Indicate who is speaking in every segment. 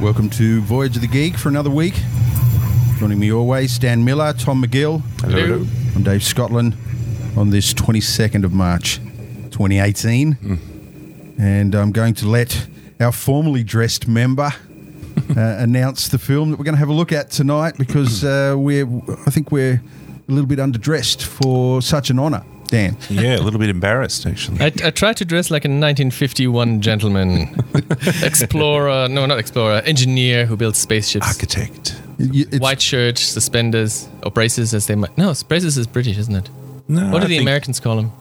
Speaker 1: Welcome to Voyage of the Geek for another week. Joining me always, Stan Miller, Tom McGill.
Speaker 2: Hello.
Speaker 1: I'm Dave Scotland on this 22nd of March, 2018. And I'm going to let our formally dressed member uh, announce the film that we're going to have a look at tonight because uh, we're, I think we're a little bit underdressed for such an honour, Dan.
Speaker 2: Yeah, a little bit embarrassed actually.
Speaker 3: I, I tried to dress like a 1951 gentleman, explorer. No, not explorer. Engineer who builds spaceships.
Speaker 2: Ah, Architect.
Speaker 1: You- it's-
Speaker 3: White shirt, suspenders, or braces, as they might. No, braces is British, isn't it?
Speaker 2: No,
Speaker 3: What do
Speaker 2: I
Speaker 3: the
Speaker 2: think-
Speaker 3: Americans call them?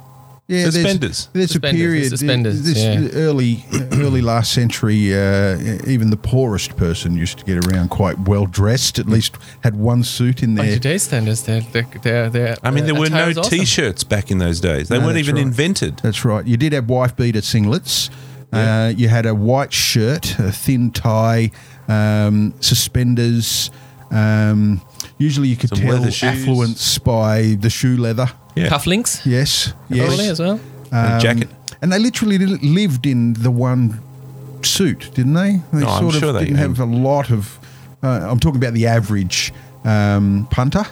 Speaker 1: Yeah, there's-
Speaker 2: Suspenders.
Speaker 1: There's,
Speaker 3: Suspenders,
Speaker 1: a period.
Speaker 3: suspenders,
Speaker 1: This
Speaker 3: yeah.
Speaker 1: early, early last century, uh, even the poorest person used to get around quite well dressed. At least had one suit in
Speaker 3: By
Speaker 1: there.
Speaker 3: today's standards, they're they're they're. they're
Speaker 2: I mean, there
Speaker 3: uh,
Speaker 2: were
Speaker 3: attire
Speaker 2: no
Speaker 3: is awesome.
Speaker 2: T-shirts back in those days. They
Speaker 1: No,
Speaker 2: weren't
Speaker 1: that's
Speaker 2: even
Speaker 1: right.
Speaker 2: invented.
Speaker 1: That's right. You did have wife beater singlets. Uh, you had a white shirt, a thin tie, um, suspenders. Um, usually, you could
Speaker 2: Some
Speaker 1: tell
Speaker 2: leather shoes.
Speaker 1: affluence by the shoe leather.
Speaker 2: Yeah.
Speaker 3: Cufflinks,
Speaker 1: Yes. Yes.
Speaker 3: probably as well.
Speaker 2: And a
Speaker 1: Um,
Speaker 2: jacket.
Speaker 1: And they literally li- lived in the one suit, didn't they? They
Speaker 2: No, I'm
Speaker 1: sort of
Speaker 2: sure they-
Speaker 1: didn't have a lot of. Uh, I'm talking about the average um, punter,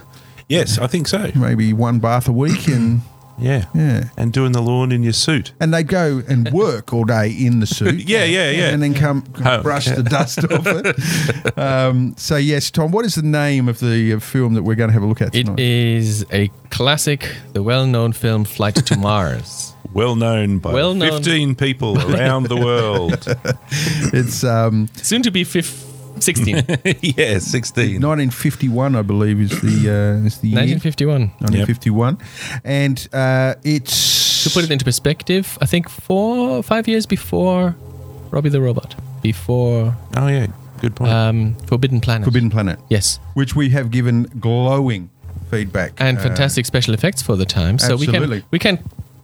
Speaker 2: Yes, I think so.
Speaker 1: maybe one bath a week, and
Speaker 2: Yeah.
Speaker 1: Yeah.
Speaker 2: And doing the lawn in your suit.
Speaker 1: and they'd go and work all day in the suit.
Speaker 2: Yeah, yeah, yeah.
Speaker 1: And then come
Speaker 2: Home.
Speaker 1: brush the dust off it. Um, so yes, Tom, what is the name of the uh, film that we're going to have a look at
Speaker 3: It
Speaker 1: tonight?
Speaker 3: is a classic, the well-known film Flight to Mars.
Speaker 2: Well known by
Speaker 3: Well known.
Speaker 2: 15 people around the world.
Speaker 1: it's um,
Speaker 3: Soon to be fif- 16,
Speaker 2: yeah, 16.
Speaker 1: 1951, I believe, is the uh, is the year.
Speaker 3: 1951.
Speaker 1: 1951, and uh, it's
Speaker 3: To put it into perspective, I think four, five years before Robbie the Robot, before
Speaker 2: Oh, yeah. Good point.
Speaker 3: um, Forbidden Planet.
Speaker 1: Forbidden Planet,
Speaker 3: Yes,
Speaker 1: which we have given glowing feedback
Speaker 3: and
Speaker 1: uh,
Speaker 3: fantastic special effects for the time. So
Speaker 1: Absolutely.
Speaker 3: we can we can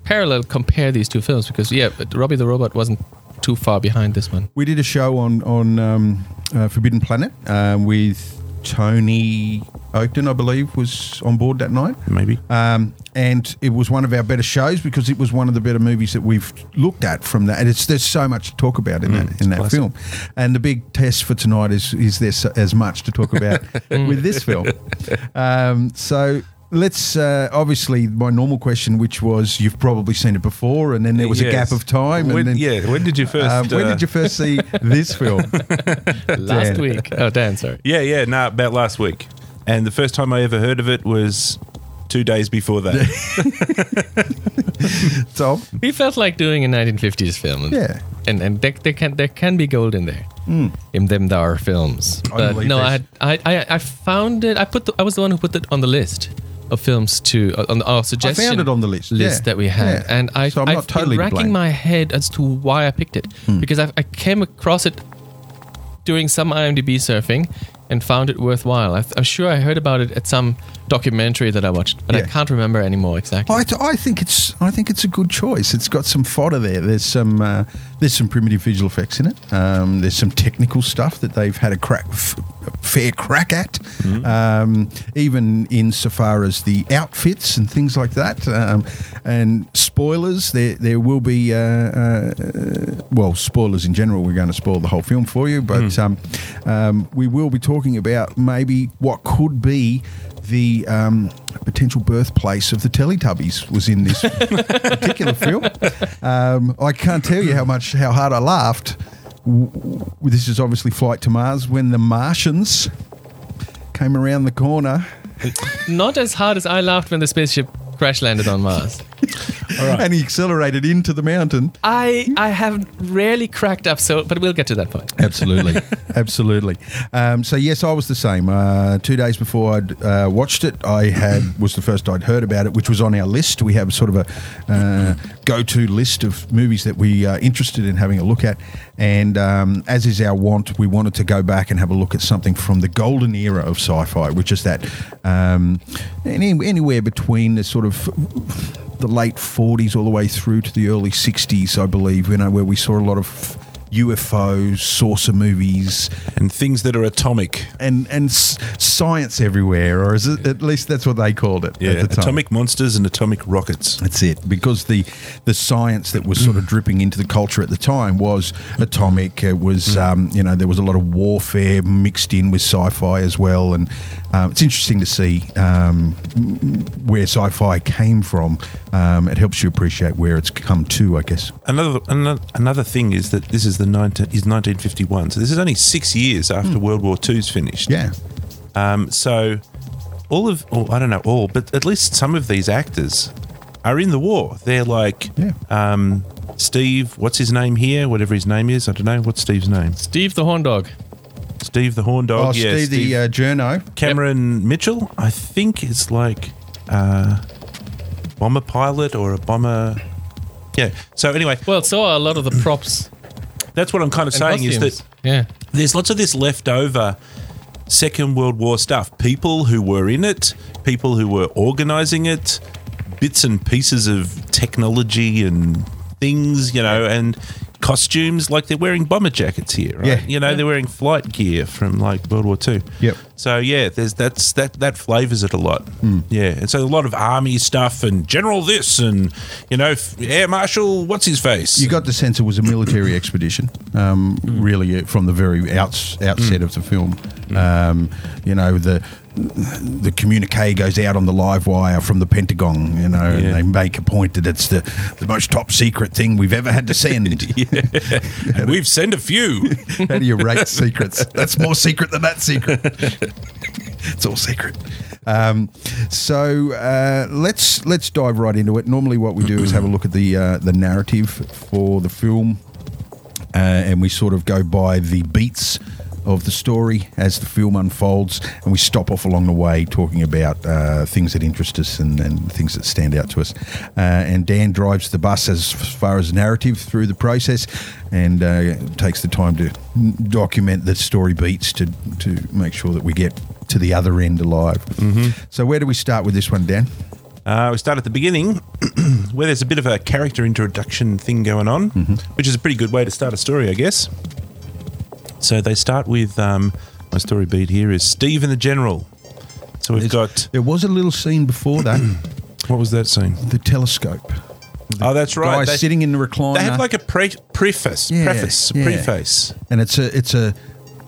Speaker 3: parallel compare these two films because yeah, but Robbie the Robot wasn't too far behind this one.
Speaker 1: we did a show on on um, uh, Forbidden Planet um, with Tony Oakden, I believe, was on board that night.
Speaker 2: Maybe.
Speaker 1: Um, and it was one of our better shows because it was one of the better movies that we've looked at from that. And it's there's so much to talk about in that in that
Speaker 2: Mm, classic.
Speaker 1: film. And the big test for tonight is is there so- as much to talk about with this film? Um, so. Let's uh, obviously my normal question, which was you've probably seen it before, and then there was a
Speaker 2: Yes.
Speaker 1: gap of time. and
Speaker 2: When,
Speaker 1: then,
Speaker 2: yeah. When did you first.
Speaker 1: um, when
Speaker 2: uh,
Speaker 1: did you first see this film?
Speaker 3: Last
Speaker 1: Dan.
Speaker 3: week. Oh, Dan, sorry.
Speaker 2: Yeah, yeah, no, about last week. And the first time I ever heard of it was two days before that.
Speaker 1: Tom?
Speaker 3: We felt like doing a 1950s film.
Speaker 1: Yeah. Hmm.
Speaker 3: And and there, there can there can be gold in there. In them there are films. But
Speaker 1: believe
Speaker 3: no, I,
Speaker 1: this.
Speaker 3: had, I I I found it. I put the, I was the one who put it on the list of films to uh, on our
Speaker 1: I
Speaker 3: suggestion.
Speaker 1: found it on the list.
Speaker 3: list
Speaker 1: yeah,
Speaker 3: that we had,
Speaker 1: yeah.
Speaker 3: and I,
Speaker 1: so I'm
Speaker 3: I've
Speaker 1: not totally
Speaker 3: been
Speaker 1: to
Speaker 3: racking
Speaker 1: blame. Hmm.
Speaker 3: my head as to why I picked it because I, I came across it doing some IMDb surfing and found it worthwhile. I, I'm sure I heard about it at some documentary that I watched, but
Speaker 1: Yeah.
Speaker 3: I can't remember anymore exactly.
Speaker 1: I, th- I think it's I think it's a good choice. It's got some fodder there. There's some uh, there's some primitive visual effects in it. Um, there's some technical stuff that they've had a crack f- a fair crack at. Um, even insofar as the outfits and things like that. Um, and spoilers, there there will be uh, uh, well spoilers in general. We're going to spoil the whole film for you, but
Speaker 2: Hmm.
Speaker 1: um, um, we will be talking about maybe what could be the um, potential birthplace of the Teletubbies was in this particular film. Um, I can't tell you how much how hard I laughed. W- w- This is obviously Flight to Mars when the Martians came around the corner.
Speaker 3: Not as hard as I laughed when the spaceship crash landed on Mars.
Speaker 2: All right.
Speaker 1: and he accelerated into the mountain.
Speaker 3: I I have rarely cracked up, so but we'll get to that point.
Speaker 1: Absolutely, absolutely. Um, so yes, I was the same. Uh, two days before I'd uh, watched it, I had was the first I'd heard about it, which was on our list. We have sort of a uh, go-to list of movies that we are interested in having a look at, and um, as is our want, we wanted to go back and have a look at something from the golden era of sci-fi, which is that um, any, anywhere between the sort of the late 40s all the way through to the early 60s, I believe, you know, where we saw a lot of UFOs, saucer movies,
Speaker 2: and things that are atomic.
Speaker 1: and, and s- science everywhere, or is it, at least that's what they called it
Speaker 2: Yeah,
Speaker 1: at the time.
Speaker 2: atomic monsters and atomic rockets.
Speaker 1: That's it, because the the science that was
Speaker 2: Mm.
Speaker 1: sort of dripping into the culture at the time was atomic. It was,
Speaker 2: Mm.
Speaker 1: um, you know, there was a lot of warfare mixed in with sci-fi as well, and um, it's interesting to see um, where sci-fi came from. Um, it helps you appreciate where it's come to, I guess.
Speaker 2: Another, another another thing is that this is the 19, is 1951, so this is only six years after World War II's finished.
Speaker 1: Hmm. Yeah,
Speaker 2: Um, so all of, or I don't know all, but at least some of these actors are in the war. They're like
Speaker 1: Yeah.
Speaker 2: um, Steve, what's his name here? Whatever his name is, I don't know. What's Steve's name?
Speaker 3: Steve the Horn Dog.
Speaker 2: Steve the Horn
Speaker 1: oh,
Speaker 2: Dog. yeah,
Speaker 1: Steve, the uh, journo.
Speaker 2: Cameron Mitchell. I think it's like uh, bomber pilot or a bomber. Yeah. So anyway,
Speaker 3: Well, so are a lot of the props
Speaker 2: that's what I'm kind of
Speaker 3: and
Speaker 2: saying is
Speaker 3: costumes.
Speaker 2: that
Speaker 3: yeah.
Speaker 2: there's lots of this leftover Second World War stuff. People who were in it, people who were organizing it, bits and pieces of technology and things, you know, and costumes. Like they're wearing bomber jackets here, right?
Speaker 1: Yeah.
Speaker 2: You know, they're wearing flight gear from like World War Two.
Speaker 1: Yep.
Speaker 2: So yeah, there's that's that that flavors it a lot.
Speaker 1: Hmm.
Speaker 2: Yeah, and so a lot of army stuff and general this and you know f- air marshal what's his face.
Speaker 1: You got the sense it was a military expedition, um, really, uh, from the very outs, outset of the film. Um, you know, the the communique goes out on the live wire from the Pentagon, you know,
Speaker 2: Yeah.
Speaker 1: and they make a point that it's the, the most top secret thing we've ever had to send.
Speaker 2: And We've sent a few.
Speaker 1: How do you rate secrets? That's more secret than that secret. it's all secret. Um, so uh, let's let's dive right into it. Normally, what we do is have a look at the uh, the narrative for the film, uh, and we sort of go by the beats of the story as the film unfolds, and we stop off along the way talking about uh, things that interest us and, and things that stand out to us. Uh, and Dan drives the bus as far as narrative through the process, and uh, takes the time to document the story beats to to make sure that we get to the other end alive. So where do we start with this one, Dan?
Speaker 2: Uh, we start at the beginning, where there's a bit of a character introduction thing going on,
Speaker 1: Mm-hmm.
Speaker 2: which is a pretty good way to start a story, I guess. So they start with um, my story beat here is Steve and the General. So we've got
Speaker 1: There was a little scene before that,
Speaker 2: what was that scene?
Speaker 1: the telescope.
Speaker 2: Oh, that's right.
Speaker 1: Guy
Speaker 2: they,
Speaker 1: sitting in the recliner.
Speaker 2: they have like a pre- preface,
Speaker 1: Yeah,
Speaker 2: preface,
Speaker 1: yeah.
Speaker 2: preface.
Speaker 1: and it's a it's a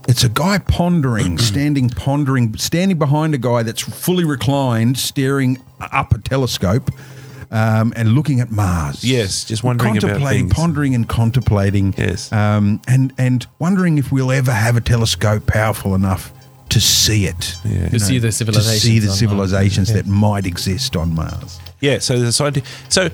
Speaker 1: it's a guy pondering, standing pondering, standing behind a guy that's fully reclined, staring up a telescope, um, and looking at Mars.
Speaker 2: Yes, just wondering about
Speaker 1: contemplating,
Speaker 2: things.
Speaker 1: pondering, and contemplating.
Speaker 2: Yes.
Speaker 1: um, and and wondering if we'll ever have a telescope powerful enough to see it.
Speaker 2: Yeah.
Speaker 3: To see
Speaker 1: To see
Speaker 3: the civilizations
Speaker 1: the
Speaker 3: on
Speaker 1: civilizations that might exist on Mars.
Speaker 2: Yeah. So the scientific. So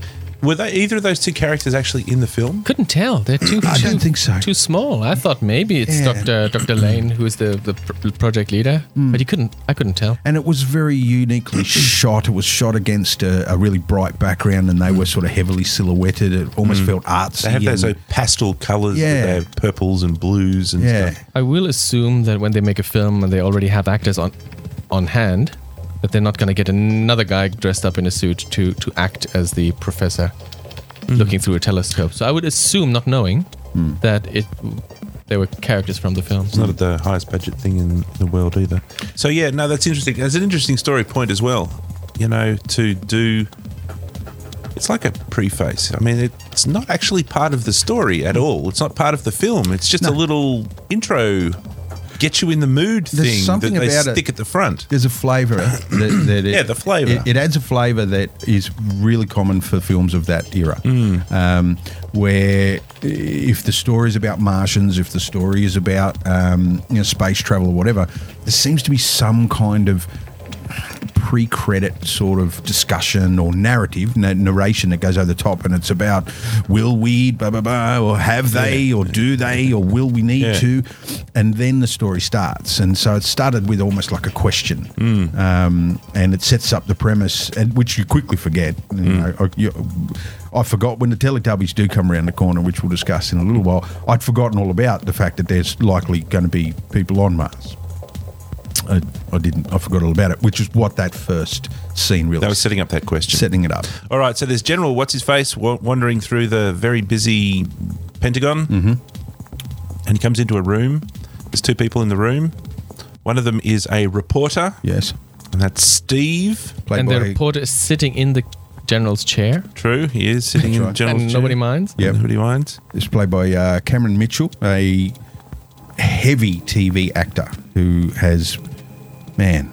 Speaker 2: were they either of those two characters actually in the film?
Speaker 3: Couldn't tell. They're too.
Speaker 1: I
Speaker 3: too,
Speaker 1: don't think so.
Speaker 3: Too small. I thought maybe it's
Speaker 1: Yeah.
Speaker 3: Doctor Doctor Lane who is the the pr- project leader, but he couldn't. I couldn't tell.
Speaker 1: and it was very uniquely shot. It was shot against a, a really bright background, and they were sort of heavily silhouetted. It almost felt artsy.
Speaker 2: Mm. They have those
Speaker 1: and-
Speaker 2: like, pastel colours.
Speaker 1: um, Yeah.
Speaker 2: That they have purples and blues and
Speaker 1: yeah,
Speaker 2: stuff.
Speaker 3: I will assume that when they make a film and they already have actors on on hand, that they're not going to get another guy dressed up in a suit to to act as the professor looking through a telescope. So I would assume, not knowing, that it they were characters from the film.
Speaker 2: Mm. It's not the highest budget thing in the world either. So yeah, no, that's interesting. It's an interesting story point as well. You know, to do. It's like a preface. I mean, it's not actually part of the story at all. It's not part of the film. It's just a little intro, get you in the mood
Speaker 1: There's
Speaker 2: thing
Speaker 1: something
Speaker 2: that they
Speaker 1: about it.
Speaker 2: stick at the front.
Speaker 1: there's a flavour that, that it,
Speaker 2: Yeah, the flavour.
Speaker 1: It, it adds a flavour that is really common for films of that era,
Speaker 2: Mm.
Speaker 1: um, where if the story is about Martians, if the story is about um, you know, space travel or whatever, there seems to be some kind of pre-credit sort of discussion or narrative na- narration that goes over the top, and it's about will we blah blah blah, or have they, or do they, or will we need
Speaker 2: Yeah.
Speaker 1: to, and then the story starts. And so it started with almost like a question,
Speaker 2: Mm.
Speaker 1: um, and it sets up the premise, and which you quickly forget. You
Speaker 2: Mm.
Speaker 1: know, I, you, I forgot when the Teletubbies do come around the corner, which we'll discuss in a little while. I'd forgotten all about the fact that there's likely going to be people on Mars. I, I didn't. I forgot all about it, which is what that first scene really
Speaker 2: That was setting up that question.
Speaker 1: setting it up.
Speaker 2: All right, so there's General What's His Face wa- wandering through the very busy Pentagon, mm-hmm.
Speaker 1: Mm-hmm.
Speaker 2: and he comes into a room. There's two people in the room. One of them is a reporter,
Speaker 1: Yes,
Speaker 2: and that's Steve.
Speaker 1: played
Speaker 3: and
Speaker 1: by
Speaker 3: the reporter is sitting in the general's chair,
Speaker 2: True, he is sitting
Speaker 1: That's
Speaker 2: in
Speaker 1: right.
Speaker 2: General's
Speaker 3: and
Speaker 2: chair.
Speaker 3: nobody minds.
Speaker 1: Yep.
Speaker 2: Nobody minds.
Speaker 1: it's played by uh, Cameron Mitchell, a heavy TV actor who has, man,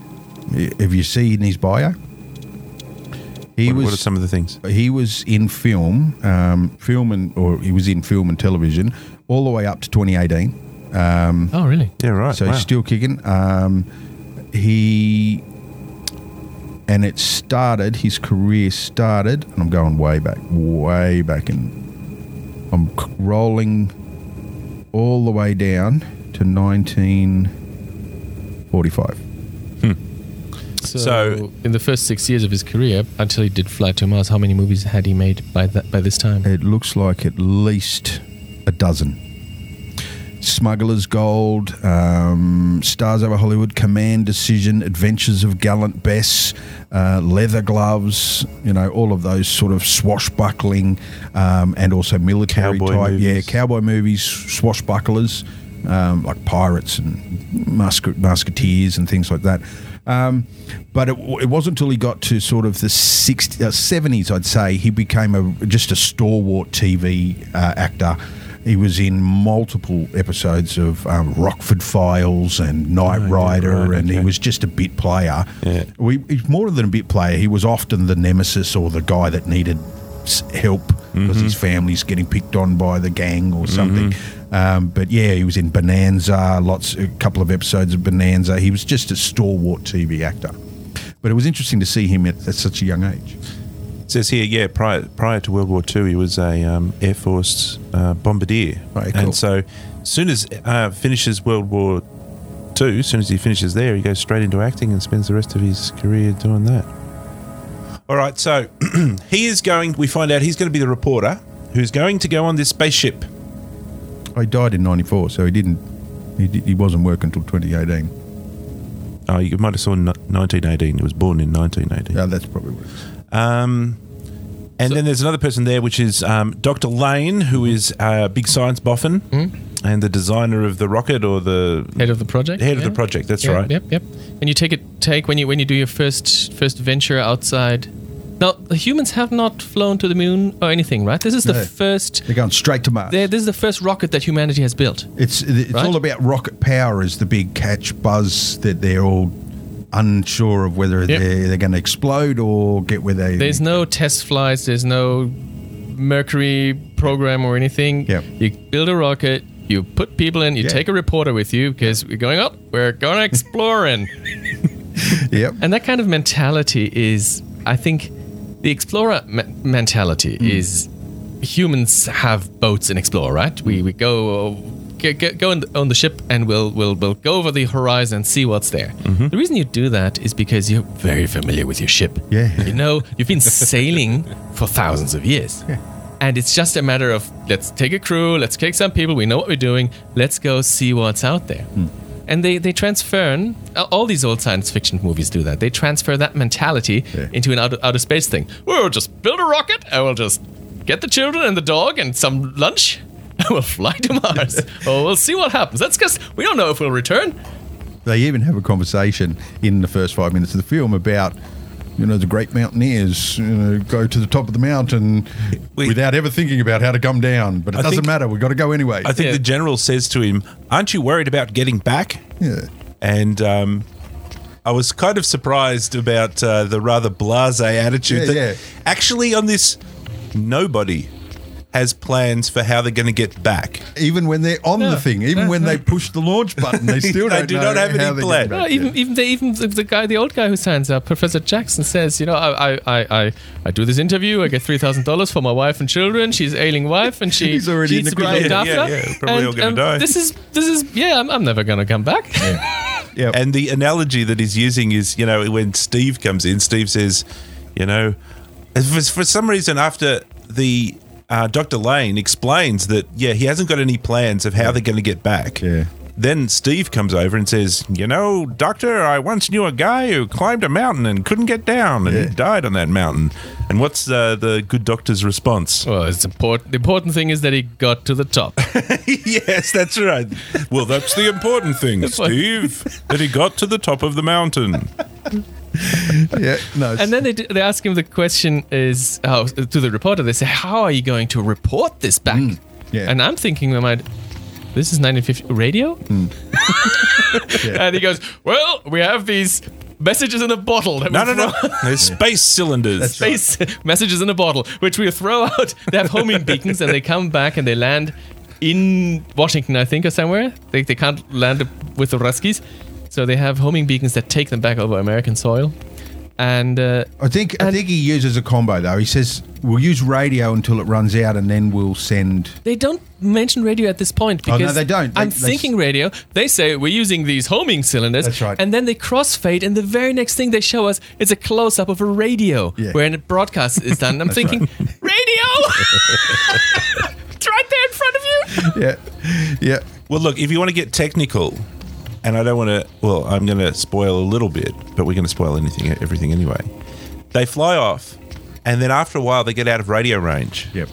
Speaker 1: i- have you seen his bio? He
Speaker 2: What,
Speaker 1: was
Speaker 2: what are some of the things?
Speaker 1: he was in film, um, film and or he was in film and television all the way up to 2018.
Speaker 2: Mm.
Speaker 3: Oh, really?
Speaker 2: Yeah, right.
Speaker 1: So
Speaker 2: wow.
Speaker 1: he's still kicking. Um, he and it started. His career started, and I'm going way back, way back, and I'm c- rolling all the way down to 1945.
Speaker 3: So,
Speaker 2: So-
Speaker 3: in the first six years of his career, until he did Flight to Mars, how many movies had he made by that by this time?
Speaker 1: It looks like at least a dozen. Smuggler's Gold, um, Stars Over Hollywood, Command Decision, Adventures of Gallant Bess, uh, Leather Gloves, you know, all of those sort of swashbuckling um, and also military
Speaker 2: Cowboy
Speaker 1: type.
Speaker 2: movies.
Speaker 1: Yeah, cowboy movies, swashbucklers, um, like pirates and musket, musketeers and things like that. Um, but it, w- it wasn't until he got to sort of the 60, uh, 70s, I'd say, he became a just a stalwart TV uh, actor. He was in multiple episodes of um, Rockford Files and Knight
Speaker 2: Oh, yeah,
Speaker 1: Rider,
Speaker 2: right,
Speaker 1: and he
Speaker 2: okay.
Speaker 1: was just a bit player.
Speaker 2: Yeah.
Speaker 1: We, he's more than a bit player. He was often the nemesis or the guy that needed s- help because his family's getting picked on by the gang or something. Um, but yeah, he was in Bonanza, lots, a couple of episodes of Bonanza. He was just a stalwart TV actor. But it was interesting to see him at, at such a young age.
Speaker 2: It says here, yeah, prior prior to World War II, he was a um, Air Force uh, bombardier,
Speaker 1: Right, cool.
Speaker 2: and so as soon as uh, finishes World War II, as soon as he finishes there, he goes straight into acting and spends the rest of his career doing that. All right, so he is going. We find out he's going to be the reporter who's going to go on this spaceship.
Speaker 1: Oh, He died in '94, so he didn't. He, di- he wasn't working until 2018.
Speaker 2: Oh, you might have saw in 1918. He was born in 1918.
Speaker 1: Yeah, that's probably what it is.
Speaker 2: Um, and
Speaker 3: So-
Speaker 2: then there's another person there, which is um, Dr. Lane, who is a big science boffin
Speaker 1: Hmm?
Speaker 2: and the designer of the rocket or the
Speaker 3: Head of the project.
Speaker 2: head of the
Speaker 3: yeah?
Speaker 2: project. That's
Speaker 3: Yeah,
Speaker 2: right.
Speaker 3: Yep, yep. And you take it take when you when you do your first first venture outside. Now the humans have not flown to the moon or anything, right? This is the
Speaker 1: No.
Speaker 3: first.
Speaker 1: They're going straight to Mars.
Speaker 3: They, this is the first rocket that humanity has built.
Speaker 1: It's it's
Speaker 3: Right?
Speaker 1: all about rocket power is the big catch buzz that they're all unsure of whether
Speaker 3: Yep.
Speaker 1: they're, they're going to explode or get where they.
Speaker 3: There's no test flights. There's no Mercury program or anything.
Speaker 1: Yep.
Speaker 3: You build a rocket. You put people in. You
Speaker 1: Yeah.
Speaker 3: take a reporter with you because we're going up. We're going exploring.
Speaker 1: yep.
Speaker 3: And that kind of mentality is, I think, the explorer me- mentality
Speaker 1: Hmm.
Speaker 3: is humans have boats and explore, right? We, we go. Go, go, go on, the, on the ship and we'll, we'll, we'll go over the horizon and see what's there.
Speaker 1: Mm-hmm.
Speaker 3: The reason you do that is because you're very familiar with your ship.
Speaker 1: Yeah.
Speaker 3: You know, you've been sailing for thousands of years. And it's just a matter of let's take a crew, let's take some people, we know what we're doing, let's go see what's out there. And they, they transfer, uh, all these old science fiction movies do that. They transfer that mentality
Speaker 1: Yeah.
Speaker 3: into an outer, outer space thing. We'll just build a rocket and we'll just get the children and the dog and some lunch and we'll fly to Mars. or we'll see what happens. That's because we don't know if we'll return.
Speaker 1: They even have a conversation in the first five minutes of the film about. You know the great mountaineers you know, go to the top of the mountain
Speaker 2: We-
Speaker 1: without ever thinking about how to come down, but it
Speaker 2: I
Speaker 1: doesn't
Speaker 2: think-
Speaker 1: matter. We've got to go anyway.
Speaker 2: I think
Speaker 3: Yeah.
Speaker 2: the general says to him, Aren't you worried about getting back?
Speaker 1: yeah.
Speaker 2: And um, I was kind of surprised about uh, the rather blase attitude
Speaker 1: Yeah,
Speaker 2: that
Speaker 1: yeah.
Speaker 2: actually on this nobody has plans for how they're going to get back.
Speaker 1: Even when they're on the thing, even when they push the launch button, they still
Speaker 2: They
Speaker 1: don't
Speaker 2: do
Speaker 1: know
Speaker 2: not have any
Speaker 1: how they get
Speaker 2: plan.
Speaker 1: back
Speaker 3: No,
Speaker 1: there.
Speaker 3: even even the, even the- the guy, the old guy who signs up, Professor Jackson says, you know, I I I, I, I do this interview, I get three thousand dollars for my wife and children. She's ailing wife, and she
Speaker 1: He's already
Speaker 3: she
Speaker 1: in
Speaker 3: needs
Speaker 1: the
Speaker 3: to be
Speaker 1: grave.
Speaker 3: looked
Speaker 2: Yeah,
Speaker 3: after.
Speaker 2: yeah, yeah, probably
Speaker 3: and,
Speaker 2: all gonna
Speaker 3: um,
Speaker 2: die.
Speaker 3: This is this is yeah, I'm, I'm never gonna come back.
Speaker 1: Yep.
Speaker 2: And the analogy that he's using is, you know, when Steve comes in, Steve says, you know, for, for some reason after the uh, Dr. Lane explains that, yeah, he hasn't got any plans of how they're going to get back.
Speaker 1: Yeah.
Speaker 2: Then Steve comes over and says, you know, Doctor, I once knew a guy who climbed a mountain and couldn't get down and he died on that mountain. And what's uh, the good doctor's response?
Speaker 1: Oh.
Speaker 3: well, it's important. The important thing is that he got to the top.
Speaker 2: yes, that's right. Well, that's the important thing, Steve, that he got to the top of the mountain.
Speaker 1: yeah, no.
Speaker 3: And then they, d- they ask him the question is oh, to the reporter. They say, "How are you going to report this back?"
Speaker 1: Mm, yeah.
Speaker 3: And I'm thinking, am I? This is 1950 radio.
Speaker 1: Mm. Yeah.
Speaker 3: And he goes, "Well, we have these messages in a bottle. That
Speaker 2: No,
Speaker 3: we
Speaker 2: no, no. There's space cylinders.
Speaker 1: That's right.
Speaker 3: Space messages in a bottle, which we throw out. They have homing beacons, and they come back and they land in Washington, I think, or somewhere. They, they can't land with the Ruskies, so they have homing beacons that take them back over American soil. And uh,
Speaker 1: I think I think he uses a combo though. He says we'll use radio until it runs out, and then we'll send.
Speaker 3: They don't mention radio at this point
Speaker 1: Oh, no,
Speaker 3: because
Speaker 1: they don't. They-
Speaker 3: I'm
Speaker 1: they s-
Speaker 3: thinking radio. They say we're using these homing cylinders.
Speaker 1: That's right.
Speaker 3: And then they crossfade, and the very next thing they show us is a close up of a radio
Speaker 1: Yeah.
Speaker 3: where a broadcast is done. And I'm thinking, radio! it's right there in front of you!
Speaker 1: Yeah, yeah.
Speaker 2: Well, look, if you want to get technical, and I don't want to, well, I'm going to spoil a little bit, but we're going to spoil anything, everything anyway. They fly off, and then after a while, they get out of radio range.
Speaker 1: Yep.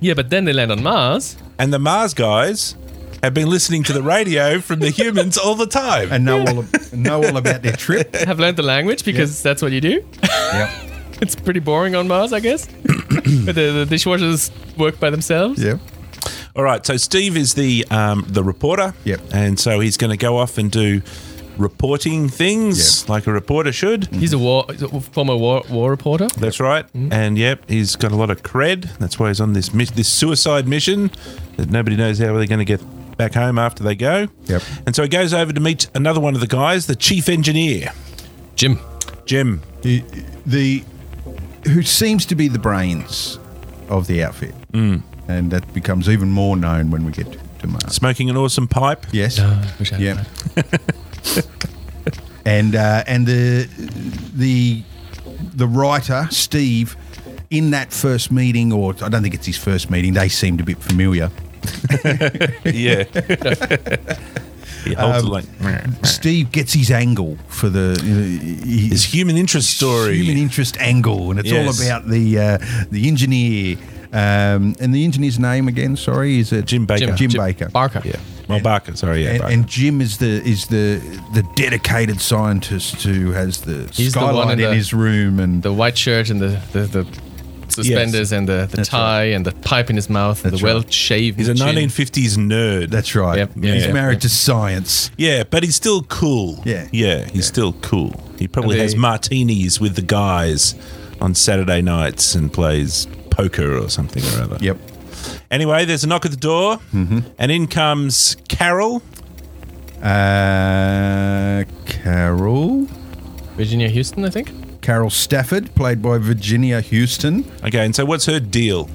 Speaker 3: Yeah, but then they land on Mars.
Speaker 2: And the Mars guys have been listening to the radio from the humans all the time.
Speaker 1: And know all of, know all about their trip.
Speaker 3: Have learned the language because that's what you do.
Speaker 1: Yep.
Speaker 3: It's pretty boring on Mars, I guess. but the, the dishwashers work by themselves.
Speaker 1: Yep.
Speaker 2: All right, so Steve is the um, the reporter.
Speaker 1: Yep.
Speaker 2: And so he's going to go off and do reporting things like a reporter should.
Speaker 3: He's a war, he's a former war, war reporter.
Speaker 2: That's right.
Speaker 1: Mm-hmm.
Speaker 2: And yep, he's got a lot of cred. That's why he's on this mis- this suicide mission that nobody knows how they're going to get back home after they go.
Speaker 1: Yep.
Speaker 2: And so he goes over to meet another one of the guys, the chief engineer,
Speaker 3: Jim.
Speaker 2: Jim.
Speaker 1: The, the who seems to be the brains of the outfit, mm. and that becomes even more known when we get to, to Mars.
Speaker 2: Smoking an awesome pipe.
Speaker 1: Yes.
Speaker 3: Which I-
Speaker 1: Yeah. and uh, and the the the writer Steve in that first meeting, or I don't think it's his first meeting. They seemed a bit familiar.
Speaker 2: Yeah. he
Speaker 1: Um,
Speaker 2: holds it like
Speaker 1: Steve gets his angle for the you know,
Speaker 2: his
Speaker 1: his
Speaker 2: human interest story.
Speaker 1: human interest angle, and it's
Speaker 2: Yes.
Speaker 1: all about the uh, the engineer. Um, and the engineer's name again, sorry, is it
Speaker 2: Jim Baker.
Speaker 1: Jim,
Speaker 2: Jim
Speaker 1: Baker.
Speaker 3: Barker.
Speaker 2: yeah. Well, Barker. Sorry. Yeah.
Speaker 1: and,
Speaker 2: Barker.
Speaker 1: and Jim is the is the the dedicated scientist who has the
Speaker 3: He's the one
Speaker 1: skylight
Speaker 3: in
Speaker 1: in,
Speaker 3: the-
Speaker 1: his room and
Speaker 3: the white shirt and the the, the suspenders and the, the tie and the pipe in his mouth and
Speaker 1: That's
Speaker 3: the well
Speaker 1: right.
Speaker 3: shaved.
Speaker 2: he's a
Speaker 3: chin.
Speaker 2: 1950s nerd.
Speaker 1: that's right.
Speaker 3: Yep, yeah,
Speaker 1: he's
Speaker 3: yeah.
Speaker 1: married to science.
Speaker 2: yeah, but he's still cool.
Speaker 1: Yeah.
Speaker 2: Yeah, he's still cool. He probably
Speaker 3: And
Speaker 2: has
Speaker 3: they-
Speaker 2: martinis with the guys on Saturday nights and plays poker or something or other.
Speaker 1: Yep. Mm-hmm.
Speaker 2: Anyway, there's a knock at the door, and in comes Carol.
Speaker 1: Uh, Carol
Speaker 3: Virginia Houston, I think.
Speaker 1: Carol Stafford, played by Virginia Houston.
Speaker 2: Okay, and so what's her deal?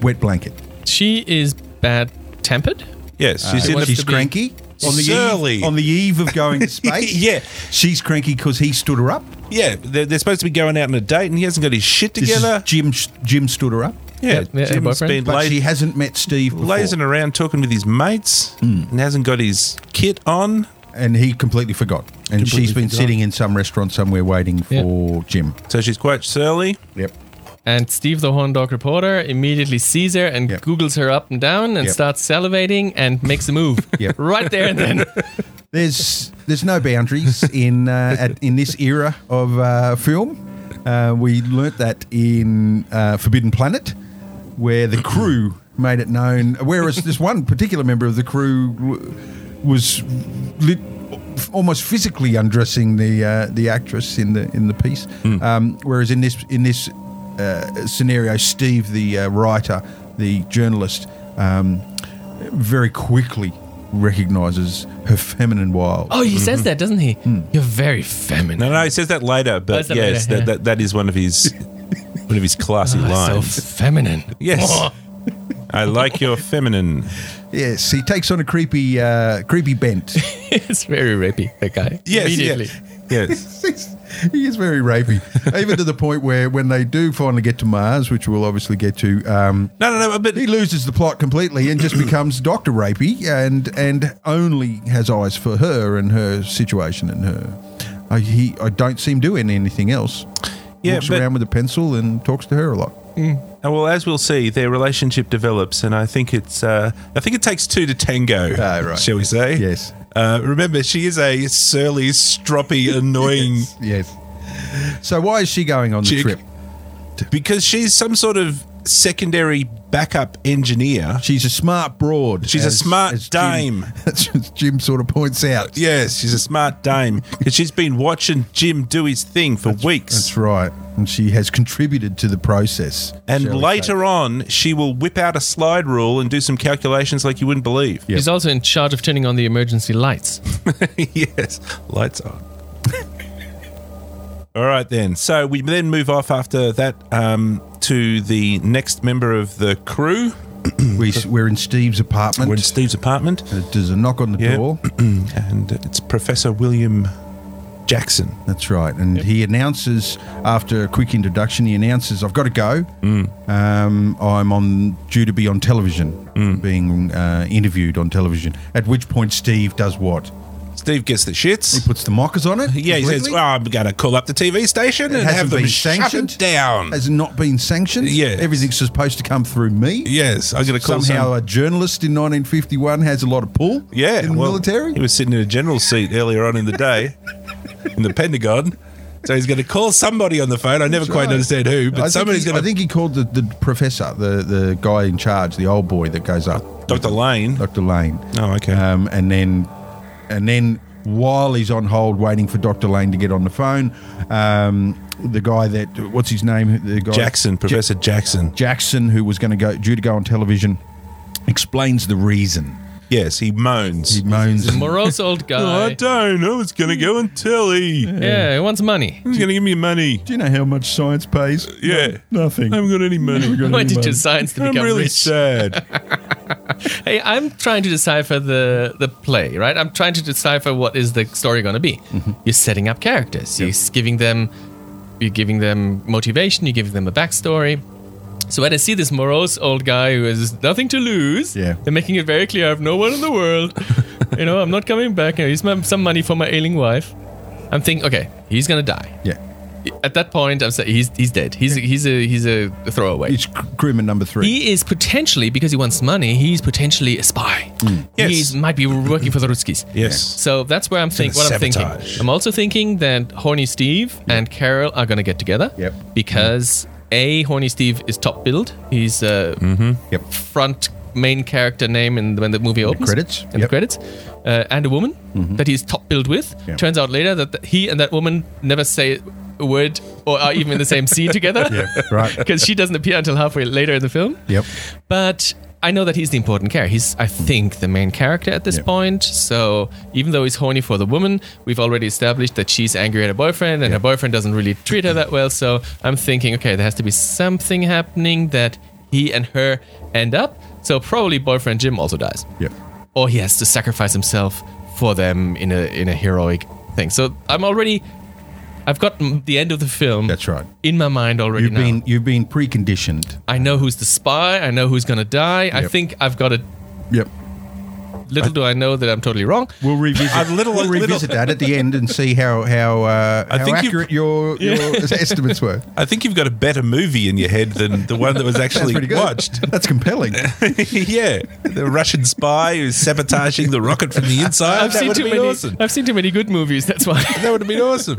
Speaker 1: Wet blanket. Uh,
Speaker 3: She is bad tempered.
Speaker 2: Yes, she's in
Speaker 3: wants
Speaker 2: the.
Speaker 1: she's
Speaker 3: to be
Speaker 1: cranky on the
Speaker 2: surly.
Speaker 1: eve, on the eve of going to space.
Speaker 2: Yeah.
Speaker 1: she's cranky because he stood her up.
Speaker 2: Yeah, they're, they're supposed to be going out on a date, and he hasn't got his shit
Speaker 1: This is
Speaker 2: together.
Speaker 1: Jim Jim stood her up,
Speaker 2: Yeah,
Speaker 3: yeah, her
Speaker 2: Jim's been
Speaker 3: boyfriend.
Speaker 1: but
Speaker 2: la-
Speaker 1: she hasn't met Steve before, Hmm.
Speaker 2: lazing around talking with his mates, and hasn't got his kit on.
Speaker 1: and he completely forgot. And she's been
Speaker 2: forgot.
Speaker 1: sitting in some restaurant somewhere waiting for Jim.
Speaker 2: So she's quite surly.
Speaker 1: Yep.
Speaker 3: And Steve, the horn dog reporter, immediately sees her and
Speaker 1: Yep.
Speaker 3: googles her up and down and
Speaker 1: Yep.
Speaker 3: starts salivating and makes a move.
Speaker 1: Yep.
Speaker 3: Right there and then.
Speaker 1: There's there's no boundaries in uh, at, in this era of uh, film. Uh, we learnt that in uh, Forbidden Planet, where the crew made it known. Whereas this one particular member of the crew w- was lit, almost Hmm. physically undressing the uh, the actress in the in the piece. Um, whereas in this in this uh, scenario, Steve, the uh, writer, the journalist, um, very quickly recognizes her feminine wiles.
Speaker 3: Oh, he says that, doesn't he? You're very feminine.
Speaker 2: Hmm. No, no, he says that later, but
Speaker 3: it's Oh, that
Speaker 2: yes,
Speaker 3: later, yeah. Ah,
Speaker 2: that, that, that is one of his one of his classy lines.
Speaker 3: So Oh. feminine.
Speaker 2: Yes. I like your feminine.
Speaker 1: Yes, he takes on a creepy, uh, creepy bent.
Speaker 3: it's very rapey, that guy.
Speaker 2: Yes,
Speaker 3: Immediately.
Speaker 2: Yeah. Yes.
Speaker 1: He's- he is very rapey, even to the point where when they do finally get to Mars, which we'll obviously get to, um,
Speaker 2: No, no, no, but
Speaker 1: he loses the plot completely and just becomes Doctor Rapey, and and only has eyes for her and her situation and her. I, he, I don't see him doing anything else.
Speaker 2: Yeah,
Speaker 1: Walks
Speaker 2: but-
Speaker 1: around with a pencil and talks to her a lot.
Speaker 2: Uh, Well, as we'll see, their relationship develops, and I think it's uh, I think it takes two to tango.
Speaker 1: Ah, right.
Speaker 2: Shall we say?
Speaker 1: Yes.
Speaker 2: Uh, remember, she is a surly, stroppy, annoying
Speaker 1: Yes. So why is she going on the
Speaker 2: Chick.
Speaker 1: trip?
Speaker 2: because she's some sort of secondary backup engineer.
Speaker 1: She's a smart broad.
Speaker 2: She's a smart dame.
Speaker 1: Jim, that's what Jim sort of points out.
Speaker 2: Yes, she's a smart dame because she's been watching Jim do his thing for weeks.
Speaker 1: That's right. And she has contributed to the process.
Speaker 2: and
Speaker 1: shall we say.
Speaker 2: later on, she will whip out a slide rule and do some calculations like you wouldn't believe.
Speaker 1: Yep.
Speaker 3: He's also in charge of turning on the emergency lights.
Speaker 2: yes, lights on. All right, then. So we then move off after that um, to the next member of the crew.
Speaker 1: we, we're in Steve's apartment.
Speaker 2: We're in Steve's apartment,
Speaker 1: There's a knock on the
Speaker 2: Yeah.
Speaker 1: door.
Speaker 2: and it's Professor William Jackson.
Speaker 1: That's right. And he announces, after a quick introduction, he announces, I've got to go.
Speaker 2: Mm.
Speaker 1: Um, I'm on due to be on television,
Speaker 2: Mm.
Speaker 1: being uh, interviewed on television. At which point, Steve does what?
Speaker 2: Steve gets the shits.
Speaker 1: Puts the mockers on it?
Speaker 2: Yeah, he says,
Speaker 1: completely?
Speaker 2: "Well, I'm going to call up the TV station and
Speaker 1: hasn't
Speaker 2: have them
Speaker 1: been
Speaker 2: shut
Speaker 1: sanctioned?
Speaker 2: it down."
Speaker 1: Has not been sanctioned.
Speaker 2: Yes.
Speaker 1: Everything's supposed to come through me.
Speaker 2: Yes, I'm going to call
Speaker 1: Somehow,
Speaker 2: some-
Speaker 1: a journalist in 1951 has a lot of pull
Speaker 2: yeah,
Speaker 1: in the
Speaker 2: well,
Speaker 1: military.
Speaker 2: He was sitting in a general seat earlier on in the day in the Pentagon. So he's going to call somebody on the phone. I never quite
Speaker 1: right.
Speaker 2: understand who, but
Speaker 1: I think
Speaker 2: somebody's
Speaker 1: he-
Speaker 2: going
Speaker 1: I
Speaker 2: to
Speaker 1: think he called the, the professor, the, the guy in charge, the old boy that goes up,
Speaker 2: Dr. Lane.
Speaker 1: Dr. Lane.
Speaker 2: Oh, okay.
Speaker 1: Um, and then, and then while he's on hold waiting for Dr. Lane to get on the phone, um, the guy that what's his name? The guy
Speaker 2: Jackson,
Speaker 1: Ja-
Speaker 2: Professor Jackson.
Speaker 1: Jackson, who was going to go due to go on television, explains the reason.
Speaker 2: Yes, he moans.
Speaker 1: He moans.
Speaker 3: The morose old
Speaker 2: "Oh, I
Speaker 3: guy.
Speaker 2: don't know. It's going to go on telly. He's
Speaker 3: yeah, he wants money.
Speaker 2: going to give me money.
Speaker 1: Do you know how much science pays?
Speaker 2: Yeah.
Speaker 1: No- nothing.
Speaker 2: I haven't got any money.
Speaker 3: Why did you science to
Speaker 2: I'm
Speaker 3: become
Speaker 2: really
Speaker 3: rich?
Speaker 2: sad.
Speaker 3: Hey, I'm trying to decipher the the play, right? I'm trying to decipher what is the story going to be.
Speaker 2: Mm-hmm.
Speaker 3: You're setting up characters. You're giving them, you're giving them motivation. You're giving them a backstory. So when I see this morose old guy who has nothing to lose,
Speaker 1: Yeah.
Speaker 3: they're making it very clear I have no one in the world. you know, I'm not coming back. I use my, some money for my ailing wife. I'm thinking, okay, he's gonna die.
Speaker 1: Yeah.
Speaker 3: At that point, I'm saying he's he's dead. He's a, he's a he's a throwaway.
Speaker 1: It's cr- crewman number three.
Speaker 3: He is potentially, because he wants money, he's potentially a spy.
Speaker 2: Mm. Yes.
Speaker 3: He might be working for the Rutskis.
Speaker 2: Yes.
Speaker 3: So that's where I'm thinking.
Speaker 2: gonna
Speaker 3: What I'm thinking.
Speaker 2: sabotage.
Speaker 3: I'm also thinking that Horny Steve and Carol are going to get together.
Speaker 1: Yep.
Speaker 3: Because a Horny Steve is top billed. He's uh,
Speaker 1: Yep.
Speaker 3: front main character name in when the movie opens
Speaker 1: credits,
Speaker 3: in the
Speaker 1: yep. Mm-hmm.
Speaker 3: credits uh, and a woman that he's top billed with
Speaker 1: Yeah.
Speaker 3: turns out later that th- he and that woman never say a word or are even in the same scene together
Speaker 1: right.
Speaker 3: because she doesn't appear until halfway later in the film
Speaker 1: Yep.
Speaker 3: but I know that he's the important character. He's, I think, the main character at this
Speaker 1: Yeah.
Speaker 3: point. So even though he's horny for the woman, we've already established that she's angry at her boyfriend, and her boyfriend doesn't really treat her that well. So I'm thinking, okay, there has to be something happening that he and her end up. So probably boyfriend Jim also dies,
Speaker 1: Yep.
Speaker 3: or he has to sacrifice himself for them in a in a heroic thing. So I'm already, I've got mm, the end of the film
Speaker 1: That's right.
Speaker 3: in my mind already.
Speaker 1: You've
Speaker 3: now.
Speaker 1: been you've been preconditioned.
Speaker 3: I know who's the spy. I know who's going to die. I
Speaker 1: Yep.
Speaker 3: think I've got a
Speaker 1: Yep.
Speaker 3: little do I know that I'm totally wrong.
Speaker 1: We'll revisit.
Speaker 2: I've little-
Speaker 1: we'll
Speaker 2: little-
Speaker 1: revisit that at the end and see how how uh,
Speaker 2: I
Speaker 1: how
Speaker 2: think you-
Speaker 1: accurate your your estimates were.
Speaker 2: I think you've got a better movie in your head than the one that was actually
Speaker 1: pretty good.
Speaker 2: watched.
Speaker 1: That's compelling.
Speaker 2: yeah, the Russian spy who's sabotaging the rocket from the inside.
Speaker 3: I've
Speaker 2: that
Speaker 3: seen
Speaker 2: would
Speaker 3: too
Speaker 2: have been
Speaker 3: many.
Speaker 2: awesome.
Speaker 3: I've seen too many good movies. That's why.
Speaker 2: That would have been awesome.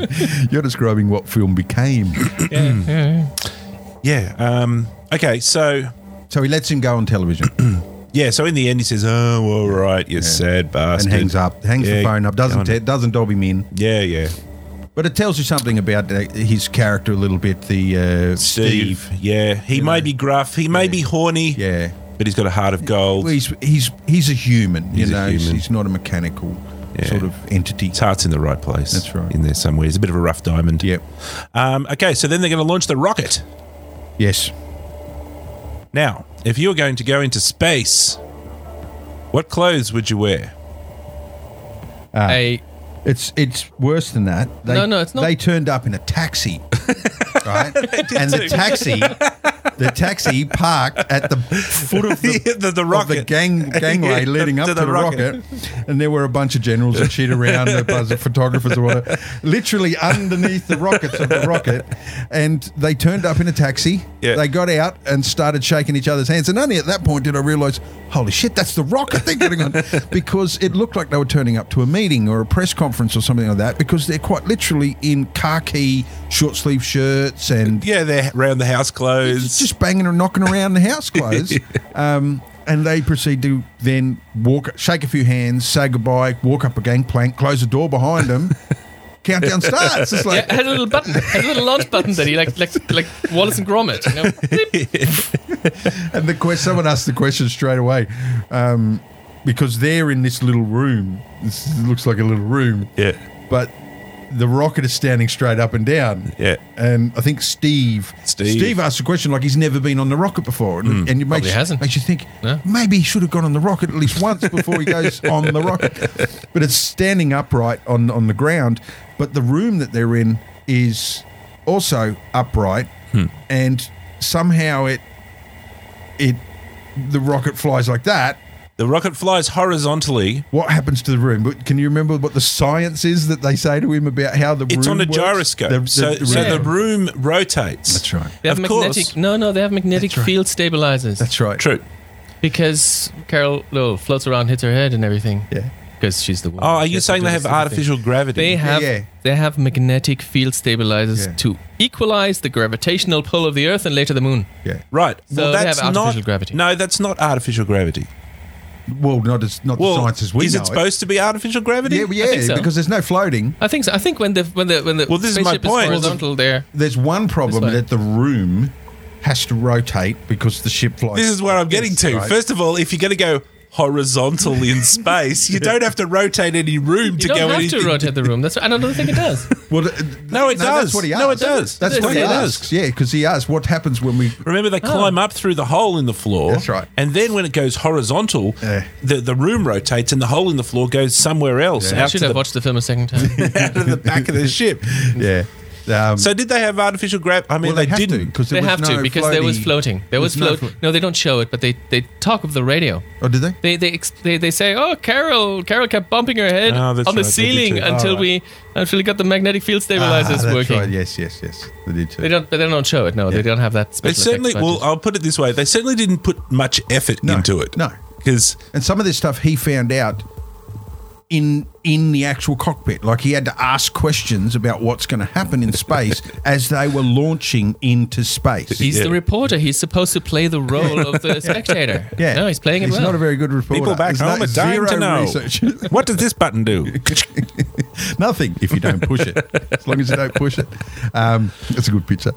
Speaker 1: You're describing what film became.
Speaker 2: Mm. Yeah. Um, okay. So
Speaker 1: So he lets him go on television
Speaker 2: yeah. So in the end, he says, "Oh, all right, you sad
Speaker 1: and
Speaker 2: bastard,"
Speaker 1: hangs up, hangs
Speaker 2: Yeah,
Speaker 1: the phone up,
Speaker 2: go on.
Speaker 1: doesn't te- doesn't dob him in.
Speaker 2: Yeah, yeah.
Speaker 1: But it tells you something about uh, his character a little bit. The uh,
Speaker 2: Steve. Yeah, he may be gruff. He may be horny.
Speaker 1: Yeah.
Speaker 2: but he's got a heart of gold.
Speaker 1: Well, he's he's he's a human.
Speaker 2: He's a
Speaker 1: you know, He's,
Speaker 2: human.
Speaker 1: he's not a mechanical
Speaker 2: Yeah.
Speaker 1: sort of entity.
Speaker 2: His heart's in the right place.
Speaker 1: That's right.
Speaker 2: In there somewhere. He's a bit of a rough diamond.
Speaker 1: Yep.
Speaker 2: Um, okay, so then they're going to launch the rocket.
Speaker 1: Yes.
Speaker 2: Now, if you were going to go into space, what clothes would you wear? Ah.
Speaker 3: a
Speaker 1: It's it's worse than that. They,
Speaker 3: No, no, it's not.
Speaker 1: They turned up in a taxi, right? and the
Speaker 2: too.
Speaker 1: taxi, the taxi parked at the foot of the.
Speaker 2: the, the
Speaker 1: of the
Speaker 2: rocket.
Speaker 1: gang,
Speaker 2: Yeah,
Speaker 1: gangway
Speaker 2: to-
Speaker 1: leading up to, the, rocket. and there were a bunch of generals and shit around, a bunch of photographers or whatever, literally underneath the rockets of the rocket. And they turned up in a taxi.
Speaker 2: Yeah.
Speaker 1: They got out and started shaking each other's hands. And only at that point did I realise, holy shit, that's the rocket they're getting on, because it looked like they were turning up to a meeting or a press conference or something like that. Because they're quite literally in khaki short sleeve shirts and
Speaker 2: Yeah, they're around the house clothes.
Speaker 1: just banging and knocking around the house clothes. um, and they proceed to then walk, shake a few hands, say goodbye, walk up a gangplank, close the door behind them. countdown starts. It's
Speaker 3: yeah,
Speaker 1: like,
Speaker 3: it had a little button, it had a little launch button that he like like like Wallace and Gromit. You know? Bleep.
Speaker 1: and the que- someone asked the question straight away um, because they're in this little room. This looks like a little room,
Speaker 2: yeah,
Speaker 1: but the rocket is standing straight up and down.
Speaker 2: yeah.
Speaker 1: and I think Steve
Speaker 2: Steve. Hmm.
Speaker 1: asked a question like he's never been on the rocket before, and, and it makes,
Speaker 3: Probably hasn't.
Speaker 1: makes you think
Speaker 3: No.
Speaker 1: maybe he should have gone on the rocket at least once before he goes on the rocket. But it's standing upright on on the ground, but the room that they're in is also upright,
Speaker 2: Hmm.
Speaker 1: and somehow it it the rocket flies like that.
Speaker 2: The rocket flies horizontally.
Speaker 1: What happens to the room? But can you remember what the science is that they say to him about how the
Speaker 2: It's
Speaker 1: room
Speaker 2: on a
Speaker 1: works?
Speaker 2: gyroscope.
Speaker 1: The- the-
Speaker 2: so,
Speaker 1: the
Speaker 2: so
Speaker 1: room-
Speaker 2: the room rotates.
Speaker 1: That's right.
Speaker 3: They have
Speaker 2: Of course.
Speaker 3: magnetic. No, no, they have magnetic
Speaker 1: That's right.
Speaker 3: field stabilizers
Speaker 1: That's right.
Speaker 2: True.
Speaker 3: because Carol Little floats around, hits her head, and everything.
Speaker 1: Yeah.
Speaker 3: Because she's the one.
Speaker 2: Oh, are
Speaker 3: She
Speaker 2: you
Speaker 3: has to
Speaker 2: saying
Speaker 3: do
Speaker 2: they
Speaker 3: this
Speaker 2: have
Speaker 3: little thing.
Speaker 2: artificial gravity?
Speaker 3: They have
Speaker 1: yeah.
Speaker 3: they have magnetic field stabilizers
Speaker 1: Yeah.
Speaker 3: to equalize the gravitational pull of the Earth and later the Moon.
Speaker 1: Yeah.
Speaker 2: right.
Speaker 3: So they have artificial
Speaker 2: not,
Speaker 3: gravity.
Speaker 2: No, that's not artificial gravity.
Speaker 1: Well, not as not
Speaker 2: Well,
Speaker 1: the science as we
Speaker 2: is
Speaker 1: know.
Speaker 2: it supposed to be artificial gravity?
Speaker 1: Yeah,
Speaker 3: I think
Speaker 1: yeah,
Speaker 3: so.
Speaker 1: because there's no floating.
Speaker 3: I think so. I think when the when the when the
Speaker 2: Well, this is my
Speaker 3: spaceship
Speaker 2: point.
Speaker 3: horizontal there.
Speaker 1: There's one problem
Speaker 3: This way.
Speaker 1: that the room has to rotate because the ship flies.
Speaker 2: This is where I'm getting
Speaker 1: Yes,
Speaker 2: to.
Speaker 1: right.
Speaker 2: First of all, if you're going to go horizontal in space, you don't have to rotate any room to
Speaker 3: You don't
Speaker 2: go
Speaker 3: have
Speaker 2: anything.
Speaker 3: to rotate the room. That's and I don't think it does.
Speaker 1: Well, th-
Speaker 2: No, it does.
Speaker 1: That's what he asks.
Speaker 2: No, it
Speaker 1: That's
Speaker 2: does.
Speaker 3: That's
Speaker 1: what he
Speaker 3: what it
Speaker 1: asks. Yeah, because he asks what happens when we.
Speaker 2: Remember, they climb up through the hole in the floor.
Speaker 1: Oh. That's right.
Speaker 2: And then when it goes horizontal,
Speaker 1: Yeah.
Speaker 2: the, the room rotates and the hole in the floor goes somewhere else
Speaker 3: I
Speaker 2: out, to
Speaker 3: should have
Speaker 2: the,
Speaker 3: watched the film a second time.
Speaker 2: out of the back of the ship.
Speaker 1: Yeah. Um,
Speaker 2: So did they have artificial gravity? I mean,
Speaker 1: well, they, have
Speaker 2: didn't.
Speaker 1: because
Speaker 3: they have to because there was floating. There was float.
Speaker 1: No flo-
Speaker 3: no, they don't show it, but they they talk of the radio.
Speaker 1: oh, did they?
Speaker 3: They they ex- they, they say, "Oh, Carol, Carol kept bumping her head
Speaker 2: Ah,
Speaker 3: on the
Speaker 2: that's right, they did
Speaker 3: ceiling
Speaker 2: too.
Speaker 3: until
Speaker 1: All
Speaker 3: we until we got the magnetic field
Speaker 1: Ah,
Speaker 3: stabilizers
Speaker 1: that's
Speaker 3: working."
Speaker 1: right. Yes, yes, yes. They did too.
Speaker 3: They don't but they don't show it. No, they don't have that.
Speaker 2: They
Speaker 3: Special
Speaker 2: certainly.
Speaker 3: effects
Speaker 2: Well,
Speaker 3: budget.
Speaker 2: I'll put it this way: they certainly didn't put much effort
Speaker 1: No,
Speaker 2: into it.
Speaker 1: no.
Speaker 2: because
Speaker 1: And some of this stuff he found out in in the actual cockpit. Like he had to ask questions about what's going to happen in space as they were launching into space.
Speaker 3: he's
Speaker 2: yeah.
Speaker 3: the reporter. He's supposed to play the role of the spectator.
Speaker 1: yeah,
Speaker 3: no, he's playing it
Speaker 1: He's
Speaker 3: well.
Speaker 1: not a very good reporter.
Speaker 2: people back
Speaker 1: There's no-
Speaker 2: home are dying to
Speaker 1: zero
Speaker 2: know
Speaker 1: research.
Speaker 2: what does this button do.
Speaker 1: Nothing if you don't push it. As long as you don't push it, um, that's a good picture.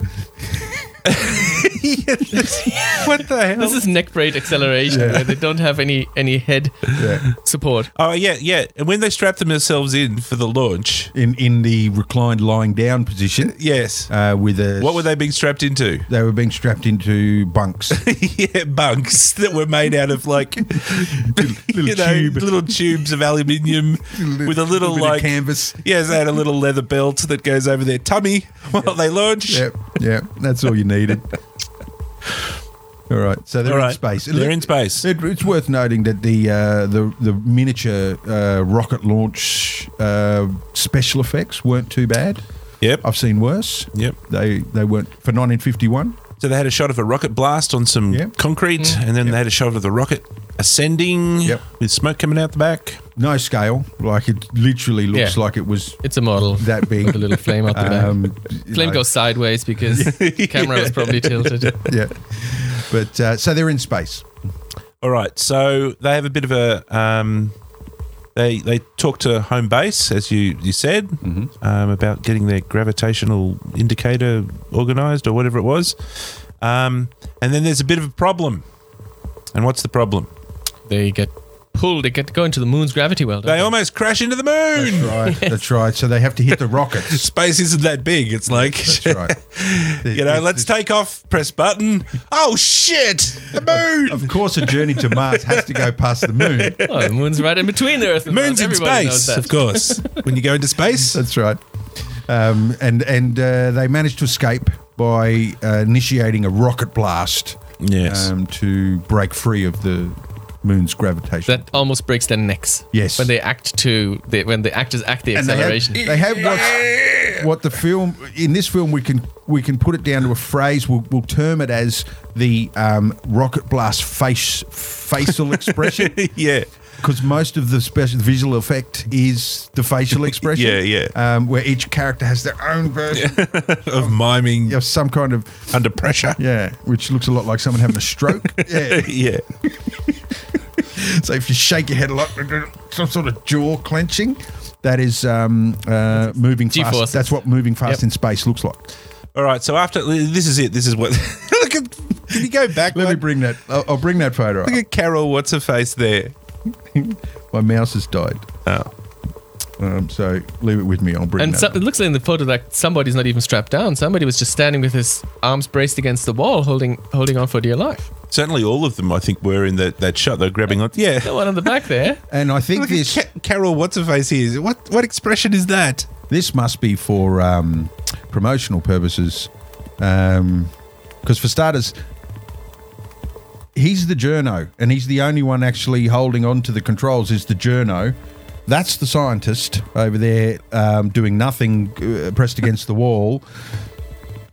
Speaker 2: what the hell?
Speaker 3: this is neck braid acceleration where they don't have any any head
Speaker 1: Yeah.
Speaker 3: support.
Speaker 2: Oh yeah, yeah. And when they strap themselves in for the launch,
Speaker 1: In in the reclined lying down position,
Speaker 2: yes.
Speaker 1: uh, with a
Speaker 2: what were they being strapped into?
Speaker 1: They were being strapped into bunks.
Speaker 2: yeah, bunks that were made out of like you know,
Speaker 1: tube.
Speaker 2: little tubes of aluminium with a little,
Speaker 1: bit of
Speaker 2: like
Speaker 1: canvas.
Speaker 2: Yes, they had a little leather belt that goes over their tummy while they launch.
Speaker 1: Yep, yep. That's all you needed. All right, so they're
Speaker 2: All
Speaker 1: in
Speaker 2: right.
Speaker 1: space.
Speaker 2: They're in space.
Speaker 1: It, it's worth noting that the uh, the the miniature uh, rocket launch uh, special effects weren't too bad.
Speaker 2: Yep.
Speaker 1: I've seen worse.
Speaker 2: Yep.
Speaker 1: They they weren't for 1951.
Speaker 2: So they had a shot of a rocket blast on some
Speaker 1: Yep.
Speaker 2: concrete, and then they had a shot of the rocket ascending
Speaker 1: Yep.
Speaker 2: with smoke coming out the back.
Speaker 1: No scale, like it literally looks
Speaker 3: Yeah.
Speaker 1: like it was
Speaker 3: It's a model
Speaker 1: that big.
Speaker 3: with a little flame up the back.
Speaker 1: Um, you
Speaker 3: Flame
Speaker 1: know,
Speaker 3: goes sideways because the camera was probably tilted.
Speaker 1: Yeah, but uh, so they're in space.
Speaker 2: All right, so they have a bit of a um, They they talk to home base as you you said
Speaker 1: Mm-hmm.
Speaker 2: um, about getting their gravitational indicator organised or whatever it was, um, and then there's a bit of a problem. And what's the problem?
Speaker 3: They get pulled. They get to go into the moon's gravity well. don't
Speaker 2: They almost crash into the moon.
Speaker 1: Right, that's right. So they have to hit the rockets.
Speaker 2: Space isn't that big. It's like
Speaker 1: That's right.
Speaker 2: you know, let's take off, press button. Oh shit! The moon.
Speaker 1: Of course, a journey to Mars has to go past the moon.
Speaker 3: they? Oh, the moon's right in between the Earth. And
Speaker 2: Moon's
Speaker 3: Mars.
Speaker 2: in
Speaker 3: Everybody knows
Speaker 2: space,
Speaker 3: that.
Speaker 2: of course. when you go into space,
Speaker 1: That's right. Um, and and uh, they managed to escape by uh, initiating a rocket blast.
Speaker 2: Yes.
Speaker 1: Um, to break free of the moon's gravitation.
Speaker 3: That almost breaks their necks.
Speaker 1: Yes.
Speaker 3: When they act to, they, when the actors act the
Speaker 1: and they have,
Speaker 3: acceleration.
Speaker 1: they have what's, what the film in this film we can we can put it down to a phrase. We'll, we'll term it as the um, rocket blast face facial expression.
Speaker 2: yeah.
Speaker 1: because most of the special visual effect is the facial expression.
Speaker 2: Yeah, yeah.
Speaker 1: Um, where each character has their own version
Speaker 2: Of miming
Speaker 1: of some kind of
Speaker 2: under pressure.
Speaker 1: yeah, which looks a lot like someone having a stroke. yeah.
Speaker 2: Yeah.
Speaker 1: So if you shake your head a lot, some sort of jaw clenching. That is um, uh, moving fast.
Speaker 3: G-forces.
Speaker 1: That's what moving fast
Speaker 3: Yep.
Speaker 1: in space looks like.
Speaker 2: All right. So after this is it. This is what. look at. Can you go back?
Speaker 1: Let me
Speaker 2: like,
Speaker 1: bring that. I'll, I'll bring that photo. Up.
Speaker 2: look at Carol. What's her face there?
Speaker 1: My mouse has died.
Speaker 2: Oh.
Speaker 1: Um, so leave it with me. I'll bring
Speaker 3: and
Speaker 1: that.
Speaker 3: so,
Speaker 1: up.
Speaker 3: it looks like in the photo that somebody's not even strapped down. Somebody was just standing with his arms braced against the wall, holding holding on for dear life.
Speaker 2: Certainly, all of them. I think were in that that shot. They're grabbing on. Yeah.
Speaker 3: The one on the back there.
Speaker 1: and I think
Speaker 2: Look at
Speaker 1: this
Speaker 2: Ca- Carol. What's her face here? What what expression is that?
Speaker 1: This must be for um, promotional purposes, because for starters, he's the journo, and he's the only one actually holding on to the controls. Is the journo? That's the scientist over there um, doing nothing, uh, pressed against the wall.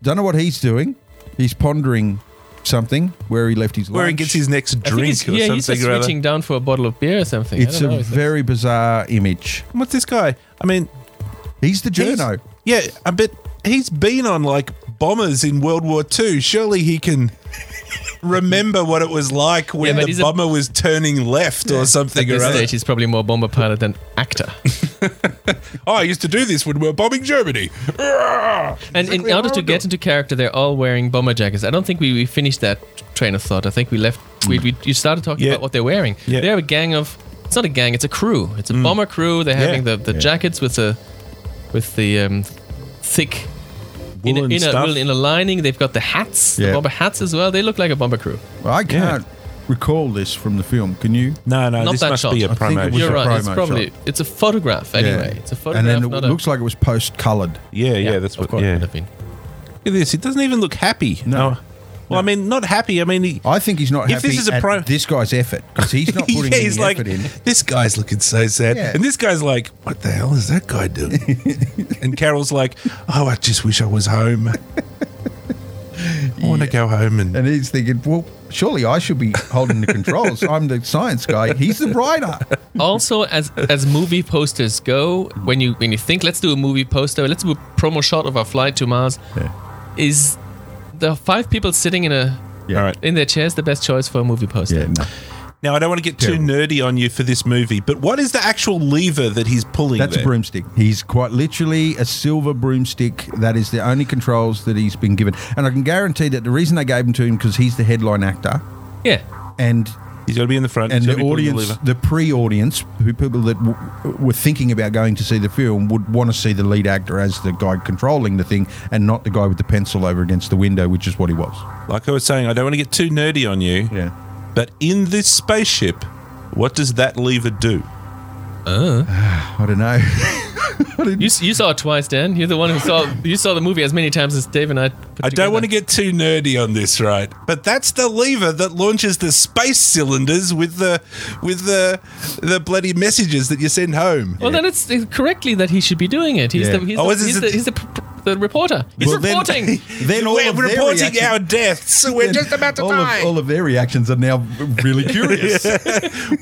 Speaker 1: Don't know what he's doing. He's pondering something where he left his.
Speaker 2: Where he
Speaker 1: lunch.
Speaker 2: gets his next
Speaker 3: I think
Speaker 2: drink
Speaker 3: he's-
Speaker 2: or
Speaker 3: yeah, he's
Speaker 2: something
Speaker 3: just
Speaker 2: or other.
Speaker 3: reaching down for a bottle of beer or something. I
Speaker 1: It's
Speaker 3: don't know,
Speaker 1: a
Speaker 3: is it?
Speaker 1: very bizarre image.
Speaker 2: What's this guy? I mean,
Speaker 1: He's the
Speaker 2: He's-
Speaker 1: journo.
Speaker 2: Yeah, I bet he's been on like bombers in World War II. Surely he can remember what it was like when
Speaker 3: Yeah, but
Speaker 2: the
Speaker 3: he's a-
Speaker 2: bomber was turning left or
Speaker 3: At
Speaker 2: something or
Speaker 3: this
Speaker 2: other.
Speaker 3: stage, he's probably more bomber pilot than actor.
Speaker 2: Oh, I used to do this when we were bombing Germany.
Speaker 3: And in order to get into character, they're all wearing bomber jackets. I don't think we, we finished that train of thought. I think we left. We,
Speaker 1: Hmm.
Speaker 3: we you started talking
Speaker 2: Yeah.
Speaker 3: about what they're wearing.
Speaker 2: Yeah.
Speaker 3: They're a gang of. It's not a gang. It's a crew. It's a bomber crew. They're having the, the
Speaker 1: Hmm. Yeah.
Speaker 3: jackets with the with the um, thick
Speaker 2: Woolen
Speaker 3: inner,
Speaker 2: stuff.
Speaker 3: woolen inner lining. They've got the hats,
Speaker 1: Yeah.
Speaker 3: the bomber hats as well. They look like a bomber crew.
Speaker 1: I
Speaker 2: Yeah.
Speaker 1: can't recall this from the film. Can you?
Speaker 2: No, no,
Speaker 3: Not
Speaker 2: this
Speaker 3: that
Speaker 2: must
Speaker 3: shot.
Speaker 2: be a
Speaker 3: I
Speaker 1: think it
Speaker 2: promo.
Speaker 1: was
Speaker 2: shot.
Speaker 3: You're
Speaker 1: a
Speaker 3: right. It's
Speaker 1: promo
Speaker 3: probably
Speaker 1: shot.
Speaker 3: it's a photograph anyway.
Speaker 1: Yeah.
Speaker 3: It's a photograph.
Speaker 1: And then
Speaker 3: not
Speaker 1: it looks like it was post coloured.
Speaker 2: Yeah, yeah, that's
Speaker 3: of
Speaker 2: what.
Speaker 3: course it
Speaker 2: Yeah.
Speaker 3: would
Speaker 2: Look
Speaker 3: have been.
Speaker 2: at this. He doesn't even look happy.
Speaker 1: No.
Speaker 2: Oh. Well, I mean, not happy. I mean, he,
Speaker 1: I think he's not
Speaker 2: If
Speaker 1: happy
Speaker 2: this is a
Speaker 1: at
Speaker 2: pro-
Speaker 1: this guy's effort because he's not
Speaker 2: yeah,
Speaker 1: putting any
Speaker 2: he's like,
Speaker 1: effort in.
Speaker 2: this guy's looking so sad.
Speaker 1: Yeah.
Speaker 2: And this guy's like, what the hell is that guy doing? and Carol's like, oh, I just wish I was home. I want to go home and.
Speaker 1: And he's thinking, well, surely I should be holding the controls. I'm the science guy. He's the writer.
Speaker 3: also as as movie posters go when you when you think let's do a movie poster let's do a promo shot of our flight to mars is the five people sitting in a
Speaker 1: Yeah.
Speaker 2: All right.
Speaker 3: in their chairs the best choice for a movie poster
Speaker 1: Yeah, no.
Speaker 2: Now, I don't want to get too
Speaker 1: Terrible.
Speaker 2: nerdy on you for this movie, but what is the actual lever that he's pulling
Speaker 1: That's a
Speaker 2: there?
Speaker 1: broomstick. He's quite literally a silver broomstick. That is the only controls that he's been given. And I can guarantee that the reason they gave him to him because he's the headline actor.
Speaker 3: yeah
Speaker 1: And
Speaker 2: he's got to be in the front.
Speaker 1: and
Speaker 2: he's
Speaker 1: the
Speaker 2: gotta be pulling
Speaker 1: audience,
Speaker 2: lever.
Speaker 1: the, pre-audience, who people that w- were thinking about going to see the film would want to see the lead actor as the guy controlling the thing, and not the guy with the pencil over against the window, which is what he was.
Speaker 2: Like I was saying, I don't want to get too nerdy on you,
Speaker 1: Yeah.
Speaker 2: but in this spaceship, what does that lever do?
Speaker 1: I don't know.
Speaker 3: you, s- you saw it twice dan you're the one who saw you saw the movie as many times as dave and i put
Speaker 2: I don't want to
Speaker 3: together.
Speaker 2: get too nerdy on this, right? But that's the lever that launches the space cylinders with the with the the bloody messages that you send home.
Speaker 3: well then it's it's correctly that he should be doing it he's
Speaker 1: Yeah.
Speaker 3: the he's,
Speaker 2: Oh,
Speaker 3: the,
Speaker 2: is this
Speaker 3: he's, the,
Speaker 2: a-
Speaker 3: he's the, p- p- the reporter he's
Speaker 2: Well, then-
Speaker 3: reporting
Speaker 1: Then all
Speaker 2: we're
Speaker 1: of their
Speaker 2: reporting
Speaker 1: reaction-
Speaker 2: our deaths. So we're just about to
Speaker 1: all
Speaker 2: die.
Speaker 1: Of, all of their reactions are now really curious.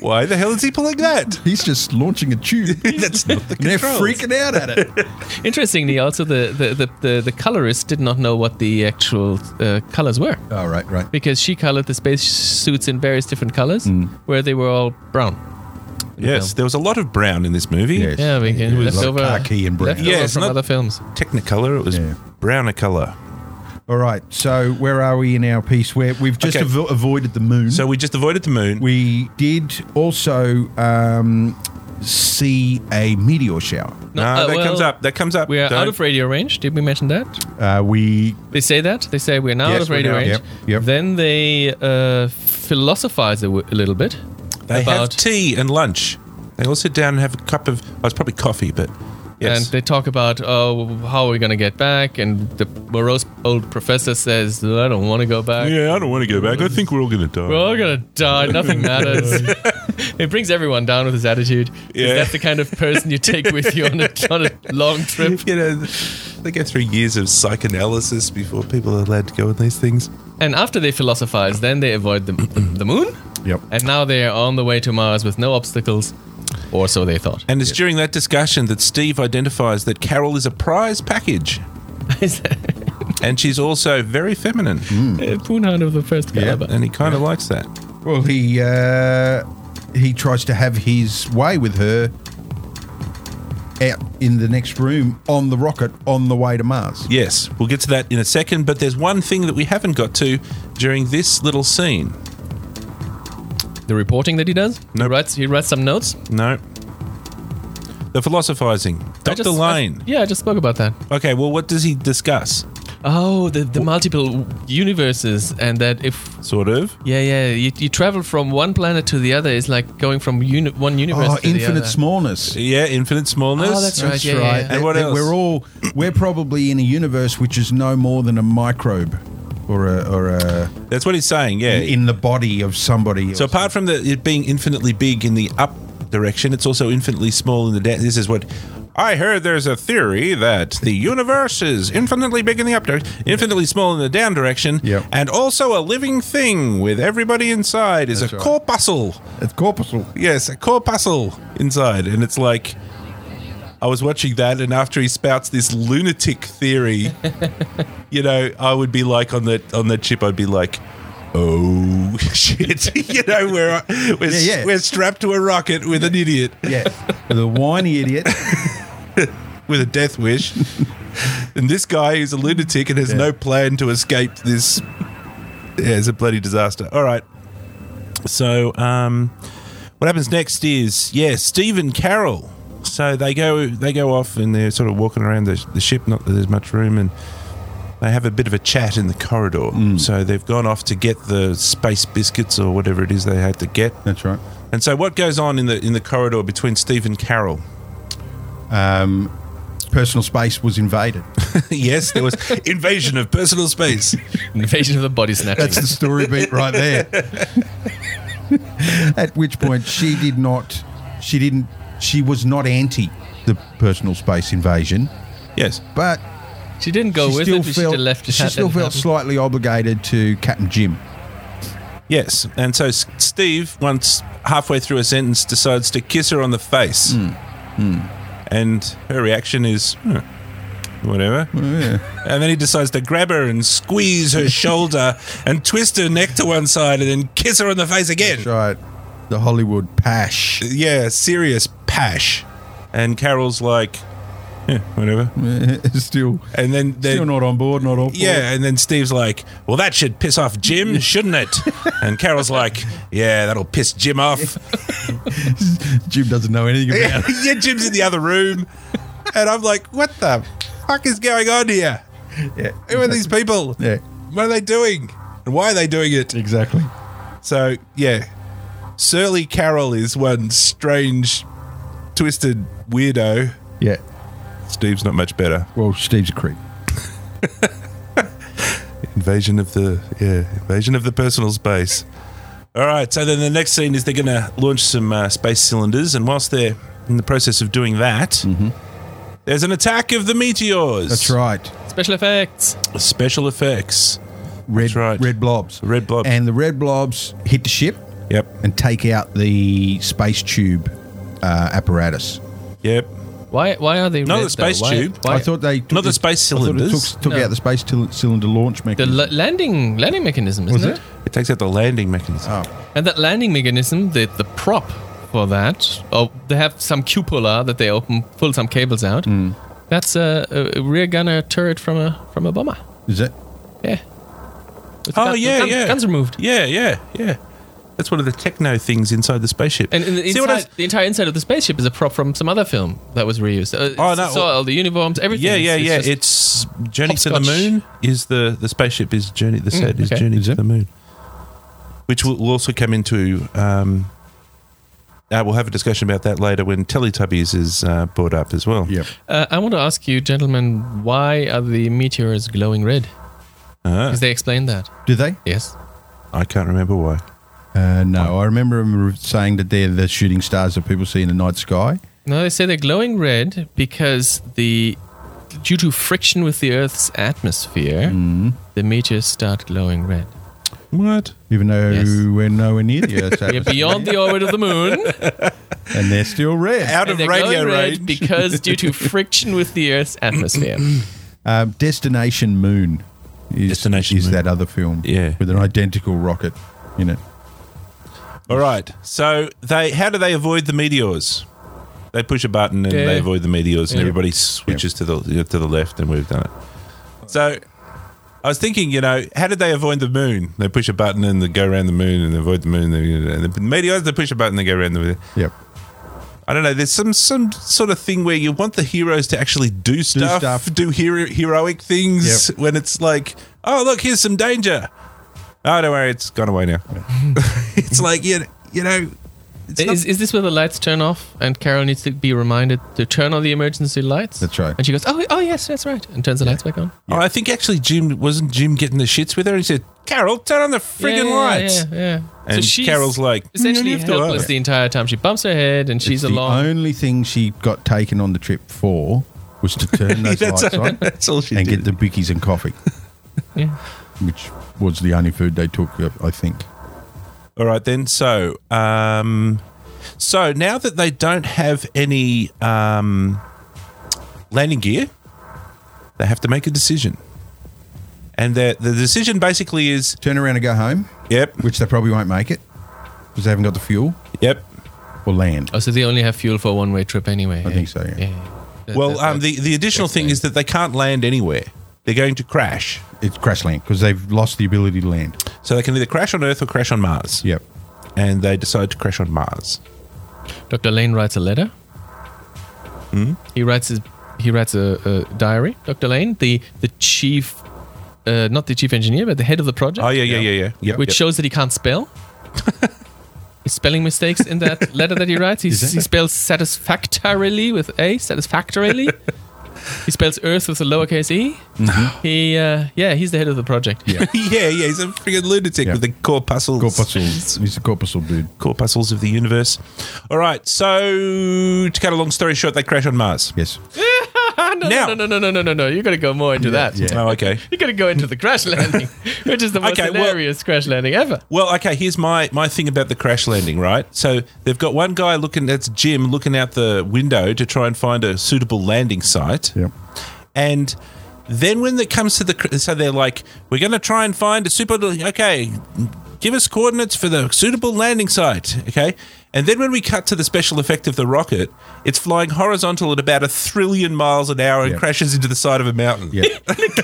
Speaker 2: Why the hell is he pulling that?
Speaker 1: He's just launching a tube.
Speaker 2: That's not the
Speaker 1: And They're
Speaker 2: controls.
Speaker 1: freaking out at it.
Speaker 3: interestingly also the the, the the the colorist did not know what the actual uh, colors were
Speaker 1: All right, right.
Speaker 3: because she colored the space suits in various different colors where they were all brown. the
Speaker 2: yes,
Speaker 3: film.
Speaker 2: there was a lot of brown in this movie.
Speaker 1: Yes.
Speaker 3: Yeah, we can
Speaker 1: It was
Speaker 3: left
Speaker 1: like
Speaker 3: over
Speaker 1: khaki and brown.
Speaker 3: left
Speaker 2: Yeah,
Speaker 3: over
Speaker 2: it's
Speaker 3: from
Speaker 2: not-
Speaker 3: other films.
Speaker 2: Technicolor, it was
Speaker 1: Yeah.
Speaker 2: browner color.
Speaker 1: All right. So where are we in our piece? Where we've just
Speaker 2: Okay.
Speaker 1: avo- avoided the moon.
Speaker 2: So we just avoided the moon.
Speaker 1: we did also um, see a meteor shower.
Speaker 2: no,
Speaker 3: uh,
Speaker 2: that
Speaker 3: well,
Speaker 2: comes up. That comes up.
Speaker 3: We are out
Speaker 2: Don't-
Speaker 3: of radio range. Did we mention that?
Speaker 1: Uh, we
Speaker 3: They say that. They say we're now
Speaker 1: Yes,
Speaker 3: out of
Speaker 1: we're
Speaker 3: radio
Speaker 1: now-
Speaker 3: range.
Speaker 1: yep, yep.
Speaker 3: Then they uh, philosophize a, w- a little bit.
Speaker 2: They have
Speaker 3: about-
Speaker 2: tea and lunch. They all sit down and have a cup of. Oh, it's probably coffee, but yes.
Speaker 3: And they talk about oh, how are we going to get back? And the morose old professor says, "I don't want to go back.
Speaker 2: yeah, I don't want to go back. I think we're all going to die.
Speaker 3: We're all gonna die. Nothing matters." it brings everyone down with his attitude. 'Cause
Speaker 2: Yeah.
Speaker 3: That's the kind of person you take with you on a, on a long trip.
Speaker 2: you know, they go through years of psychoanalysis before people are allowed to go on these things.
Speaker 3: And after they philosophize, then they avoid the, the moon.
Speaker 1: yep.
Speaker 3: And now they are on the way to Mars with no obstacles, or so they thought.
Speaker 2: And it's during that discussion that Steve identifies that Carol is a prize package. and she's also very feminine.
Speaker 3: Uh, Poonhan of the first caliber.
Speaker 2: And he kind of likes that.
Speaker 1: Well, he uh, he tries to have his way with her out in the next room on the rocket on the way to Mars.
Speaker 2: Yes, we'll get to that in a second, but there's one thing that we haven't got to during this little scene.
Speaker 3: The reporting that he does. He
Speaker 2: Nope.
Speaker 3: writes. He writes some notes.
Speaker 2: No. The philosophizing.
Speaker 3: I
Speaker 2: Dr.
Speaker 3: just-
Speaker 2: Lane.
Speaker 3: I- yeah, I just spoke about that.
Speaker 2: Okay, well, what does he discuss?
Speaker 3: Oh, the the multiple universes, and that if
Speaker 2: Sort of.
Speaker 3: yeah yeah you, you travel from one planet to the other is like going from uni- one universe
Speaker 1: Oh,
Speaker 3: to the
Speaker 1: infinite
Speaker 3: other.
Speaker 1: smallness.
Speaker 2: Yeah, infinite smallness.
Speaker 3: Oh, that's right.
Speaker 1: That's
Speaker 3: yeah, yeah,
Speaker 1: right.
Speaker 3: yeah.
Speaker 2: And what
Speaker 1: That- that
Speaker 2: else?
Speaker 1: We're all we're probably in a universe which is no more than a microbe or a or a
Speaker 2: That's what he's saying, yeah.
Speaker 1: in the body of somebody. Else.
Speaker 2: So apart from the, it being infinitely big in the up direction, it's also infinitely small in the down. This is what I heard. There's a theory that the universe is infinitely big in the up direction, infinitely small in the down direction,
Speaker 1: Yep.
Speaker 2: and also a living thing with everybody inside is
Speaker 1: That's
Speaker 2: a
Speaker 1: right.
Speaker 2: corpuscle.
Speaker 1: it's corpuscle.
Speaker 2: Yes, a corpuscle inside, and it's like. I was watching that, and after he spouts this lunatic theory, you know, I would be like on the on the chip, I'd be like, "Oh shit!" you know, we're we're,
Speaker 1: Yeah, yeah.
Speaker 2: we're strapped to a rocket with an idiot
Speaker 1: Yeah, the whiny idiot.
Speaker 2: with a death wish, and this guy is a lunatic and has
Speaker 1: Yeah.
Speaker 2: no plan to escape this. Yeah, it's a bloody disaster. All right, so um, what happens next is yeah, Steve and Carol. So they go they go off and they're sort of walking around the, the ship. Not that there's much room, and they have a bit of a chat in the corridor. So they've gone off to get the space biscuits or whatever it is they had to get.
Speaker 1: That's right.
Speaker 2: And so what goes on in the in the corridor between Steve and Carol?
Speaker 1: Um, personal space was invaded.
Speaker 2: yes, there was invasion of personal space.
Speaker 3: Invasion of the body snatching.
Speaker 1: That's the story beat right there. At which point she did not, she didn't, she was not anti the personal space invasion,
Speaker 2: Yes.
Speaker 1: but
Speaker 3: she didn't go
Speaker 1: she
Speaker 3: with
Speaker 1: still
Speaker 3: it. but
Speaker 1: felt
Speaker 3: she left.
Speaker 1: she still felt slightly obligated to Captain Jim.
Speaker 2: Yes. And so S- Steve, once halfway through a sentence, decides to kiss her on the face.
Speaker 1: Hmm.
Speaker 2: And her reaction is, "Huh, whatever.
Speaker 1: Oh,
Speaker 2: And then he decides to grab her and squeeze her shoulder and twist her neck to one side and then kiss her on the face again.
Speaker 1: That's right, the Hollywood pash.
Speaker 2: Yeah, serious pash. And Carol's like, yeah, whatever.
Speaker 1: still,
Speaker 2: And then they
Speaker 1: Hmm. still not on board. Not all.
Speaker 2: Yeah, and then Steve's like, "Well, that should piss off Jim, shouldn't it?" And Carol's like, "Yeah, that'll piss Jim off."
Speaker 1: Jim doesn't know anything about. it.
Speaker 2: yeah, Jim's in the other room, and I'm like, "What the fuck is going on here?
Speaker 1: Yeah.
Speaker 2: Who are these people?
Speaker 1: Yeah.
Speaker 2: What are they doing? And why are they doing it?"
Speaker 1: Exactly.
Speaker 2: So yeah, surly Carol is one strange, twisted weirdo.
Speaker 1: Yeah.
Speaker 2: Steve's not much better.
Speaker 1: Well, Steve's a creep.
Speaker 2: Invasion of the yeah, invasion of the personal space. All right, so then the next scene is they're going to launch some uh, space cylinders, and whilst they're in the process of doing that, there's an attack of the meteors.
Speaker 1: Mm-hmm. That's right.
Speaker 3: Special effects.
Speaker 2: Special effects.
Speaker 1: Red,
Speaker 2: That's right.
Speaker 1: red blobs.
Speaker 2: Red blob.
Speaker 1: And the red blobs hit the ship
Speaker 2: yep.
Speaker 1: and take out the space tube uh, apparatus.
Speaker 2: Yep.
Speaker 3: Why? Why are they?
Speaker 2: Not
Speaker 3: red,
Speaker 2: the space
Speaker 3: though? Why-
Speaker 2: tube.
Speaker 3: Why,
Speaker 1: I thought they took
Speaker 2: Not the space
Speaker 1: I thought it
Speaker 2: cylinders.
Speaker 1: took, took
Speaker 3: No.
Speaker 1: out the space til- cylinder launch
Speaker 3: the
Speaker 1: mechanism.
Speaker 3: l- landing landing mechanism, isn't
Speaker 1: Was
Speaker 3: it?
Speaker 1: it?
Speaker 2: It takes out the landing mechanism.
Speaker 1: Oh.
Speaker 3: And that landing mechanism, the the prop for that. Oh, they have some cupola that they open, pull some cables out.
Speaker 1: Hmm.
Speaker 3: That's a, a- a rear gunner turret from a from a bomber.
Speaker 1: Is that?
Speaker 3: Yeah. With
Speaker 2: Oh,
Speaker 3: gun-
Speaker 2: yeah,
Speaker 3: guns-
Speaker 2: yeah.
Speaker 3: Guns removed.
Speaker 2: Yeah, yeah, yeah. That's one of the techno things inside the spaceship.
Speaker 3: And in the,
Speaker 2: See what I
Speaker 3: inside, the entire inside of the spaceship is a prop from some other film that was reused. Uh,
Speaker 2: Oh,
Speaker 3: it's-
Speaker 2: no.
Speaker 3: So all the uniforms, everything.
Speaker 2: Yeah, yeah,
Speaker 3: is- is
Speaker 2: yeah.
Speaker 3: just-
Speaker 2: It's Journey to the
Speaker 3: Hopscotch. Mm,
Speaker 2: Moon is the the spaceship is Journey. The set is
Speaker 3: okay.
Speaker 2: Journey
Speaker 1: Is
Speaker 2: to
Speaker 1: it?
Speaker 2: the Moon, which will, will also come into. Um, uh, we'll have a discussion about that later when Teletubbies is uh, brought up as well.
Speaker 1: Yep.
Speaker 3: uh, I want to ask you, gentlemen, why are the meteors glowing red?
Speaker 2: Ah,
Speaker 3: Because they explained that.
Speaker 1: Do they?
Speaker 3: Yes.
Speaker 2: I can't remember why.
Speaker 1: Uh,
Speaker 2: Oh.
Speaker 1: no, I remember him saying that they're the shooting stars that people see in the night sky.
Speaker 3: No, they say they're glowing red because the due to friction with the Earth's atmosphere,
Speaker 2: Mm.
Speaker 3: the meteors start glowing red.
Speaker 2: What?
Speaker 1: Even though
Speaker 3: Yes.
Speaker 1: we're nowhere near the Earth,
Speaker 3: They're beyond the orbit of the moon,
Speaker 1: and they're still red.
Speaker 2: Out
Speaker 3: and
Speaker 2: of
Speaker 3: they're
Speaker 2: radio
Speaker 3: glowing
Speaker 2: range.
Speaker 3: red because due to friction with the Earth's atmosphere.
Speaker 1: Um, Destination Moon is,
Speaker 2: Destination
Speaker 1: is
Speaker 2: Moon.
Speaker 1: that other film,
Speaker 2: Yeah.
Speaker 1: with an identical rocket in it.
Speaker 2: All right. So they, how do they avoid the meteors? They push a button and
Speaker 3: Yeah.
Speaker 2: they avoid the meteors, and
Speaker 3: Yeah.
Speaker 2: everybody switches to the to the left, and we've done it. So I was thinking, you know, how did they avoid the moon? They push a button and they go around the moon and avoid the moon. And the meteors, they push a button, they go around the moon.
Speaker 1: Yep.
Speaker 2: I don't know. There's some some sort of thing where you want the heroes to actually do stuff, do,
Speaker 1: stuff.
Speaker 2: hero, heroic things.
Speaker 1: Yep.
Speaker 2: When it's like, oh look, here's some danger. Oh, don't worry, it's gone away now. it's like you you know, it's not-
Speaker 3: Is, is this where the lights turn off and Carol needs to be reminded to turn on the emergency lights?
Speaker 1: That's right.
Speaker 3: And she goes, "Oh, oh yes, that's right," and turns the lights back on.
Speaker 2: Oh, I think actually Jim wasn't Jim getting the shits with her. He said, "Carol, turn on the friggin'
Speaker 3: Yeah, yeah,
Speaker 2: lights."
Speaker 3: Yeah, yeah.
Speaker 2: And Carol's like, "Mm,
Speaker 3: essentially
Speaker 2: "You don't have to
Speaker 3: helpless
Speaker 2: worry."
Speaker 3: the entire time. She bumps her head and she's
Speaker 1: It's
Speaker 3: alone.
Speaker 1: The only thing she got taken on the trip for was to turn those
Speaker 2: that's,
Speaker 1: lights on
Speaker 2: that's all she
Speaker 1: and get
Speaker 2: did.
Speaker 1: the bickies and coffee,
Speaker 3: yeah.
Speaker 1: which was the only food they took, uh, I think.
Speaker 2: all right then. So, um, so now that they don't have any um, landing gear, they have to make a decision, and the the decision basically is,
Speaker 1: Turn around and go home,
Speaker 2: yep,
Speaker 1: which they probably won't make it because they haven't got the fuel
Speaker 2: yep.
Speaker 1: or land.
Speaker 3: Oh, so they only have fuel for one way trip anyway.
Speaker 1: I think so, yeah.
Speaker 3: That-
Speaker 2: well,
Speaker 3: that's
Speaker 2: um,
Speaker 3: like-
Speaker 2: the the additional
Speaker 3: that's
Speaker 2: thing
Speaker 3: like-
Speaker 2: is that they can't land anywhere. They're going to crash,
Speaker 1: It's crash land because they've lost the ability to land.
Speaker 2: so they can either crash on Earth or crash on Mars.
Speaker 1: Yep.
Speaker 2: and they decide to crash on Mars.
Speaker 3: Dr. Lane writes a letter.
Speaker 2: Hmm?
Speaker 3: He writes his he writes a, a diary. Dr. Lane, the the chief, uh, not the chief engineer, but the head of the project.
Speaker 2: Oh yeah, yeah, yeah, yeah. Yep,
Speaker 3: which shows that he can't spell. His spelling mistakes in that letter that he writes. He,
Speaker 1: Is that-
Speaker 3: he spells satisfactorily with a satisfactorily. he spells earth with a lowercase e. He uh, yeah, he's the head of the project.
Speaker 1: Yeah.
Speaker 2: yeah, yeah. He's a freaking lunatic
Speaker 1: Yeah.
Speaker 2: with the corpuscles.
Speaker 1: Corpuscle. He's a corpuscle dude.
Speaker 2: corpuscles of the universe. All right. So to cut a long story short, they crash on Mars.
Speaker 1: Yes.
Speaker 3: Ah, no,
Speaker 2: Now-
Speaker 3: no, no, no, no, no, no, no. You're gonna go more into that.
Speaker 1: yeah.
Speaker 2: Oh, okay.
Speaker 3: You're gonna go into the crash landing, which is the most
Speaker 2: Okay, well-
Speaker 3: hilarious crash landing ever.
Speaker 2: Well, okay. Here's my my thing about the crash landing. Right. So they've got one guy looking. That's Jim looking out the window to try and find a suitable landing site.
Speaker 1: Yep.
Speaker 2: And then when it comes to the, cr- so they're like, we're going to try and find a super. Okay, give us coordinates for the suitable landing site. Okay. And then when we cut to the special effect of the rocket, it's flying horizontal at about a trillion miles an hour and
Speaker 1: Yeah.
Speaker 2: crashes into the side of a mountain.
Speaker 1: Yeah. But not,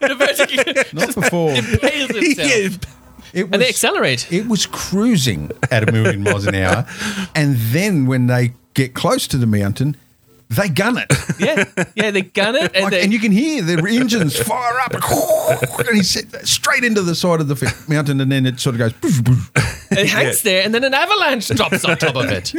Speaker 3: The vertical-
Speaker 1: not before.
Speaker 3: impales itself.
Speaker 2: Yeah.
Speaker 1: It
Speaker 3: And they
Speaker 1: was,
Speaker 3: accelerate.
Speaker 1: it was cruising at a million miles an hour. And then when they get close to the mountain, they gun it.
Speaker 3: Yeah, yeah, they gun it, and
Speaker 1: Like,
Speaker 3: they,
Speaker 1: and you can hear the engines fire up. And he said, straight into the side of the fi- mountain. And then it sort of goes. boof, boof.
Speaker 3: it hangs there, and then an avalanche drops on top of it.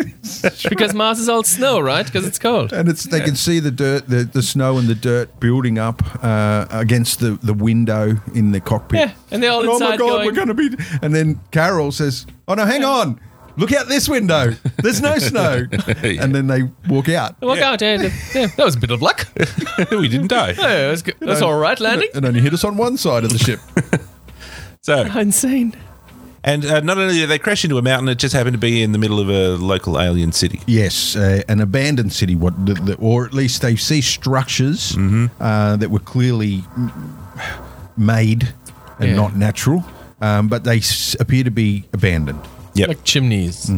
Speaker 3: Because Mars is all snow, right? Because it's cold.
Speaker 1: And it's they can see the dirt, the, the snow and the dirt building up uh, against the, the window in the cockpit.
Speaker 3: Yeah, and they're all
Speaker 1: oh my
Speaker 3: inside
Speaker 1: God,
Speaker 3: going-
Speaker 1: we're going to be. And then Carol says, oh no, hang on. Look out this window. There's no snow. And then they walk out.
Speaker 3: Walk out, yeah, th- yeah, that was a bit of luck. Yeah,
Speaker 2: we didn't die.
Speaker 3: it was good. That's all right landing.
Speaker 1: and only hit us on one side of the ship.
Speaker 2: So,
Speaker 3: Insane.
Speaker 2: and uh, not only did they crash into a mountain, it just happened to be in the middle of a local alien city.
Speaker 1: yes, uh, an abandoned city, what, the, the, or at least they see structures uh, that were clearly mm, made and
Speaker 3: Yeah.
Speaker 1: not natural, um, but they s- appear to be abandoned.
Speaker 2: Yep. Mm.
Speaker 3: Like chimneys.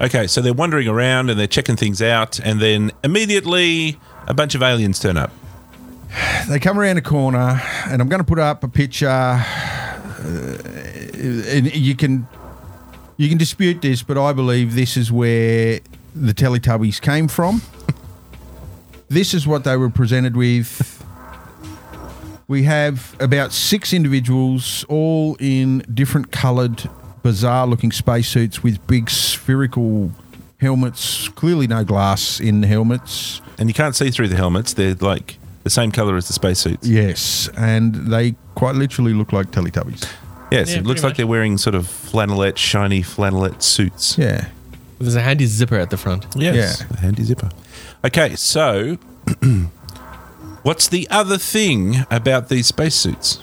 Speaker 2: Okay, so they're wandering around and they're checking things out, and then immediately a bunch of aliens turn up.
Speaker 1: They come around a corner, and I'm going to put up a picture, uh, and you can you can dispute this, but I believe this is where the Teletubbies came from. this is what they were presented with. We have about six individuals, all in different coloured, bizarre-looking spacesuits with big spherical helmets. Clearly, no glass in the helmets.
Speaker 2: And you can't see through the helmets, they're like the same color as the spacesuits.
Speaker 1: Yes, and they quite literally look like Teletubbies.
Speaker 2: Yes,
Speaker 3: Yeah,
Speaker 2: it looks
Speaker 3: pretty
Speaker 2: like
Speaker 3: much.
Speaker 2: they're wearing sort of flannelette, shiny flannelette suits.
Speaker 1: Yeah.
Speaker 3: There's a handy zipper at the front.
Speaker 2: Yes.
Speaker 1: Yeah.
Speaker 2: A handy zipper. Okay, so what's the other thing about these spacesuits?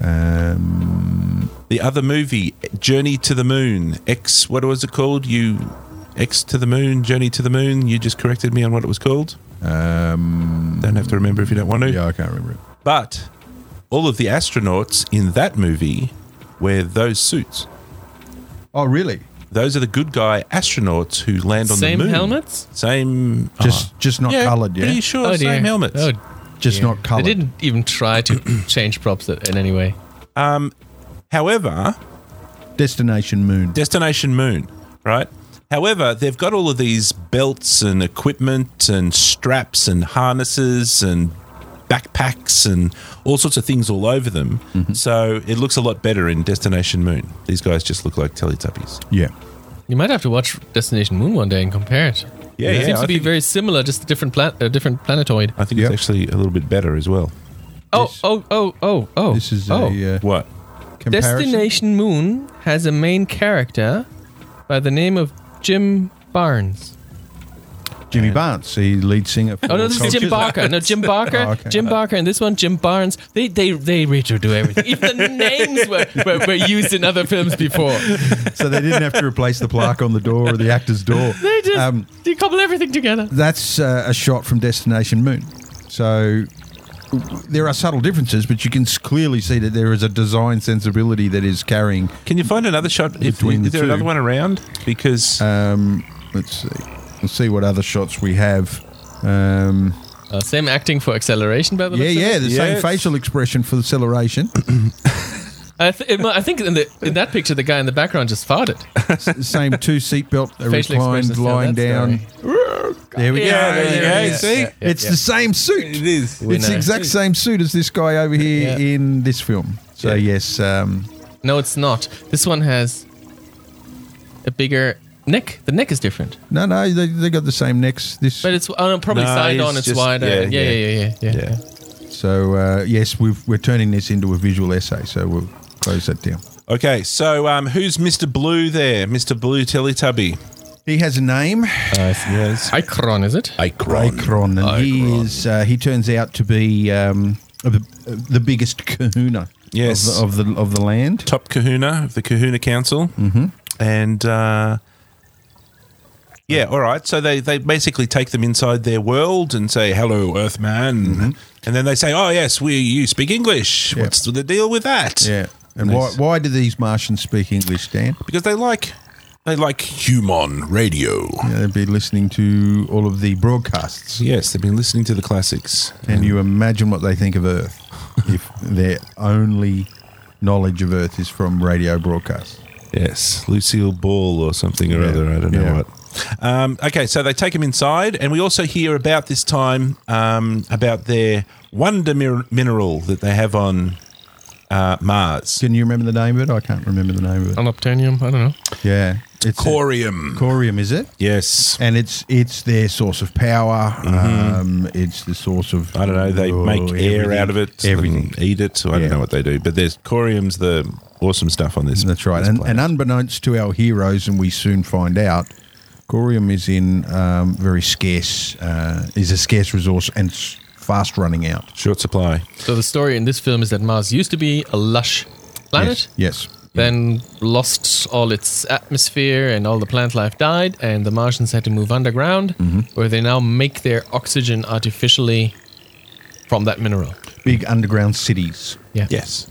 Speaker 1: Um,
Speaker 2: The other movie, Journey to the Moon. X, what was it called? You, X to the Moon, Journey to the Moon. You just corrected me on what it was called.
Speaker 1: um,
Speaker 2: Don't have to remember if you don't want to.
Speaker 1: yeah, I can't remember it.
Speaker 2: But all of the astronauts in that movie wear those suits.
Speaker 1: Oh, really?
Speaker 2: Those are the good guy astronauts who land on
Speaker 3: Same
Speaker 2: the moon.
Speaker 3: helmets?
Speaker 2: Same. uh-huh.
Speaker 1: Just, just not
Speaker 2: yeah,
Speaker 1: coloured. Yeah,
Speaker 2: Pretty sure same helmets.
Speaker 3: Oh,
Speaker 1: just
Speaker 3: dear.
Speaker 1: not coloured.
Speaker 3: They didn't even try to change props that- in any way.
Speaker 2: However,
Speaker 1: Destination Moon.
Speaker 2: Destination Moon, right? However, they've got all of these belts and equipment and straps and harnesses and backpacks and all sorts of things all over them.
Speaker 1: Mm-hmm.
Speaker 2: So it looks a lot better in Destination Moon. These guys just look like Teletubbies.
Speaker 1: yeah.
Speaker 3: You might have to watch Destination Moon one day and compare it.
Speaker 2: Yeah,
Speaker 3: it
Speaker 2: yeah,
Speaker 3: seems to
Speaker 2: I
Speaker 3: be
Speaker 2: think-
Speaker 3: very similar, just a different plan, a different planetoid.
Speaker 2: I think
Speaker 1: Yep.
Speaker 2: it's actually a little bit better as well.
Speaker 3: Oh,
Speaker 1: This-
Speaker 3: oh, oh, oh, oh.
Speaker 1: This is
Speaker 3: oh.
Speaker 1: a uh,
Speaker 2: What?
Speaker 1: comparison.
Speaker 3: Destination Moon has a main character by the name of Jim Barnes.
Speaker 1: Jimmy Barnes, the lead singer. For
Speaker 3: Oh no, this is Jim Barker. No, Jim Barker.
Speaker 1: Oh, okay.
Speaker 3: Jim Barker and this one, Jim Barnes. They they they redo everything. Even the names were, were, were used in other films before.
Speaker 1: so they didn't have to replace the plaque on the door or the actor's door.
Speaker 3: They just
Speaker 1: Um,
Speaker 3: they couple everything together.
Speaker 1: that's uh, a shot from Destination Moon. So w- there are subtle differences, but you can s- clearly see that there is a design sensibility that is carrying.
Speaker 2: Can you find another shot? If,
Speaker 1: Between the
Speaker 2: is there
Speaker 1: two.
Speaker 2: another one around? Because
Speaker 1: Um, let's see. Let's see what other shots we have. Um,
Speaker 3: Uh, same acting for acceleration, by the
Speaker 1: yeah,
Speaker 3: looks of
Speaker 1: yeah,
Speaker 3: it.
Speaker 1: the
Speaker 2: Yes.
Speaker 1: same facial expression for the acceleration.
Speaker 3: I, th- it mu- I think in, the, in that picture, the guy in the background just farted.
Speaker 1: S- same two seatbelt uh,
Speaker 3: Facial
Speaker 1: reclined,
Speaker 3: expressions tell
Speaker 1: lying
Speaker 3: that
Speaker 1: down. There we go.
Speaker 3: Yeah, there you
Speaker 1: there
Speaker 3: go,
Speaker 1: it is.
Speaker 2: see? Yeah,
Speaker 1: it's
Speaker 3: yeah.
Speaker 1: the same suit.
Speaker 2: is.
Speaker 3: We
Speaker 1: It's the
Speaker 3: know.
Speaker 1: exact same suit as this guy over here
Speaker 3: Yeah.
Speaker 1: in this film. So
Speaker 2: Yeah.
Speaker 1: yes, um,
Speaker 3: No, it's not. This one has a bigger neck. The neck is different,
Speaker 1: no, no, they, they got the same necks. This
Speaker 3: but it's oh, no, probably
Speaker 2: No,
Speaker 3: side
Speaker 2: it's
Speaker 3: on. It's
Speaker 2: just-
Speaker 3: wider.
Speaker 2: yeah,
Speaker 3: Yeah,
Speaker 2: yeah.
Speaker 3: yeah, yeah, yeah, yeah.
Speaker 2: Yeah.
Speaker 1: So uh, yes, we've, we're turning this into a visual essay. So we'll close that down.
Speaker 2: Okay, so um, who's Mr. Blue there? Mr. Blue Teletubby.
Speaker 1: He has a name,
Speaker 2: Uh, yes.
Speaker 3: Icron, is it?
Speaker 1: Ikron, and he is uh, he turns out to be um, the, the biggest Kahuna.
Speaker 2: Yes.
Speaker 1: Of the, of the of the land.
Speaker 2: Top Kahuna of the Kahuna Council. Mm-hmm. And uh, yeah, all right. So they, they basically take them inside their world and say, hello, Earthman. And then they say, oh, yes, we you speak English.
Speaker 1: Yeah.
Speaker 2: What's the deal with that?
Speaker 1: Yeah. And
Speaker 2: Nice.
Speaker 1: why why do these Martians speak English, Dan?
Speaker 2: Because they like. They like human radio.
Speaker 1: You know, they've been listening to all of the broadcasts.
Speaker 2: Yes, they've been listening to the classics.
Speaker 1: Can you imagine what they think of Earth if their only knowledge of Earth is from radio broadcasts?
Speaker 2: Yes, Lucille Ball or something or
Speaker 1: Yeah.
Speaker 2: other. I don't know
Speaker 1: Yeah.
Speaker 2: what. Um, okay, so they take him inside, and we also hear about this time um, about their wonder mir- mineral that they have on uh, Mars.
Speaker 1: Can you remember the name of it? I can't remember the name of it.
Speaker 2: Um,
Speaker 3: On Optanium, I don't know.
Speaker 1: Yeah, it's a-
Speaker 2: Corium.
Speaker 1: Corium, is it?
Speaker 2: Yes.
Speaker 1: And it's it's their source of power. Um, it's the source of
Speaker 2: Mm-hmm. I don't know. They
Speaker 1: oh,
Speaker 2: make air
Speaker 1: everything-
Speaker 2: out of it,
Speaker 1: Everything.
Speaker 2: and eat it. So I
Speaker 1: Yeah.
Speaker 2: don't know what they do, but there's corium's the awesome stuff on this.
Speaker 1: That's right.
Speaker 2: this
Speaker 1: And,
Speaker 2: planet.
Speaker 1: and unbeknownst to our heroes, and we soon find out, corium is in um, very scarce. Uh, is a scarce resource and it's fast running out.
Speaker 2: short supply.
Speaker 3: So the story in this film is that Mars used to be a lush planet,
Speaker 1: Yes. Mm. yes.
Speaker 3: then lost all its atmosphere and all the plant life died, and the Martians had to move underground, where they now make their oxygen artificially from that mineral.
Speaker 1: Big underground cities.
Speaker 3: Yeah.
Speaker 2: Yes.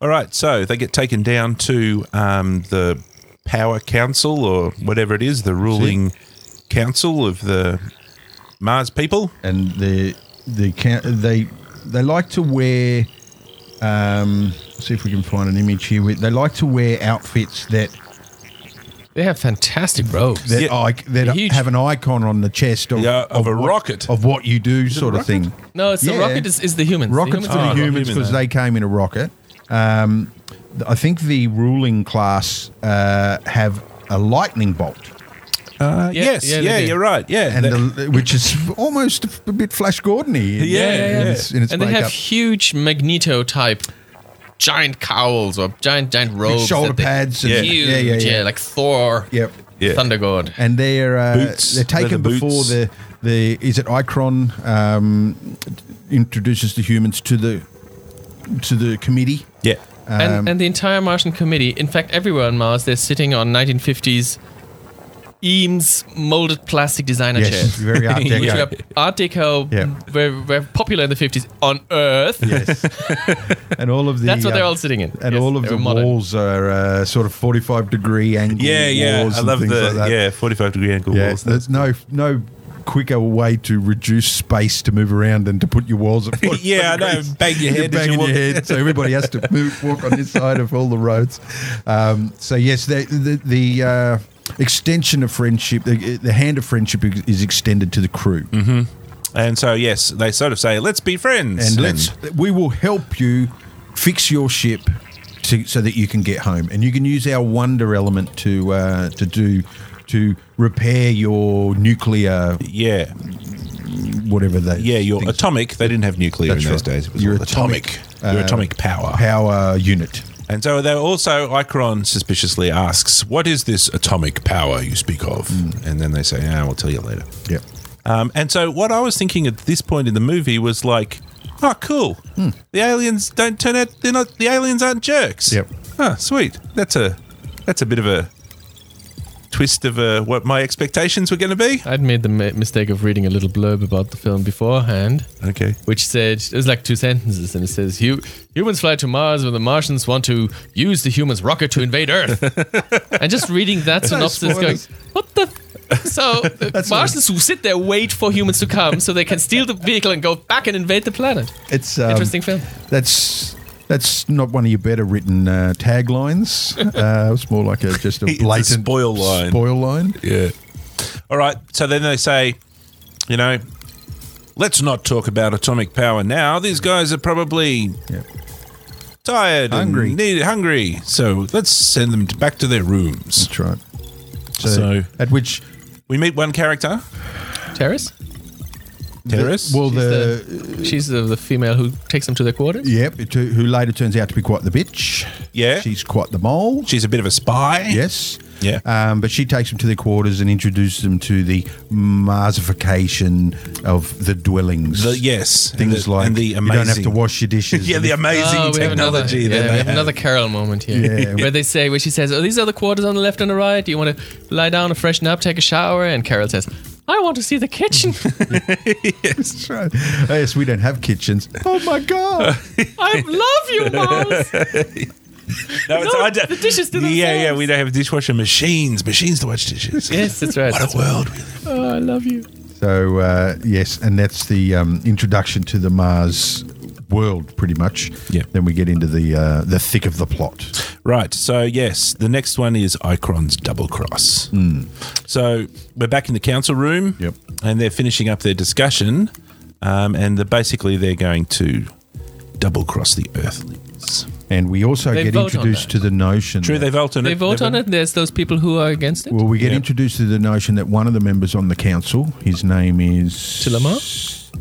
Speaker 2: All right. So they get taken down to um, the Power Council or whatever it is, the ruling council of the Mars people.
Speaker 1: and the the ca- they they like to wear. Um, see if we can find an image here. We- They like to wear outfits that
Speaker 3: They have fantastic robes.
Speaker 1: that,
Speaker 2: Yeah.
Speaker 1: ic- that
Speaker 3: Huge.
Speaker 1: have an icon on the chest of,
Speaker 2: Yeah, of a
Speaker 1: what-
Speaker 2: rocket.
Speaker 1: of what you do, sort of thing.
Speaker 3: No, it's
Speaker 1: Yeah.
Speaker 3: the rocket is, is the humans.
Speaker 1: Rockets
Speaker 3: the
Speaker 1: for
Speaker 3: humans
Speaker 1: the
Speaker 2: are-
Speaker 1: humans
Speaker 2: human,
Speaker 1: because
Speaker 2: though.
Speaker 1: they came in a rocket. Um, th- I think the ruling class uh, have a lightning bolt,
Speaker 2: Uh,
Speaker 3: Yeah,
Speaker 2: yes,
Speaker 3: yeah,
Speaker 2: yeah,
Speaker 3: they do.
Speaker 2: you're right. Yeah,
Speaker 1: and
Speaker 2: that-
Speaker 1: the, which is almost a f- a bit Flash Gordon-y. in-
Speaker 2: Yeah, yeah,
Speaker 1: in
Speaker 2: yeah.
Speaker 1: its, in its
Speaker 3: and they have
Speaker 1: makeup.
Speaker 3: huge magneto type giant cowls or giant giant robes
Speaker 1: shoulder
Speaker 3: that they-
Speaker 1: pads and-
Speaker 2: Yeah.
Speaker 3: huge,
Speaker 1: Yeah,
Speaker 3: yeah,
Speaker 1: yeah, yeah.
Speaker 3: like thor
Speaker 1: Yep.
Speaker 2: Yeah.
Speaker 3: thunder god
Speaker 1: and they're uh,
Speaker 2: Boots,
Speaker 1: they're taken
Speaker 2: leather
Speaker 1: before
Speaker 2: boots.
Speaker 1: the the is it Icron um, introduces the humans to the to the committee.
Speaker 2: yeah,
Speaker 1: Um,
Speaker 3: and, and the entire martian committee in fact everywhere on mars they're sitting on 1950s eames molded plastic designer
Speaker 1: Yes,
Speaker 3: chairs
Speaker 1: very art
Speaker 3: which
Speaker 1: deco.
Speaker 3: were art deco
Speaker 1: Yeah.
Speaker 3: were, were popular in the 50s on earth
Speaker 1: yes, and all of the
Speaker 3: that's what they're
Speaker 1: uh,
Speaker 3: all sitting in
Speaker 1: and
Speaker 3: Yes,
Speaker 1: all of
Speaker 3: they
Speaker 1: the
Speaker 3: were modern.
Speaker 1: walls are uh, sort of forty five degree angle.
Speaker 2: yeah, yeah.
Speaker 1: walls
Speaker 2: I
Speaker 1: and
Speaker 2: love
Speaker 1: things
Speaker 2: the
Speaker 1: like that.
Speaker 2: yeah 45 degree angle
Speaker 1: Yeah,
Speaker 2: walls.
Speaker 1: There's no no quicker way to reduce space to move around than to put your walls at 45
Speaker 2: yeah, I know.
Speaker 1: degrees.
Speaker 2: Bang your
Speaker 1: You're
Speaker 2: head. as you
Speaker 1: banging
Speaker 2: walk-
Speaker 1: your head, so everybody has to move, walk on this side of all the roads. Um, so yes, the the, the uh, extension of friendship, the, the hand of friendship is is extended to the crew,
Speaker 2: And so yes, they sort of say, "Let's be friends."
Speaker 1: and let's we will help you fix your ship. To, so that you can get home, and you can use our wonder element to uh, to do to repair your nuclear
Speaker 2: yeah,
Speaker 1: whatever they
Speaker 2: yeah. Your
Speaker 1: things-
Speaker 2: atomic. They didn't have nuclear
Speaker 1: That's
Speaker 2: in those
Speaker 1: right.
Speaker 2: days. It was
Speaker 1: Your
Speaker 2: your
Speaker 1: atomic,
Speaker 2: atomic,
Speaker 1: uh,
Speaker 2: your atomic power.
Speaker 1: power unit.
Speaker 2: And so they also, Icron suspiciously asks, What is this atomic power you speak of? And then they say, Ah, we'll tell you later.
Speaker 1: Yep.
Speaker 2: Um, and so what I was thinking at this point in the movie was like, Oh, cool. The aliens don't turn out, they're not, the aliens aren't jerks.
Speaker 1: Yep.
Speaker 2: Ah, sweet. That's a, that's a bit of a twist of uh what my expectations were going to be.
Speaker 3: I'd made the mi- mistake of reading a little blurb about the film beforehand,
Speaker 2: Okay.
Speaker 3: which said it was like two sentences, and it says "Hu- humans fly to Mars when the Martians want to use the humans' rocket to invade Earth. and just reading that synopsis, going,
Speaker 1: spoilers.
Speaker 3: what the? F-? So the
Speaker 1: That's
Speaker 3: Martians who sit there wait for humans to come so they can steal the vehicle and go back and invade the planet.
Speaker 1: It's um,
Speaker 3: Interesting film.
Speaker 1: That's that's not one of your better written uh, taglines. Uh, it's more like a, just a
Speaker 2: It's a
Speaker 1: blatant
Speaker 2: spoil line.
Speaker 1: Spoil line.
Speaker 2: Yeah. All right. So then they say, you know, let's not talk about atomic power now. These guys are probably
Speaker 1: Yep.
Speaker 2: tired,
Speaker 1: Hungry.
Speaker 2: and need, hungry. So let's send them back to their rooms.
Speaker 1: That's right. So,
Speaker 2: So-
Speaker 1: at which
Speaker 2: We meet one character,
Speaker 3: Terrace?
Speaker 2: Terrace.
Speaker 1: well
Speaker 3: She's
Speaker 1: the,
Speaker 3: the, she's the, the female who takes them to their quarters.
Speaker 1: yep it- who later turns out to be quite the bitch.
Speaker 2: Yeah.
Speaker 1: she's quite the mole.
Speaker 2: she's a bit of a spy.
Speaker 1: Yes.
Speaker 2: Yeah.
Speaker 1: Um, but she takes them to their quarters and introduces them to the Marsification of the dwellings.
Speaker 2: The- yes.
Speaker 1: Things
Speaker 2: and the,
Speaker 1: like
Speaker 2: and the amazing.
Speaker 1: you don't have to wash your dishes.
Speaker 2: Yeah, the amazing
Speaker 3: Oh, we have another-
Speaker 2: technology.
Speaker 3: yeah,
Speaker 2: that
Speaker 3: we
Speaker 2: they
Speaker 3: have another Carol moment here,
Speaker 1: Yeah.
Speaker 3: where they say, where she says, "Oh, these are the quarters on the left and the right. Do you want to lie down and freshen up, take a shower?" And Carol says, "I want to see the kitchen.
Speaker 1: That's right. Yes, we don't have kitchens. Oh my god!
Speaker 3: I love you, Mars."
Speaker 2: No, it's,
Speaker 3: No,
Speaker 2: I don't-
Speaker 3: the dishes do
Speaker 2: Yeah, yeah.
Speaker 3: themselves.
Speaker 2: We don't have dishwasher machines. Machines to wash dishes.
Speaker 3: yes, that's right.
Speaker 2: What
Speaker 3: That's-
Speaker 2: a world we live in.
Speaker 3: oh, I love you.
Speaker 1: So uh, yes, and that's the um, introduction to the Mars world, pretty much.
Speaker 2: Yeah.
Speaker 1: Then we get into the uh, the thick of the plot.
Speaker 2: Right. So yes, the next one is Ichron's double cross. So we're back in the council room.
Speaker 1: Hmm. Yep.
Speaker 2: And they're finishing up their discussion, um, and they're basically they're going to double cross the Earthlings.
Speaker 1: And we also
Speaker 3: They
Speaker 1: get
Speaker 3: vote on
Speaker 1: introduced
Speaker 3: that.
Speaker 1: to the notion.
Speaker 2: True,
Speaker 1: that,
Speaker 2: they vote on it.
Speaker 3: They vote on it. There's those people who are against it.
Speaker 1: well, we get
Speaker 2: Yeah.
Speaker 1: introduced to the notion that one of the members on the council, his name is
Speaker 3: Tillamar?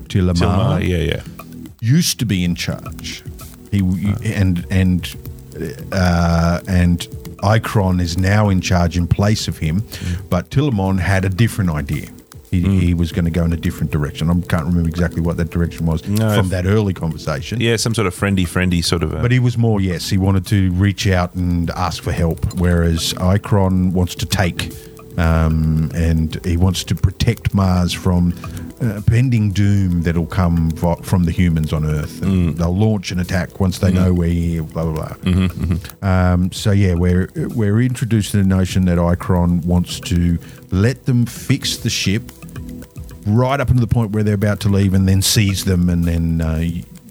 Speaker 1: Tillamar,
Speaker 2: Tilmar, yeah, yeah.
Speaker 1: used to be in charge. He and and uh, and Icron is now in charge in place of him,
Speaker 2: Mm.
Speaker 1: but Tillamon had a different idea. He, he was going to go in a different direction. I can't remember exactly what that direction was
Speaker 2: No,
Speaker 1: from
Speaker 2: if-
Speaker 1: that early conversation.
Speaker 2: Yeah, some sort of friendly, friendly sort of. A,
Speaker 1: But he was more yes. He wanted to reach out and ask for help, whereas Icron wants to take um, and he wants to protect Mars from uh, pending doom that'll come vo- from the humans on Earth. And They'll launch an attack once they know we're here. Blah blah blah. Um, so yeah, we're we're introduced to the notion that Ichron wants to let them fix the ship right up into the point where they're about to leave, and then seize them, and then uh,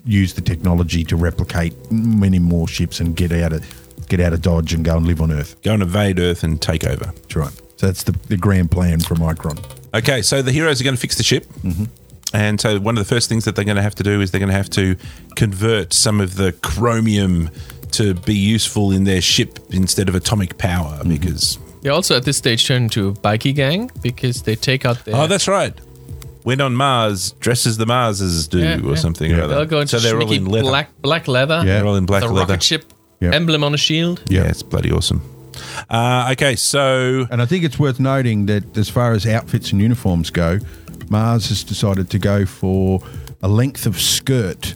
Speaker 1: use the technology to replicate many more ships and get out of get out of Dodge and go and live on Earth.
Speaker 2: Go and evade Earth and take over.
Speaker 1: That's right. So that's the, the grand plan from Micron.
Speaker 2: Okay, so the heroes are going to fix the ship.
Speaker 1: Mm-hmm.
Speaker 2: And so one of the first things that they're going to have to do is they're going to have to convert some of the chromium to be useful in their ship instead of atomic power
Speaker 1: Mm-hmm.
Speaker 2: because
Speaker 3: They also at this stage turn into a bikey gang because they take out their.
Speaker 2: Oh, that's right. When on Mars, dresses the Marses do
Speaker 3: Yeah,
Speaker 2: or
Speaker 3: yeah.
Speaker 2: something
Speaker 1: Yeah.
Speaker 2: or
Speaker 3: They'll
Speaker 2: other.
Speaker 3: go
Speaker 2: so
Speaker 3: into
Speaker 2: they're all in leather.
Speaker 3: black black leather.
Speaker 1: Yeah.
Speaker 2: They're all in black
Speaker 3: the
Speaker 2: leather.
Speaker 3: rocket ship
Speaker 1: Yeah.
Speaker 3: emblem on a shield.
Speaker 2: Yeah.
Speaker 1: Yeah.
Speaker 2: it's bloody awesome. Uh, okay, so
Speaker 1: And I think it's worth noting that as far as outfits and uniforms go, Mars has decided to go for a length of skirt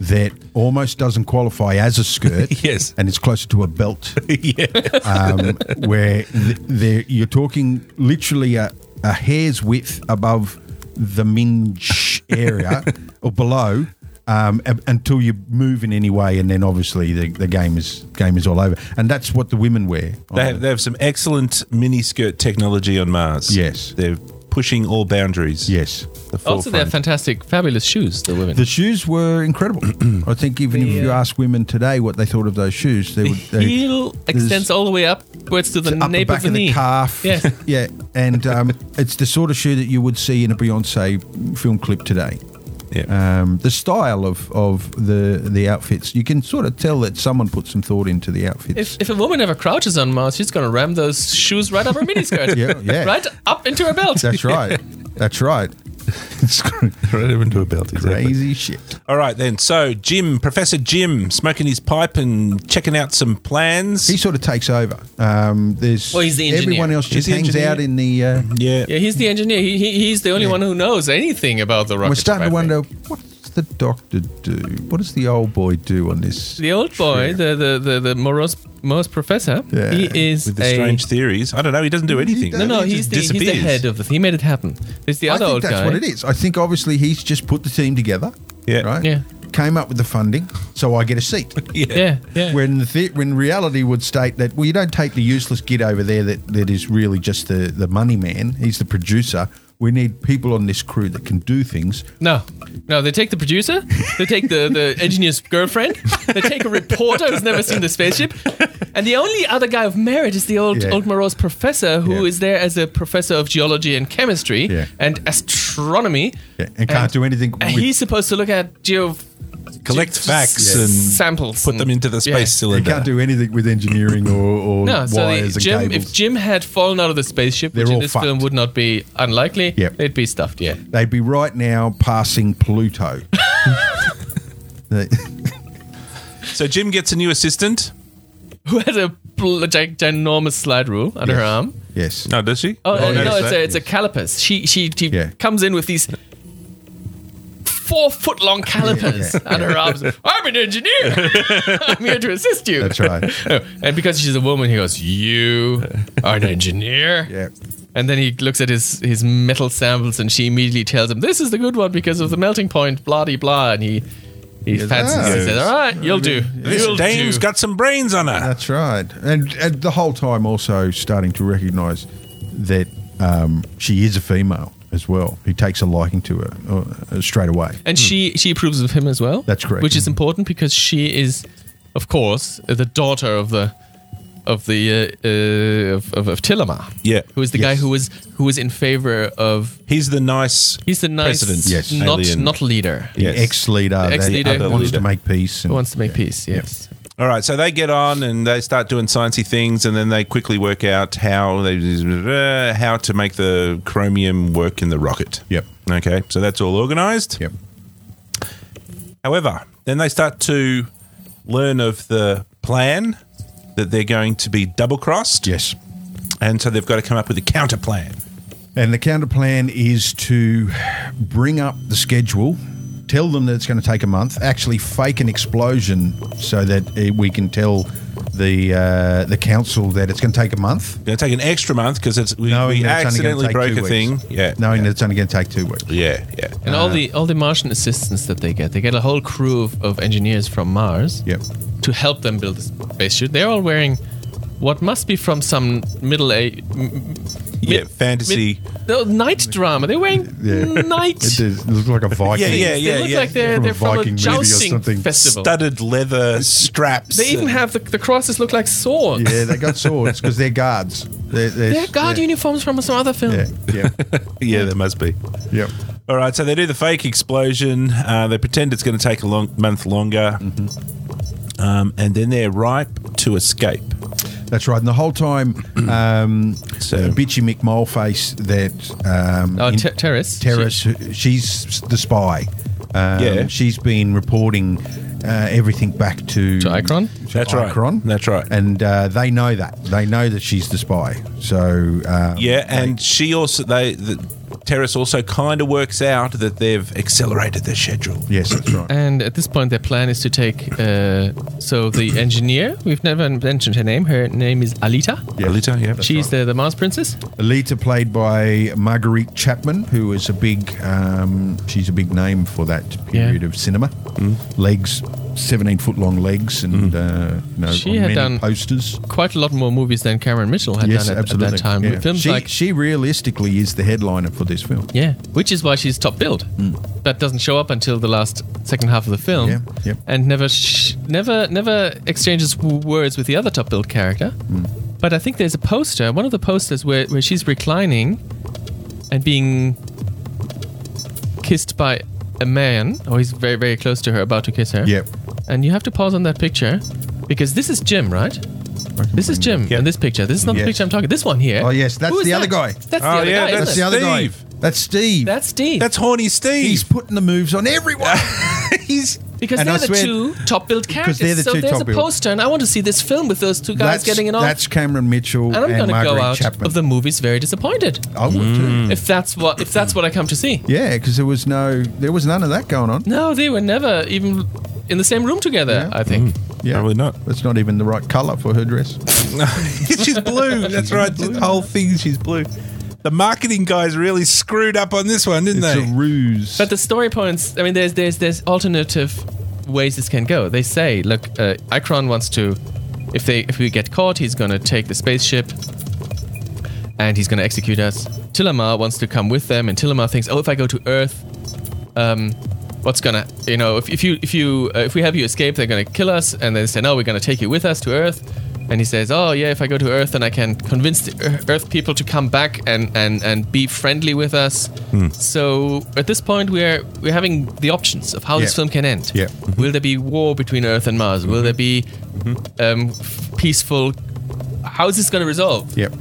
Speaker 1: that almost doesn't qualify as a skirt.
Speaker 2: Yes.
Speaker 1: And it's closer to a belt,
Speaker 2: yeah,
Speaker 1: um, where th- there you're talking literally a, a hair's width above the minge area or below. Um, ab- until you move in any way, and then obviously the, the game is game is all over, and that's what the women wear. on
Speaker 2: they have, they have some excellent miniskirt technology on Mars.
Speaker 1: Yes.
Speaker 2: they're pushing all boundaries.
Speaker 1: Yes.
Speaker 2: the
Speaker 3: Also, they have
Speaker 2: forefront.
Speaker 3: fantastic, fabulous shoes. The women.
Speaker 1: The shoes were incredible. I think even if you ask women today what they thought of those shoes, they would. They,
Speaker 3: heel extends all the way upwards to the
Speaker 1: up the
Speaker 3: nape
Speaker 1: back
Speaker 3: of the
Speaker 1: of
Speaker 3: knee.
Speaker 1: the calf.
Speaker 3: Yes.
Speaker 1: yeah. And um, it's the sort of shoe that you would see in a Beyonce film clip today.
Speaker 2: yeah.
Speaker 1: Um, the style of, of the the outfits, you can sort of tell that someone put some thought into the outfits.
Speaker 3: If, if a woman ever crouches on Mars, she's gonna ram those shoes right up her miniskirt,
Speaker 1: Yeah, yeah.
Speaker 3: right up into her belt.
Speaker 1: That's right. That's right. It's
Speaker 2: right over into a belt.
Speaker 1: crazy shit.
Speaker 2: All right then. So Jim, Professor Jim, smoking his pipe and checking out some plans.
Speaker 1: He sort of takes over. Um, there's
Speaker 3: Well, he's the engineer.
Speaker 1: everyone else just
Speaker 2: the
Speaker 1: hangs
Speaker 2: engineer.
Speaker 1: out in the. Uh,
Speaker 2: yeah.
Speaker 3: Yeah, he's the engineer. He, he, he's the only one who knows anything about the rocket.
Speaker 1: We're starting to
Speaker 3: ship, I think.
Speaker 1: wonder what's the doctor do? What does the old boy do on this?
Speaker 3: The old boy, the the the, the morose, morose professor,
Speaker 1: Yeah,
Speaker 3: he is
Speaker 2: With the
Speaker 3: a
Speaker 2: strange theories. I don't know. He doesn't do anything.
Speaker 3: no no.
Speaker 2: He
Speaker 3: He's
Speaker 2: just
Speaker 3: the, he's the
Speaker 2: disappears.
Speaker 3: head of the. He made it happen. There's the
Speaker 1: I
Speaker 3: other
Speaker 1: think
Speaker 3: old
Speaker 1: that's
Speaker 3: guy.
Speaker 1: what it is. I think obviously he's just put the team together.
Speaker 2: Yeah.
Speaker 1: Right.
Speaker 3: Yeah.
Speaker 1: Came up with the funding, so I get a seat.
Speaker 3: Yeah yeah.
Speaker 1: When the the when reality would state that well, you don't take the useless kid over there that, that is really just the the money man. He's the producer. We need people on this crew that can do things.
Speaker 3: No, no. They take the producer. They take the the engineer's girlfriend. They take a reporter who's never seen the spaceship, and the only other guy of merit is the old
Speaker 1: Yeah.
Speaker 3: old morose professor who is
Speaker 1: Yeah.
Speaker 3: there as a professor of geology and chemistry
Speaker 1: Yeah.
Speaker 3: and astronomy.
Speaker 1: Yeah, and can't do anything
Speaker 3: And
Speaker 1: with-
Speaker 3: he's supposed to look at geo
Speaker 2: Collect facts
Speaker 3: s-
Speaker 2: and
Speaker 3: samples.
Speaker 2: put them into the space
Speaker 3: Yeah.
Speaker 1: They
Speaker 2: cylinder.
Speaker 1: can't do anything with engineering or, or
Speaker 3: No, so the-
Speaker 1: wires
Speaker 3: Jim,
Speaker 1: and cables.
Speaker 3: if Jim had fallen out of the spaceship,
Speaker 1: They're
Speaker 3: which in
Speaker 1: all
Speaker 3: this
Speaker 1: fucked.
Speaker 3: film would not be unlikely,
Speaker 1: Yep.
Speaker 3: they'd be stuffed. Yeah,
Speaker 1: they'd be right now passing Pluto. They-
Speaker 2: So Jim gets a new assistant.
Speaker 3: who had a bl- gi- ginormous slide rule under her arm.
Speaker 1: yes.
Speaker 2: No, does she?
Speaker 3: Oh,
Speaker 2: I
Speaker 3: uh,
Speaker 2: noticed
Speaker 3: no, it's
Speaker 2: that.
Speaker 3: a, it's a calipers. She she, she
Speaker 1: Yeah.
Speaker 3: comes in with these four foot long calipers
Speaker 1: Yeah,
Speaker 3: on her arms. I'm an engineer. I'm here to assist you.
Speaker 1: That's right.
Speaker 3: Oh, and because she's a woman, he goes, "You are an engineer."
Speaker 1: Yeah.
Speaker 3: And then he looks at his his metal samples, and she immediately tells him, "This is the good one because of the melting point." Blah de blah. And he he
Speaker 1: goes,
Speaker 3: fancies.
Speaker 1: "Ah."
Speaker 3: it. He says, "All right, you'll do.
Speaker 2: This
Speaker 3: You'll
Speaker 2: dame's
Speaker 3: do."
Speaker 2: got some brains on her.
Speaker 1: That's right. And, and the whole time also starting to recognise that um, she is a female as well. He takes a liking to her uh, straight away.
Speaker 3: and she she approves of him as well.
Speaker 1: That's correct.
Speaker 3: Which is important because she is, of course, uh, the daughter of the of the uh, uh, of, of, of Tillamar.
Speaker 2: Yeah.
Speaker 3: who is the guy
Speaker 1: Yes.
Speaker 3: who was who was in favor of.
Speaker 2: He's the nice.
Speaker 3: He's the nice,
Speaker 2: President.
Speaker 1: Yes.
Speaker 3: not
Speaker 2: Alien.
Speaker 3: not leader.
Speaker 1: The
Speaker 2: Yes.
Speaker 1: ex-leader, that
Speaker 3: ex-leader
Speaker 1: wants
Speaker 2: who-
Speaker 1: to make peace.
Speaker 3: Who
Speaker 1: And,
Speaker 3: wants to make peace? Yes.
Speaker 2: All right, so they get on and they start doing sciencey things, and then they quickly work out how they uh, how to make the chromium work in the rocket.
Speaker 1: Yep.
Speaker 2: Okay, so that's all organised.
Speaker 1: Yep.
Speaker 2: However, then they start to learn of the plan that they're going to be double crossed.
Speaker 1: Yes.
Speaker 2: And so they've got to come up with a counter plan.
Speaker 1: And the counter plan is to bring up the schedule, tell them that it's going to take a month, actually fake an explosion so that eh, we can tell the uh, the council that it's going to take a month.
Speaker 2: Going to take an extra month because it's we, we
Speaker 1: that it's only gonna
Speaker 2: accidentally
Speaker 1: take
Speaker 2: broke
Speaker 1: two
Speaker 2: a thing.
Speaker 1: weeks.
Speaker 2: Yeah.
Speaker 1: Knowing
Speaker 2: yeah.
Speaker 1: that it's only going to take two weeks.
Speaker 2: Yeah, yeah.
Speaker 3: And all
Speaker 1: Uh,
Speaker 3: the all the Martian assistants that they get, they get a whole crew of, of engineers from Mars
Speaker 1: Yep.
Speaker 3: to help them build this spacesuit. They're all wearing what must be from some middle age
Speaker 2: yeah, fantasy.
Speaker 3: no, night drama. They're wearing
Speaker 1: Yeah.
Speaker 3: night.
Speaker 1: It, is, it looks like a Viking.
Speaker 2: Yeah, yeah,
Speaker 3: they
Speaker 2: yeah,
Speaker 3: look
Speaker 2: yeah.
Speaker 3: like they're
Speaker 1: From a
Speaker 3: they're from a
Speaker 1: Viking movie or
Speaker 3: jousting
Speaker 1: something.
Speaker 3: festival.
Speaker 2: studded leather straps.
Speaker 3: They even
Speaker 2: and-
Speaker 3: have the, the crosses look like swords.
Speaker 1: Yeah, they got swords because they're guards. They're, they're,
Speaker 3: They're guard
Speaker 1: yeah.
Speaker 3: uniforms from some other film.
Speaker 1: Yeah, yeah,
Speaker 2: Yeah, there must be.
Speaker 1: yeah.
Speaker 2: All right, so they do the fake explosion. Uh, they pretend it's going to take a long month longer,
Speaker 1: Mm-hmm.
Speaker 2: um, and then they're ripe to escape.
Speaker 1: That's right. And the whole time, um,
Speaker 2: So-
Speaker 1: uh, bitchy Mick Moleface, that um,
Speaker 3: Oh,
Speaker 1: in-
Speaker 3: ter- Terrace.
Speaker 1: Terrace, who- she's the spy. Um,
Speaker 2: Yeah.
Speaker 1: she's been reporting uh, everything back to
Speaker 3: To Ikron?
Speaker 2: That's right.
Speaker 1: Ikron.
Speaker 2: That's right.
Speaker 1: And uh, they know that. They know that she's the spy. So um,
Speaker 2: Yeah, and she also they the Terrace also kind of works out that they've accelerated their schedule.
Speaker 1: yes, that's right.
Speaker 3: And at this point, their plan is to take. Uh, so the engineer, we've never mentioned her name. Her name is Alita.
Speaker 1: Yeah.
Speaker 2: Alita, yeah.
Speaker 3: She's the, the Mars princess.
Speaker 1: Alita, played by Marguerite Chapman, who is a big, um, she's a big name for that period of cinema.
Speaker 3: Mm.
Speaker 1: Legs, seventeen foot long legs, and uh, you know,
Speaker 3: She
Speaker 1: on
Speaker 3: had
Speaker 1: many
Speaker 3: done
Speaker 1: posters.
Speaker 3: Quite a lot more movies than Cameron Mitchell had
Speaker 1: Yes,
Speaker 3: done at, at
Speaker 1: absolutely.
Speaker 3: that time.
Speaker 1: Yeah.
Speaker 3: Films
Speaker 1: she,
Speaker 3: like
Speaker 1: she realistically is the headliner for this film.
Speaker 3: yeah, which is why she's top billed. That doesn't show up until the last second half of the film,
Speaker 1: Mm. Yeah, yeah.
Speaker 3: and never sh- never never exchanges w- words with the other top billed character.
Speaker 1: Mm.
Speaker 3: But I think there's a poster, one of the posters where where she's reclining and being kissed by a man, or he's very very close to her, about to kiss her.
Speaker 1: Yep.
Speaker 3: And you have to pause on that picture because this is Jim, right? This is Jim
Speaker 2: Yeah.
Speaker 3: in this picture. This is not
Speaker 1: Yes.
Speaker 3: the picture I'm talking. This one here.
Speaker 1: Oh, yes, that's
Speaker 3: Who is
Speaker 1: the other
Speaker 3: that?
Speaker 1: guy.
Speaker 3: That's the
Speaker 2: Oh,
Speaker 3: other
Speaker 2: yeah,
Speaker 3: guy.
Speaker 2: that's
Speaker 1: That's
Speaker 3: isn't
Speaker 1: the
Speaker 3: it?
Speaker 1: other
Speaker 2: Steve.
Speaker 1: guy. That's Steve.
Speaker 3: That's Steve.
Speaker 2: That's horny Steve.
Speaker 1: He's putting the moves on everyone. He's
Speaker 3: because
Speaker 1: and
Speaker 3: they're
Speaker 1: I
Speaker 3: the
Speaker 1: swear-
Speaker 3: two top billed characters.
Speaker 1: they're the
Speaker 3: so
Speaker 1: two
Speaker 3: there's a
Speaker 1: top-billed.
Speaker 3: poster, and I want to see this film with those two guys
Speaker 1: That's,
Speaker 3: getting it off.
Speaker 1: that's Cameron Mitchell
Speaker 3: and I'm
Speaker 1: and
Speaker 3: going to
Speaker 1: Marguerite
Speaker 3: go out
Speaker 1: Chapman. Mm.
Speaker 3: of the Mm. movies very disappointed.
Speaker 1: I would too.
Speaker 3: If that's what if that's what I come to see.
Speaker 1: Yeah, because there was no, there was none of that going on.
Speaker 3: No, they were never even in the same room together.
Speaker 1: Yeah. Mm.
Speaker 3: I think.
Speaker 1: Yeah,
Speaker 2: Probably not.
Speaker 1: That's not even the right colour for her dress.
Speaker 2: she's blue. That's right. The whole thing, she's blue. The marketing guys really screwed up on this one, didn't
Speaker 1: It's a
Speaker 2: they?
Speaker 1: ruse.
Speaker 3: But the story points. I mean, there's there's there's alternative ways this can go. They say, look, uh, Ikron wants to. If they if we get caught, he's gonna take the spaceship, and he's gonna execute us. Tillamar wants to come with them, and Tillamar thinks, oh, if I go to Earth, um, what's gonna you know if, if you if you uh, if we have you escape, they're gonna kill us, and they say, no, we're gonna take you with us to Earth. And he says, "Oh yeah, if I go to Earth, then I can convince the Ear- Earth people to come back and, and, and be friendly with us."
Speaker 1: Hmm.
Speaker 3: So at this point, we're we're having the options of how this
Speaker 1: Yeah.
Speaker 3: film can end.
Speaker 1: Yeah. Mm-hmm.
Speaker 3: Will there be war between Earth and Mars? Will there be um, f- peaceful? How is this going to resolve?
Speaker 1: yep.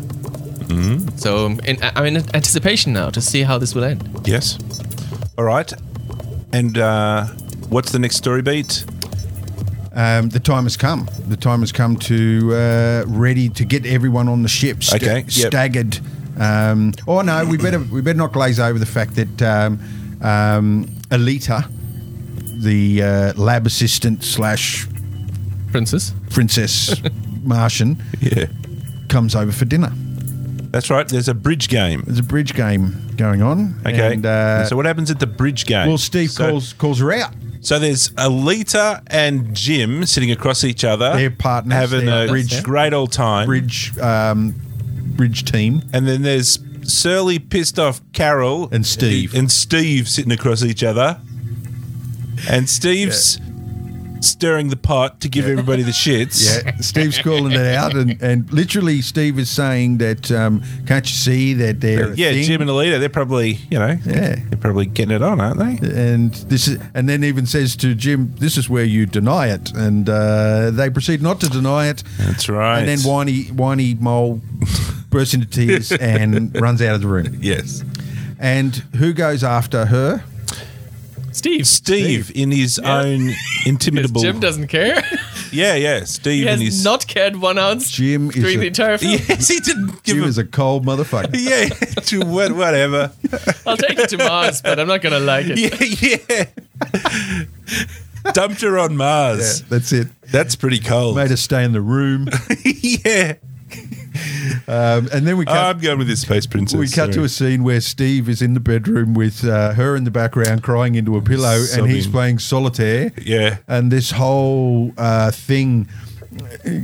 Speaker 3: So in, I- I'm in anticipation now to see how this will end.
Speaker 2: Yes. All right. And uh, what's the next story beat?
Speaker 1: Um, the time has come. The time has come to uh, ready to get everyone on the ships. sta-
Speaker 2: Okay, yep.
Speaker 1: Staggered. Um, oh no, we better we better not glaze over the fact that um, um, Alita, the uh, lab assistant slash
Speaker 3: Princess.
Speaker 1: princess Martian,
Speaker 2: Yeah.
Speaker 1: comes over for dinner.
Speaker 2: That's right. There's a bridge game.
Speaker 1: There's a bridge game going on.
Speaker 2: Okay.
Speaker 1: And, uh,
Speaker 2: so what happens at the bridge game?
Speaker 1: well, Steve
Speaker 2: So-
Speaker 1: calls calls her out.
Speaker 2: So there's Alita and Jim sitting across each other.
Speaker 1: They're partners,
Speaker 2: having
Speaker 1: they're
Speaker 2: a
Speaker 1: bridge-
Speaker 2: great old time.
Speaker 1: Bridge um, bridge team.
Speaker 2: And then there's surly, pissed off Carol
Speaker 1: And Steve.
Speaker 2: and Steve sitting across each other. And Steve's stirring the pot to give everybody the shits.
Speaker 1: Yeah, Steve's calling it out, and, and literally Steve is saying that um, can't you see that they're a
Speaker 2: Yeah,
Speaker 1: thing?
Speaker 2: Jim and Alita, they're probably, you know,
Speaker 1: Yeah.
Speaker 2: they're probably getting it on, aren't they?
Speaker 1: and this is, and then even says to Jim, "This is where you deny it," and uh, they proceed not to deny it.
Speaker 2: That's right.
Speaker 1: And then whiny whiny mole bursts into tears and runs out of the room.
Speaker 2: Yes.
Speaker 1: And who goes after her?
Speaker 3: Steve.
Speaker 2: Steve, in his own
Speaker 3: Because
Speaker 2: intimidable.
Speaker 3: Jim doesn't care.
Speaker 2: yeah, yeah. Steve
Speaker 3: he
Speaker 2: and
Speaker 3: has
Speaker 2: his.
Speaker 3: not cared one ounce
Speaker 1: Jim is
Speaker 3: during
Speaker 1: a-
Speaker 3: the entire film.
Speaker 2: yes, he didn't give
Speaker 1: Jim
Speaker 2: a.
Speaker 1: is a cold motherfucker.
Speaker 2: yeah, to what, whatever.
Speaker 3: I'll take it to Mars, but I'm not gonna like it.
Speaker 2: yeah, yeah. dumped her on Mars.
Speaker 1: That's it.
Speaker 2: That's pretty cold.
Speaker 1: Made us stay in the room,
Speaker 2: yeah.
Speaker 1: um, and then we cut.
Speaker 2: I'm going with this space princess.
Speaker 1: we cut to a scene where Steve is in the bedroom with uh, her in the background crying into a pillow, and he's
Speaker 2: Sobbing.
Speaker 1: playing solitaire.
Speaker 2: Yeah.
Speaker 1: and this whole uh, thing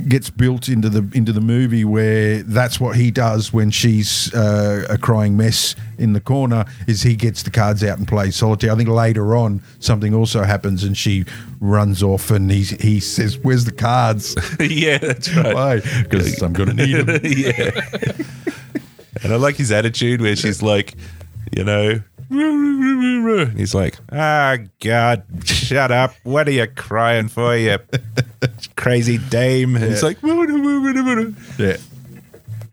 Speaker 1: gets built into the into the movie where that's what he does when she's uh, a crying mess in the corner is he gets the cards out and plays solitaire. I think later on something also happens and she runs off and he he says, "Where's the cards?
Speaker 2: Sorry. yeah, that's right.
Speaker 1: Why? Because I'm going to need them."
Speaker 2: yeah. and I like his attitude where she's like, you know, and he's like, ah, God, shut up. What are you crying for, you crazy dame? And he's like,
Speaker 1: Yeah.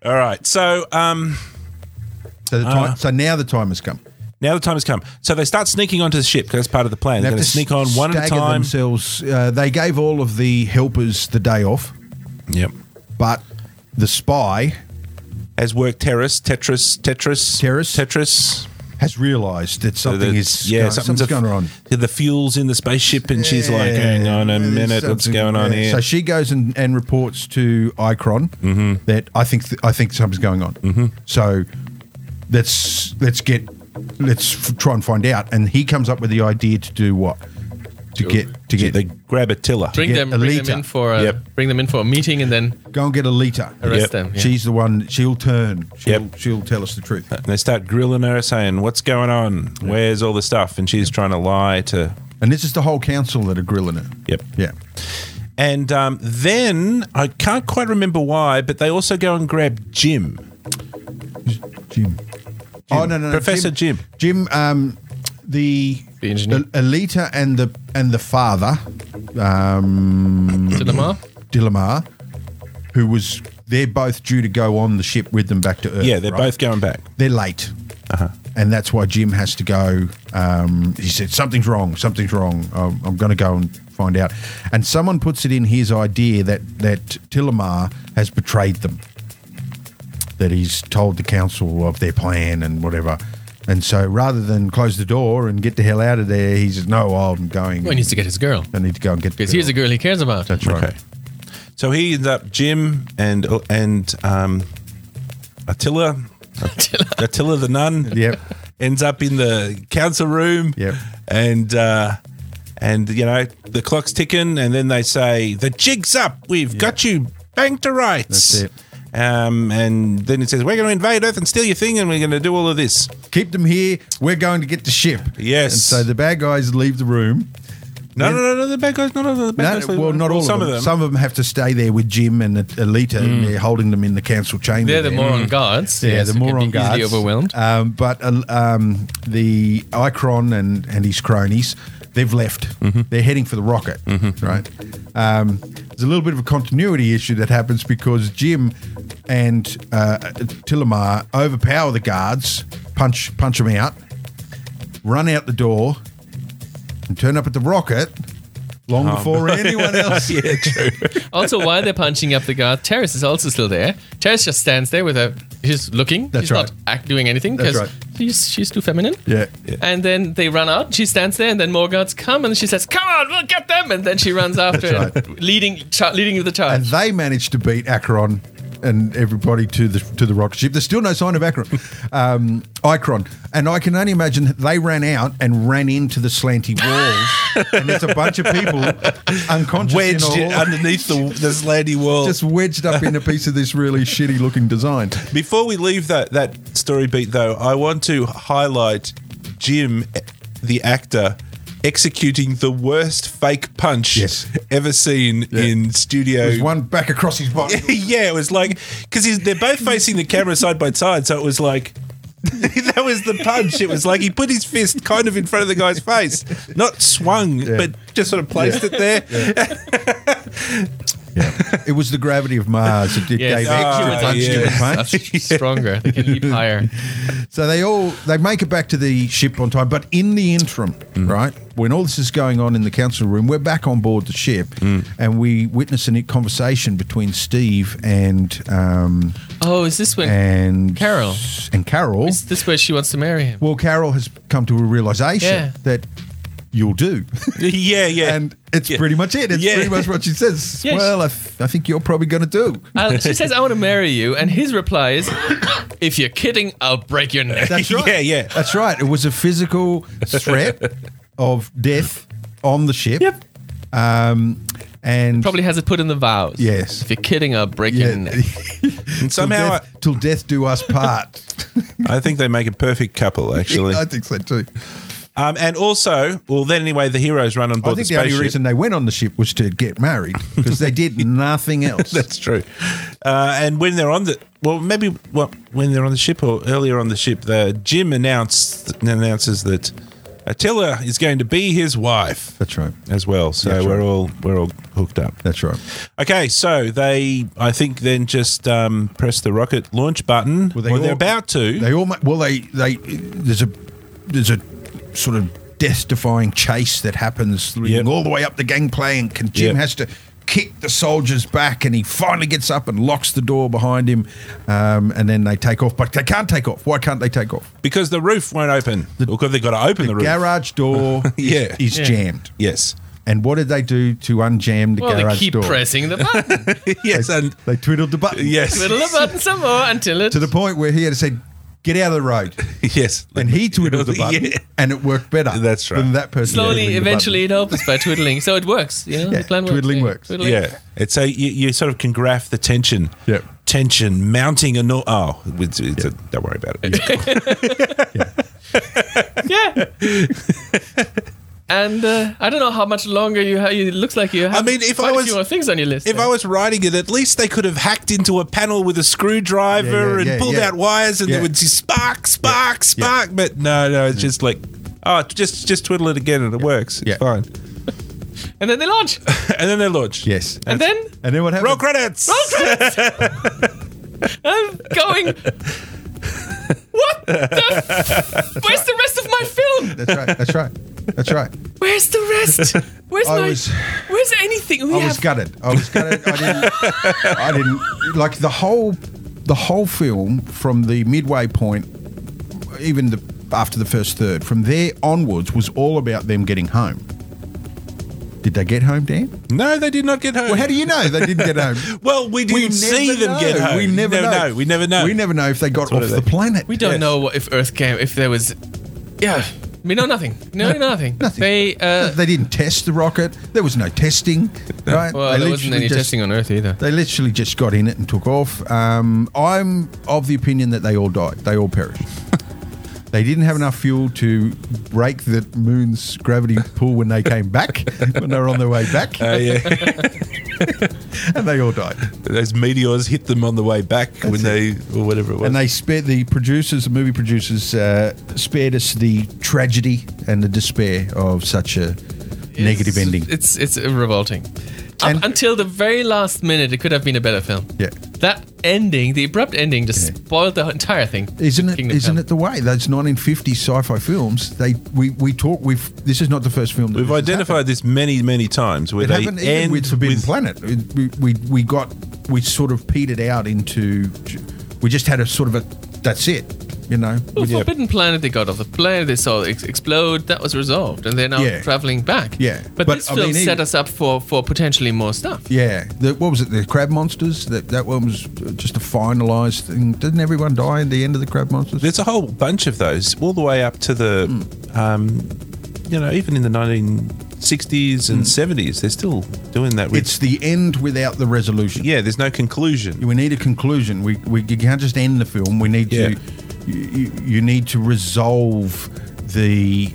Speaker 2: all right. So, um,
Speaker 1: So the time, so now the time has come.
Speaker 2: now the time has come. So they start sneaking onto the ship because that's part of the plan. They're
Speaker 1: have
Speaker 2: going to
Speaker 1: to
Speaker 2: sneak on one at a
Speaker 1: stagger
Speaker 2: time.
Speaker 1: Themselves. Uh, they gave all of the helpers the day off,
Speaker 2: Yep.
Speaker 1: but the spy
Speaker 2: Has worked Terrace, Tetris, Tetris,
Speaker 1: Terrace?
Speaker 2: Tetris.
Speaker 1: has realised that something
Speaker 2: That's-
Speaker 1: is yeah, something's,
Speaker 2: a-
Speaker 1: going on.
Speaker 2: The fuel's in the spaceship, and she's like,
Speaker 1: Yeah,
Speaker 2: "Hang on a
Speaker 1: there's
Speaker 2: minute, what's
Speaker 1: something-
Speaker 2: going on
Speaker 1: yeah.
Speaker 2: here?"
Speaker 1: So she goes and, and reports to Icron
Speaker 2: Mm-hmm.
Speaker 1: that I think th- I think something's going on. So let's let's get let's f- try and find out. And he comes up with the idea to do what to get to
Speaker 2: Yeah,
Speaker 1: get
Speaker 2: they grab a tiller.
Speaker 3: Bring
Speaker 1: get
Speaker 3: them,
Speaker 1: a
Speaker 3: bring
Speaker 1: liter.
Speaker 3: them in for a,
Speaker 2: Yep.
Speaker 3: bring them in for a meeting, and then
Speaker 1: go and get a liter.
Speaker 3: arrest
Speaker 2: Yep.
Speaker 3: them. Oh, yeah.
Speaker 1: She's the one. She'll turn. She'll,
Speaker 2: Yep. Uh,
Speaker 1: she'll tell us the truth.
Speaker 2: and they start grilling her, saying, "What's going on? Where's all the stuff?" And she's trying to lie to.
Speaker 1: And this is the whole council that are grilling her.
Speaker 2: Yep.
Speaker 1: Yeah.
Speaker 2: And um, then I can't quite remember why, but they also go and grab Jim.
Speaker 1: Jim. Oh no no, no.
Speaker 2: Professor Jim.
Speaker 1: Jim. um, the
Speaker 3: The engineer.
Speaker 1: Alita and the and the father, um,
Speaker 3: Dilemma?
Speaker 1: Dilamar, who was they're both due to go on the ship with them back to Earth.
Speaker 2: Yeah, they're
Speaker 1: right?
Speaker 2: both going back.
Speaker 1: they're late.
Speaker 2: Uh-huh.
Speaker 1: And that's why Jim has to go. Um, he said, Something's wrong, something's wrong. I'm, I'm going to go and find out. And someone puts it in his idea that, that Tillamar has betrayed them, that he's told the council of their plan and whatever. And so rather than close the door and get the hell out of there, he says, No, I'm going.
Speaker 3: Well, he needs to get his girl
Speaker 1: I need to go and get the
Speaker 3: because here's a
Speaker 1: girl."
Speaker 3: girl he cares about.
Speaker 1: That's right.
Speaker 2: Okay. So he ends up Jim and and um, Attila, Attila the nun.
Speaker 1: Yep.
Speaker 2: ends up in the council room.
Speaker 1: Yep.
Speaker 2: And uh, and you know the clock's ticking, and then they say the jig's up. We've got you bang to
Speaker 1: That's
Speaker 2: rights.
Speaker 1: it.
Speaker 2: Um, and then it says we're going to invade Earth and steal your thing, and we're going to do all of this.
Speaker 1: Keep them here. We're going to get the ship.
Speaker 2: Yes.
Speaker 1: And so the bad guys leave the room.
Speaker 2: No, no, no, no, the bad guys, not all the bad
Speaker 1: No,
Speaker 2: guys.
Speaker 1: well, not all
Speaker 2: some of them.
Speaker 1: Some of them have to stay there with Jim and Alita, and they're holding them in the council chamber.
Speaker 3: Hmm. They're the
Speaker 1: there.
Speaker 3: moron guards.
Speaker 1: Yeah,
Speaker 3: yes,
Speaker 1: the
Speaker 3: who can
Speaker 1: moron
Speaker 3: be
Speaker 1: guards.
Speaker 3: Easily overwhelmed.
Speaker 1: Um, but uh, um, the Icron and, and his cronies, they've left. They're heading for the rocket, right? Um, there's a little bit of a continuity issue that happens because Jim and uh, Tillamar overpower the guards, punch punch them out, run out the door, and turn up at the rocket long before anyone else.
Speaker 2: yeah, true.
Speaker 3: also, while they're punching up the guard, Terrace is also still there. Terrace just stands there with her. She's looking.
Speaker 1: That's
Speaker 3: she's
Speaker 1: right.
Speaker 3: not act doing anything
Speaker 1: That's
Speaker 3: because
Speaker 1: right.
Speaker 3: she's, she's too feminine.
Speaker 1: Yeah. yeah.
Speaker 3: And then they run out. She stands there, and then more guards come, and she says, "Come on, we'll get them!" And then she runs after,
Speaker 1: That's
Speaker 3: and leading, cha- leading the charge.
Speaker 1: and they managed to beat Akron and everybody to the to the rocket ship. There's still no sign of Akron, um, Icron, and I can only imagine that they ran out and ran into the slanty walls, and there's a bunch of people unconscious in
Speaker 2: Wedged uh,
Speaker 1: a
Speaker 2: it
Speaker 1: hall,
Speaker 2: underneath the this lady wall.
Speaker 1: just wedged up in a piece of this really shitty looking design.
Speaker 2: Before we leave that that story beat, though, I want to highlight Jim, the actor, executing the worst fake punch
Speaker 1: Yes.
Speaker 2: ever seen in studio.
Speaker 1: There's one back across his body.
Speaker 2: yeah, it was like because they're both facing the camera side by side, so it was like. that was the punch. It was like he put his fist kind of in front of the guy's face, not swung, but just sort of placed it there.
Speaker 1: It was the gravity of Mars. It, it
Speaker 3: Yes.
Speaker 1: gave
Speaker 3: Ah,
Speaker 1: extra punch to the
Speaker 2: yes.
Speaker 1: punch.
Speaker 3: stronger. They can leap higher.
Speaker 1: So they all they make it back to the ship on time, but in the interim,
Speaker 2: Mm.
Speaker 1: right when all this is going on in the council room, we're back on board the ship,
Speaker 2: Mm.
Speaker 1: and we witness a conversation between Steve and um,
Speaker 3: Oh, is this when?
Speaker 1: and
Speaker 3: Carol.
Speaker 1: and Carol.
Speaker 3: Is this where she wants to marry him?
Speaker 1: Well, Carol has come to a realization
Speaker 3: Yeah.
Speaker 1: that you'll do.
Speaker 2: yeah, yeah.
Speaker 1: and it's
Speaker 2: Yeah.
Speaker 1: pretty much it. It's
Speaker 2: Yeah.
Speaker 1: pretty much what she says.
Speaker 3: Yeah, she-
Speaker 1: well, I, th- I think you're probably going to do.
Speaker 3: I'll- she says, I want to marry you. And his reply is, if you're kidding, I'll break your neck.
Speaker 1: That's right.
Speaker 2: Yeah, yeah.
Speaker 1: That's right. It was a physical threat of death on the ship.
Speaker 3: Yep.
Speaker 1: Um, and
Speaker 3: Probably has it put in the vows.
Speaker 1: Yes.
Speaker 3: If you're kidding, I'll break your
Speaker 1: yeah,
Speaker 3: neck.
Speaker 2: And
Speaker 1: till,
Speaker 2: somehow
Speaker 1: death, till death do us part.
Speaker 2: I, I think they make a perfect couple, actually.
Speaker 1: I think so too.
Speaker 2: Um, and also, well, then anyway, the heroes run on
Speaker 1: I
Speaker 2: board
Speaker 1: think
Speaker 2: the
Speaker 1: the only
Speaker 2: spaceship.
Speaker 1: reason they went on the ship was to get married because they did nothing else.
Speaker 2: That's true. Uh, and when they're on the well, maybe well, when they're on the ship or earlier on the ship, the Jim announced announces that Attila is going to be his wife
Speaker 1: That's right.
Speaker 2: as well. So
Speaker 1: Yeah, sure.
Speaker 2: we're all we're all hooked up.
Speaker 1: That's right.
Speaker 2: Okay, so they I think then just um, press the rocket launch button.
Speaker 1: Well, they
Speaker 2: or they're
Speaker 1: all-
Speaker 2: about to.
Speaker 1: They all ma- well they they there's a there's a sort of death-defying chase that happens through
Speaker 2: Yep.
Speaker 1: all the way up the gangplank, and Jim
Speaker 2: Yep.
Speaker 1: has to kick the soldiers back, and he finally gets up and locks the door behind him, um, and then they take off. But they can't take off. Why can't they take off?
Speaker 2: because the roof won't open. because they've got to open the, roof.
Speaker 1: Garage door
Speaker 2: Yeah.
Speaker 1: is, is
Speaker 3: Yeah.
Speaker 1: jammed.
Speaker 2: Yes.
Speaker 1: And what did they do to unjam the
Speaker 3: Well, they
Speaker 1: garage
Speaker 3: keep
Speaker 1: door?
Speaker 3: pressing the button.
Speaker 2: yes, and
Speaker 1: They twiddled the button.
Speaker 2: yes.
Speaker 3: Twiddle the button some more until it.
Speaker 1: To the point where he had to say, "Get out of the road."
Speaker 2: yes.
Speaker 1: And he twiddled the button,
Speaker 2: Yeah.
Speaker 1: and it worked better.
Speaker 2: That's right.
Speaker 1: Than that person twiddling
Speaker 3: Slowly,
Speaker 1: the
Speaker 3: eventually,
Speaker 1: button.
Speaker 3: it opens by twiddling. So it works. You know,
Speaker 1: Yeah,
Speaker 3: the plan works.
Speaker 1: twiddling
Speaker 3: yeah.
Speaker 1: works.
Speaker 3: Twiddling.
Speaker 2: Yeah, it's a you, you sort of can graph the tension.
Speaker 1: Yep.
Speaker 2: Tension mounting. Anno- oh, it's, it's a, don't worry about it.
Speaker 3: Yeah. and uh, I don't know how much longer you have. It looks like you have.
Speaker 2: mean, if
Speaker 3: quite
Speaker 2: I
Speaker 3: a
Speaker 2: was-
Speaker 3: few more things on your list.
Speaker 2: If I was writing it, at least they could have hacked into a panel with a screwdriver
Speaker 1: Yeah, yeah,
Speaker 2: and
Speaker 1: yeah,
Speaker 2: pulled
Speaker 1: yeah.
Speaker 2: out wires, and
Speaker 1: Yeah. Mm.
Speaker 2: there would be spark, spark, spark. But no, no, it's just like. Oh, just just twiddle it again and it works. It's
Speaker 1: Yeah.
Speaker 2: fine.
Speaker 3: and then they launch.
Speaker 2: And then they launch.
Speaker 1: Yes.
Speaker 3: and then
Speaker 1: And then what happened?
Speaker 2: Roll credits. Roll credits.
Speaker 3: I'm going. What the? F- Where's the rest of my film?
Speaker 1: That's right. That's right. That's right.
Speaker 3: Where's the rest? Where's
Speaker 1: I
Speaker 3: my?
Speaker 1: was-
Speaker 3: where's anything? We
Speaker 1: I was
Speaker 3: have
Speaker 1: gutted. I was gutted. I didn't. I didn't like the whole the whole film from the midway point, even the after the first third. From there onwards was all about them getting home. Did they get home, Dan?
Speaker 2: No, they did not get home.
Speaker 1: Well, how do you know they didn't get home?
Speaker 2: Well, we didn't see them
Speaker 1: know.
Speaker 2: get home.
Speaker 1: We never know.
Speaker 2: We never know.
Speaker 1: We never know if they got
Speaker 2: what
Speaker 1: off
Speaker 2: it
Speaker 1: the
Speaker 2: is.
Speaker 1: planet.
Speaker 3: We don't
Speaker 2: Yes.
Speaker 3: know what, if Earth came. If there was, yeah, we know nothing. No, we know nothing.
Speaker 1: Nothing.
Speaker 3: They, uh,
Speaker 1: they didn't test the rocket. There was no testing. Right?
Speaker 3: well,
Speaker 1: They
Speaker 3: there wasn't
Speaker 1: literally
Speaker 3: any
Speaker 1: just-
Speaker 3: testing on Earth either.
Speaker 1: They literally just got in it and took off. Um, I'm of the opinion that they all died. They all perished. they didn't have enough fuel to break the moon's gravity pull when they came back, when they were on their way back,
Speaker 2: Uh, yeah.
Speaker 1: and they all died.
Speaker 2: Those meteors hit them on the way back when they, or whatever it was.
Speaker 1: And they spared the producers, the movie producers, uh, spared us the tragedy and the despair of such a negative
Speaker 3: It's-
Speaker 1: ending.
Speaker 3: It's it's revolting.
Speaker 1: And-
Speaker 3: Up until the very last minute, it could have been a better film.
Speaker 1: Yeah.
Speaker 3: That ending, the abrupt ending, just
Speaker 1: Yeah.
Speaker 3: spoiled the entire thing.
Speaker 1: Isn't it?
Speaker 3: Kingdom
Speaker 1: not
Speaker 3: Come.
Speaker 1: it the way? Those 1950 sci-fi films. They we we talk. We've this is not the first film. That
Speaker 2: We've
Speaker 1: this has happened.
Speaker 2: identified this many, many times where
Speaker 1: It
Speaker 2: they
Speaker 1: happened even
Speaker 2: end
Speaker 1: with Forbidden
Speaker 2: with-
Speaker 1: Planet. It- We, we we got we sort of petered out into. We just had a sort of a. That's it. You know.
Speaker 3: Well,
Speaker 2: Yeah.
Speaker 3: Forbidden Planet, they got off the planet, they saw it ex- explode, that was resolved, and they're now
Speaker 1: Yeah.
Speaker 3: traveling back.
Speaker 1: Yeah.
Speaker 3: But,
Speaker 1: But,
Speaker 3: this
Speaker 1: I
Speaker 3: film
Speaker 1: mean,
Speaker 3: set
Speaker 1: even-
Speaker 3: us up for, for potentially more stuff.
Speaker 1: Yeah. The, what was it? The Crab Monsters. That that one was just a finalised thing. Didn't everyone die in the end of the Crab Monsters?
Speaker 2: There's a whole bunch of those, all the way up to the,
Speaker 1: Hmm.
Speaker 2: um, you know, even in the 1960s and 70s, they're still doing that. With,
Speaker 1: Hmm. it's the end without the resolution.
Speaker 2: yeah, there's no conclusion.
Speaker 1: we need a conclusion. We, we you can't just end the film. We need
Speaker 2: Yeah.
Speaker 1: to you, you, you need to resolve the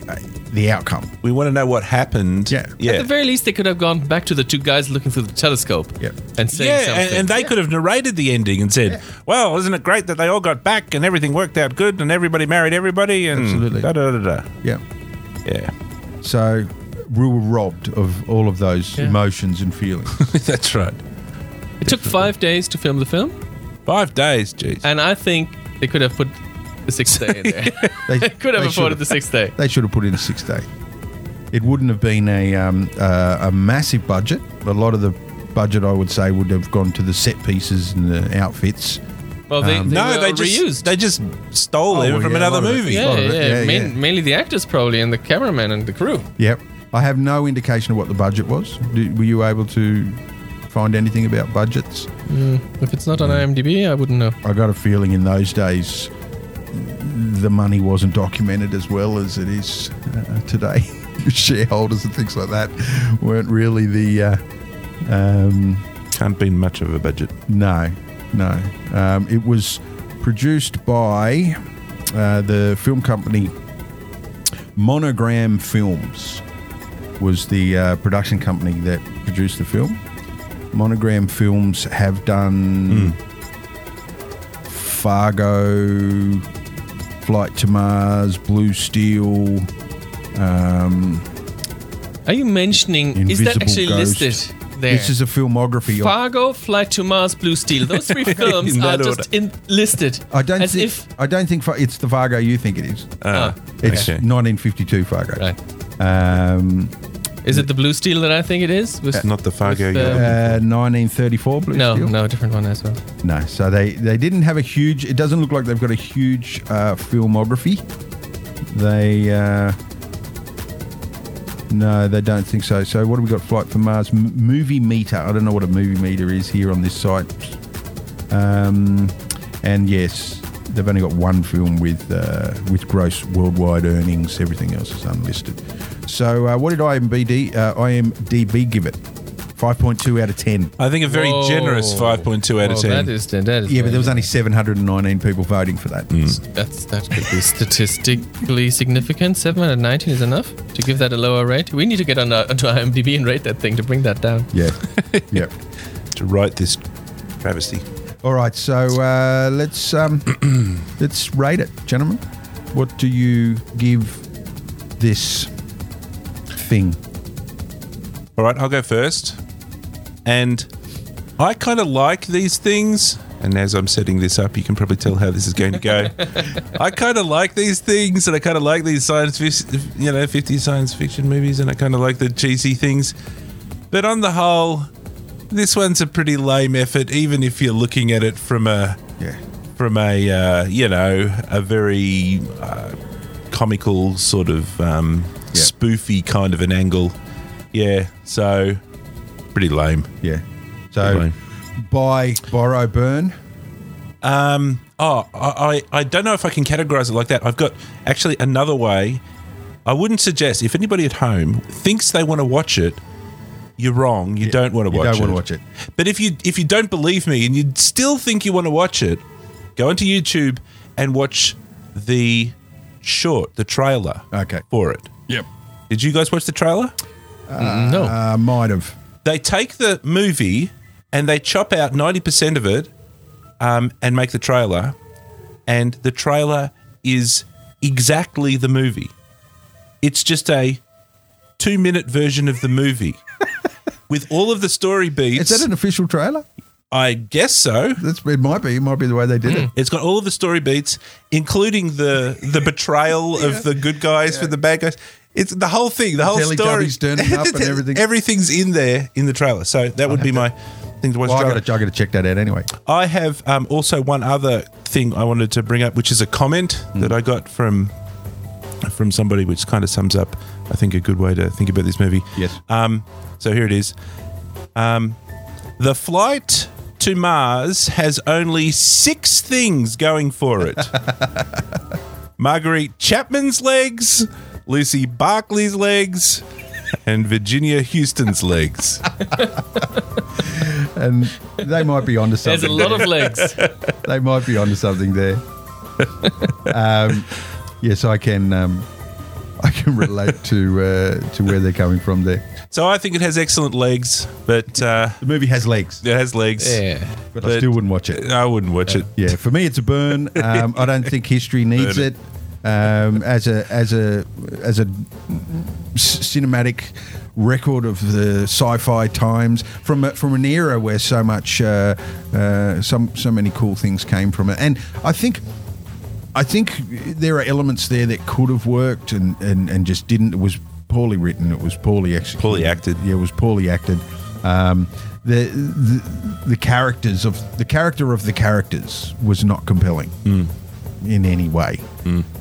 Speaker 1: the outcome.
Speaker 2: We want to know what happened.
Speaker 1: Yeah.
Speaker 2: yeah,
Speaker 3: At the very least, they could have gone back to the two guys looking through the telescope
Speaker 1: Yeah.
Speaker 3: and saying
Speaker 2: yeah,
Speaker 3: something.
Speaker 2: and, and they could have narrated the ending and said, "Well, isn't it great that they all got back and everything worked out good and everybody married everybody and
Speaker 1: Absolutely.
Speaker 2: da da da da."
Speaker 1: Yeah.
Speaker 2: Yeah,
Speaker 1: So we were robbed of all of those
Speaker 3: Yeah.
Speaker 1: emotions and feelings.
Speaker 2: that's right.
Speaker 3: it took five days to film the film,
Speaker 2: Five days, jeez.
Speaker 3: and I think they could have put the sixth day in there.
Speaker 1: They
Speaker 3: they could have
Speaker 1: they
Speaker 3: afforded
Speaker 1: should've-
Speaker 3: the sixth day.
Speaker 1: They should have put in six day. It wouldn't have been a um, uh, a massive budget. A lot of the budget, I would say, would have gone to the set pieces and the outfits
Speaker 3: Well, they, they
Speaker 2: no,
Speaker 3: were
Speaker 2: they just
Speaker 3: reused.
Speaker 2: they just stole
Speaker 1: Oh,
Speaker 2: them
Speaker 1: well,
Speaker 2: from
Speaker 1: yeah, a
Speaker 2: another
Speaker 1: lot of it.
Speaker 2: movie.
Speaker 1: a
Speaker 3: yeah,
Speaker 1: lot of
Speaker 3: yeah,
Speaker 1: it. Yeah,
Speaker 3: main,
Speaker 1: yeah.
Speaker 3: mainly the actors probably and the cameraman and the crew.
Speaker 1: Yep. I have no indication of what the budget was. Did, were you able to find anything about budgets? Mm,
Speaker 3: If it's not on IMDb, I wouldn't know.
Speaker 1: I got a feeling in those days the money wasn't documented as well as it is uh, today. Shareholders and things like that weren't really the. Uh, um,
Speaker 2: Can't be much of a budget.
Speaker 1: No, no. Um, it was produced by uh, the film company Monogram Films. Was the uh, production company that produced the film. Monogram Films have done
Speaker 3: Hmm.
Speaker 1: Fargo, Flight to Mars, Blue Steel. Um,
Speaker 3: Are you mentioning? is that
Speaker 1: Invisible
Speaker 3: actually
Speaker 1: Ghost.
Speaker 3: listed there?
Speaker 1: this is a filmography. of,
Speaker 3: Fargo, Flight to Mars, Blue Steel. Those three films
Speaker 2: In
Speaker 3: are
Speaker 2: that
Speaker 3: just in, listed.
Speaker 1: I don't
Speaker 3: as
Speaker 1: think.
Speaker 3: if
Speaker 1: I don't think Fa- it's the Fargo you think it is.
Speaker 2: Uh,
Speaker 1: It's
Speaker 2: okay.
Speaker 1: 1952 Fargo.
Speaker 3: right.
Speaker 1: Um,
Speaker 3: Is it the Blue Steel that I think it is? Was-
Speaker 2: not the Fargo.
Speaker 3: With the-
Speaker 2: you're looking
Speaker 1: uh, 1934 Blue
Speaker 3: no,
Speaker 1: Steel?
Speaker 3: no, different one as well.
Speaker 1: No. So they, they didn't have a huge, it doesn't look like they've got a huge uh, filmography. They, uh, no, they don't think so. So what have we got? Flight for Mars, M- movie meter. I don't know what a movie meter is here on this site. Um, and yes, they've only got one film with uh, with gross worldwide earnings. Everything else is unlisted. So uh, what did IMBD, uh, IMDb give it? 5.2 out of 10.
Speaker 2: I think a very
Speaker 3: Whoa.
Speaker 2: generous 5.2 out of
Speaker 3: Well,
Speaker 2: 10.
Speaker 3: That is, that is
Speaker 1: Yeah, but there was
Speaker 3: very-
Speaker 1: only 719 people voting for that.
Speaker 3: That's that could be statistically significant. Seven out of nineteen is enough to give that a lower rate. We need to get on uh, onto IMDb and rate that thing to bring that down.
Speaker 1: Yeah. yep.
Speaker 2: to write this travesty.
Speaker 1: All right, so uh, let's um, let's rate it, gentlemen. What do you give this thing?
Speaker 2: All right, I'll go first. And I kind of like these things. And as I'm setting this up, you can probably tell how this is going to go. I kind of like these things, and I kind of like these science, fic- you know, 50 science fiction movies, and I kind of like the cheesy things. But on the whole, this one's a pretty lame effort, even if you're looking at it from a
Speaker 1: Yeah.
Speaker 2: from a uh, you know a very uh, comical sort of um,
Speaker 1: Yeah.
Speaker 2: spoofy kind of an angle. Yeah, so pretty lame.
Speaker 1: Yeah. So
Speaker 2: Goodbye.
Speaker 1: buy, borrow, burn.
Speaker 2: Um, oh, I, I I don't know if I can categorize it like that. I've got actually another way. I wouldn't suggest if anybody at home thinks they want to watch it, you're wrong. You don't want to
Speaker 1: You
Speaker 2: watch
Speaker 1: don't
Speaker 2: it.
Speaker 1: want to watch it.
Speaker 2: But if you if you don't believe me and you still think you want to watch it, go onto YouTube and watch the short, the trailer
Speaker 1: Okay.
Speaker 2: for it.
Speaker 1: Yep.
Speaker 2: Did you guys watch the trailer?
Speaker 3: no,
Speaker 1: Uh, might have.
Speaker 2: They take the movie and they chop out 90% of it um, and make the trailer. And the trailer is exactly the movie. It's just a two minute version of the movie with all of the story
Speaker 1: Is
Speaker 2: beats.
Speaker 1: that an official trailer?
Speaker 2: I guess so.
Speaker 1: That's, it might be. It might be the way they did it.
Speaker 2: It's got all of the story beats, including the the betrayal of the good guys for the bad guys. It's the whole thing, the whole story.
Speaker 1: Teletubbies turning up and everything.
Speaker 2: Everything's in there in the trailer. So that would be my thing to watch.
Speaker 1: Well, I
Speaker 2: trailer.
Speaker 1: got to I got to check that out anyway.
Speaker 2: I have um, also one other thing I wanted to bring up, which is a comment that I got from from somebody, which kind of sums up, I think, a good way to think about this movie.
Speaker 1: Yes.
Speaker 2: Um, so here it is. Um, the flight to Mars has only six things going for it. Marguerite Chapman's legs, Lucy Barclay's legs, and Virginia Houston's legs.
Speaker 1: And they might be onto something.
Speaker 3: there's a lot of legs.
Speaker 1: they might be onto something there. um, yes, I can. Um, I can relate to uh, to where they're coming from. There,
Speaker 2: So I think it has excellent legs, but uh,
Speaker 1: the movie has legs,
Speaker 2: it has legs.
Speaker 3: yeah,
Speaker 1: but, I
Speaker 2: but-
Speaker 1: still wouldn't watch it.
Speaker 2: I wouldn't watch it.
Speaker 1: Yeah, for me, it's a burn. Um, I don't think history needs
Speaker 2: Burn it.
Speaker 1: it. Um, as a as a as a s- cinematic record of the sci-fi times from a, from an era where so much uh, uh, some so many cool things came from it, and I think. I think there are elements there that could have worked and, and, and just didn't. It was poorly written. It was poorly executed.
Speaker 2: Poorly acted.
Speaker 1: Yeah, it was poorly acted. Um, the, the the characters of the character of the characters was not compelling in any way,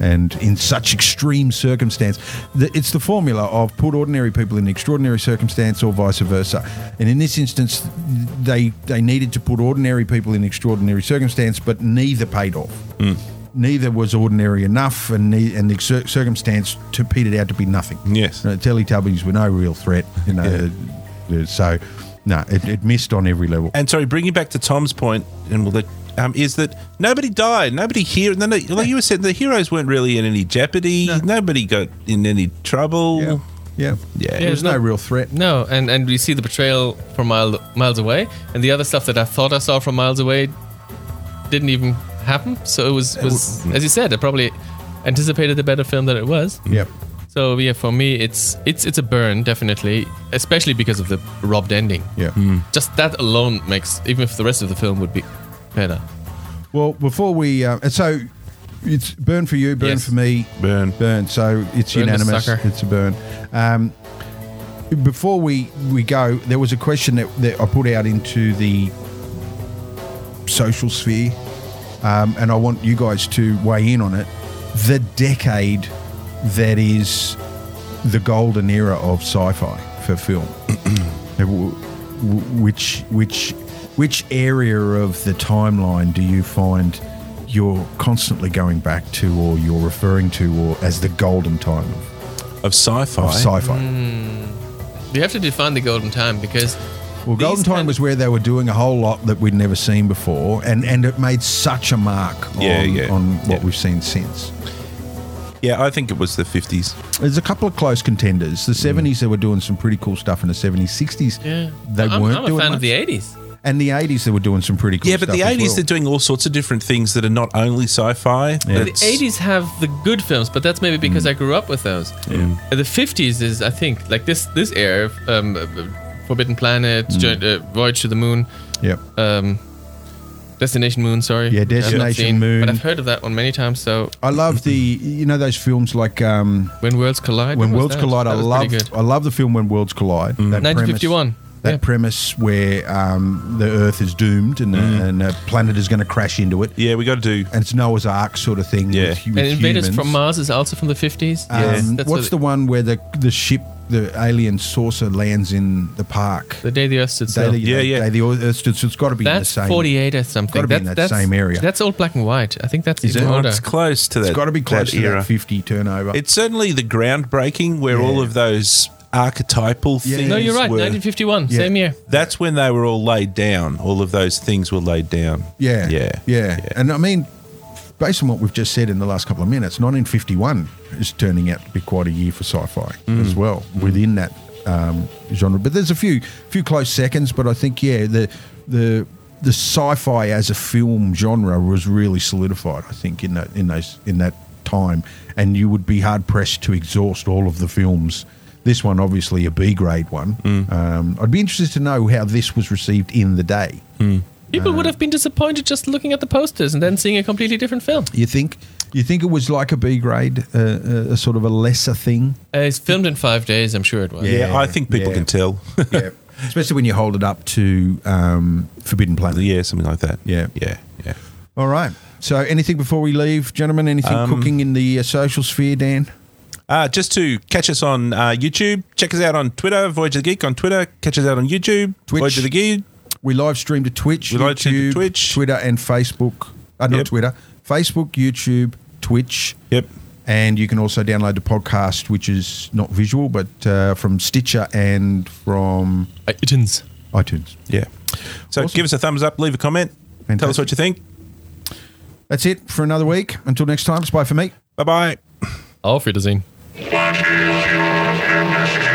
Speaker 1: and in such extreme circumstance, the, it's the formula of put ordinary people in extraordinary circumstance or vice versa. And in this instance, they they needed to put ordinary people in extraordinary circumstance, but neither paid off. Neither was ordinary enough, and ne- and the cir- circumstance to petered out to be nothing.
Speaker 2: Yes.
Speaker 1: You know, Uh, Teletubbies were no real threat, you know. uh, So, no, it, it missed on every level.
Speaker 2: And sorry, bringing back to Tom's point, and we'll let, um, is that nobody died, nobody here. No, no, like you were saying, the heroes weren't really in any jeopardy. Nobody got in any trouble.
Speaker 1: yeah, yeah,
Speaker 2: Yeah.
Speaker 1: There was no
Speaker 3: no-
Speaker 1: real threat.
Speaker 3: No, and and we see the betrayal from mile, miles away, and the other stuff that I thought I saw from miles away didn't even happen. So it was was as you said, I probably anticipated a better film than it was.
Speaker 1: Yep.
Speaker 3: So yeah, for me, it's it's it's a burn definitely, especially because of the robbed ending.
Speaker 1: Yeah. Mm.
Speaker 3: Just that alone makes even if the rest of the film would be better.
Speaker 1: Well, before we uh, and so it's burn for you, burn
Speaker 3: Yes.
Speaker 1: for me,
Speaker 2: Burn.
Speaker 1: burn. So it's
Speaker 3: Burn the
Speaker 1: unanimous.
Speaker 3: sucker.
Speaker 1: It's a burn. Um, before we we go, there was a question that, that I put out into the social sphere, um, and I want you guys to weigh in on it. The decade that is the golden era of sci-fi for film. W- w- which which which area of the timeline do you find you're constantly going back to, or you're referring to, or as the golden time of,
Speaker 2: Of sci-fi.
Speaker 1: of sci-fi?
Speaker 3: Mm. You have to define the golden time because
Speaker 1: Well,
Speaker 3: These
Speaker 1: Golden Time
Speaker 3: kind-
Speaker 1: was where they were doing a whole lot that we'd never seen before, and, and it made such a mark on,
Speaker 2: Yeah, yeah,
Speaker 1: on what
Speaker 2: yeah.
Speaker 1: we've seen since.
Speaker 2: Yeah, I think it was the fifties.
Speaker 1: There's a couple of close contenders. The 70s, they were doing some pretty cool stuff. In the 70s, 60s,
Speaker 3: Mm. yeah,
Speaker 1: they
Speaker 3: I'm,
Speaker 1: weren't
Speaker 3: I'm a
Speaker 1: doing
Speaker 3: fan
Speaker 1: much.
Speaker 3: of the '80s.
Speaker 1: And the 80s, they were doing some pretty cool
Speaker 2: Yeah,
Speaker 1: stuff.
Speaker 2: but the
Speaker 1: as
Speaker 2: eighties
Speaker 1: well.
Speaker 2: they're doing all sorts of different things that are not only sci-fi.
Speaker 3: But
Speaker 2: That's-
Speaker 3: The '80s have the good films, but that's maybe because
Speaker 1: Mm.
Speaker 3: I grew up with those. Uh, The '50s is, I think, like this this era, um, uh, Forbidden Planet,
Speaker 1: Mm.
Speaker 3: Jour- uh, Voyage to the Moon,
Speaker 1: Yep.
Speaker 3: um, Destination Moon. Sorry,
Speaker 1: Yeah,
Speaker 3: which I haven't
Speaker 1: Destination
Speaker 3: seen,
Speaker 1: Moon.
Speaker 3: But I've heard of that one many times. So
Speaker 1: I love the, you know, those films like um,
Speaker 3: when worlds collide,
Speaker 1: When
Speaker 3: was
Speaker 1: Worlds
Speaker 3: that?
Speaker 1: Collide. I
Speaker 3: That was pretty
Speaker 1: love,
Speaker 3: good. Mm.
Speaker 1: I love the film When Worlds Collide. That premise-
Speaker 3: 1951.
Speaker 1: that
Speaker 3: Yeah.
Speaker 1: premise where um, the Earth is doomed and,
Speaker 3: Mm.
Speaker 1: uh, and a planet is going to crash into it.
Speaker 2: yeah, we got to do.
Speaker 1: and it's Noah's Ark sort of thing.
Speaker 2: Yeah.
Speaker 1: with, hu- with
Speaker 3: and Invaders
Speaker 1: humans.
Speaker 3: from Mars is also from the '50s.
Speaker 1: Um, What's the one where the the ship, the alien saucer lands in the park?
Speaker 3: the day the Earth stood
Speaker 1: Day
Speaker 3: still?
Speaker 1: the-
Speaker 2: Yeah,
Speaker 1: day
Speaker 2: yeah.
Speaker 1: the- it's, it's- it's got to be in the
Speaker 3: That's
Speaker 1: same.
Speaker 3: 48 or something.
Speaker 1: gotta be in that
Speaker 3: that's,
Speaker 1: same area.
Speaker 3: That's old black and white. I think that's
Speaker 1: Is
Speaker 3: even
Speaker 1: it?
Speaker 2: Oh,
Speaker 3: older.
Speaker 2: it's close to that.
Speaker 1: It's got to be close to
Speaker 2: era.
Speaker 1: that fifty turnover.
Speaker 2: It's certainly the groundbreaking where all
Speaker 1: Yeah.
Speaker 2: of those archetypal
Speaker 1: Yeah.
Speaker 2: things.
Speaker 3: No, you're right.
Speaker 2: were-
Speaker 3: 1951,
Speaker 1: Yeah.
Speaker 3: same year.
Speaker 2: That's when they were all laid down. All of those things were laid down.
Speaker 1: yeah,
Speaker 2: yeah,
Speaker 1: yeah, And I mean, based on what we've just said in the last couple of minutes, 1951 is turning out to be quite a year for sci-fi as well within that um, genre. But there's a few few close seconds. But I think yeah, the the the sci-fi as a film genre was really solidified. I think in that in those in that time, and you would be hard pressed to exhaust all of the films. This one, obviously, a B grade one. Um, I'd be interested to know how this was received in the day.
Speaker 3: People
Speaker 1: Uh-huh.
Speaker 3: would have been disappointed just looking at the posters and then seeing a completely different film.
Speaker 1: You think you think it was like a B grade, uh, uh, a sort of a lesser thing?
Speaker 3: Uh, it's filmed in five days. I'm sure it was.
Speaker 2: Yeah,
Speaker 1: Yeah,
Speaker 2: I think people
Speaker 1: yeah.
Speaker 2: can tell.
Speaker 1: Yeah, especially when you hold it up to um, Forbidden Planet.
Speaker 2: yeah, something like that.
Speaker 1: Yeah.
Speaker 2: yeah, yeah.
Speaker 1: All right. So, anything before we leave, gentlemen? Anything
Speaker 2: Um,
Speaker 1: cooking in the uh, social sphere, Dan?
Speaker 2: Uh, just to catch us on uh, YouTube, check us out on Twitter, Voyage of the Geek on Twitter. Catch us out on YouTube,
Speaker 1: Twitch.
Speaker 2: Voyage of the Geek.
Speaker 1: We live stream to Twitch,
Speaker 2: We live stream to
Speaker 1: YouTube,
Speaker 2: Twitch.
Speaker 1: Twitter, and Facebook. Uh, not
Speaker 2: Yep.
Speaker 1: Twitter, Facebook, YouTube, Twitch.
Speaker 2: Yep.
Speaker 1: And you can also download the podcast, which is not visual, but uh, from Stitcher and from
Speaker 3: iTunes.
Speaker 1: iTunes.
Speaker 2: Yeah. So
Speaker 1: Awesome.
Speaker 2: give us a thumbs up, leave a comment, tell us
Speaker 1: Fantastic.
Speaker 2: what you think.
Speaker 1: That's it for another week. Until next time, it's bye for me.
Speaker 2: Bye bye.
Speaker 3: Auf Wiedersehen.
Speaker 4: Watch is your nemesis.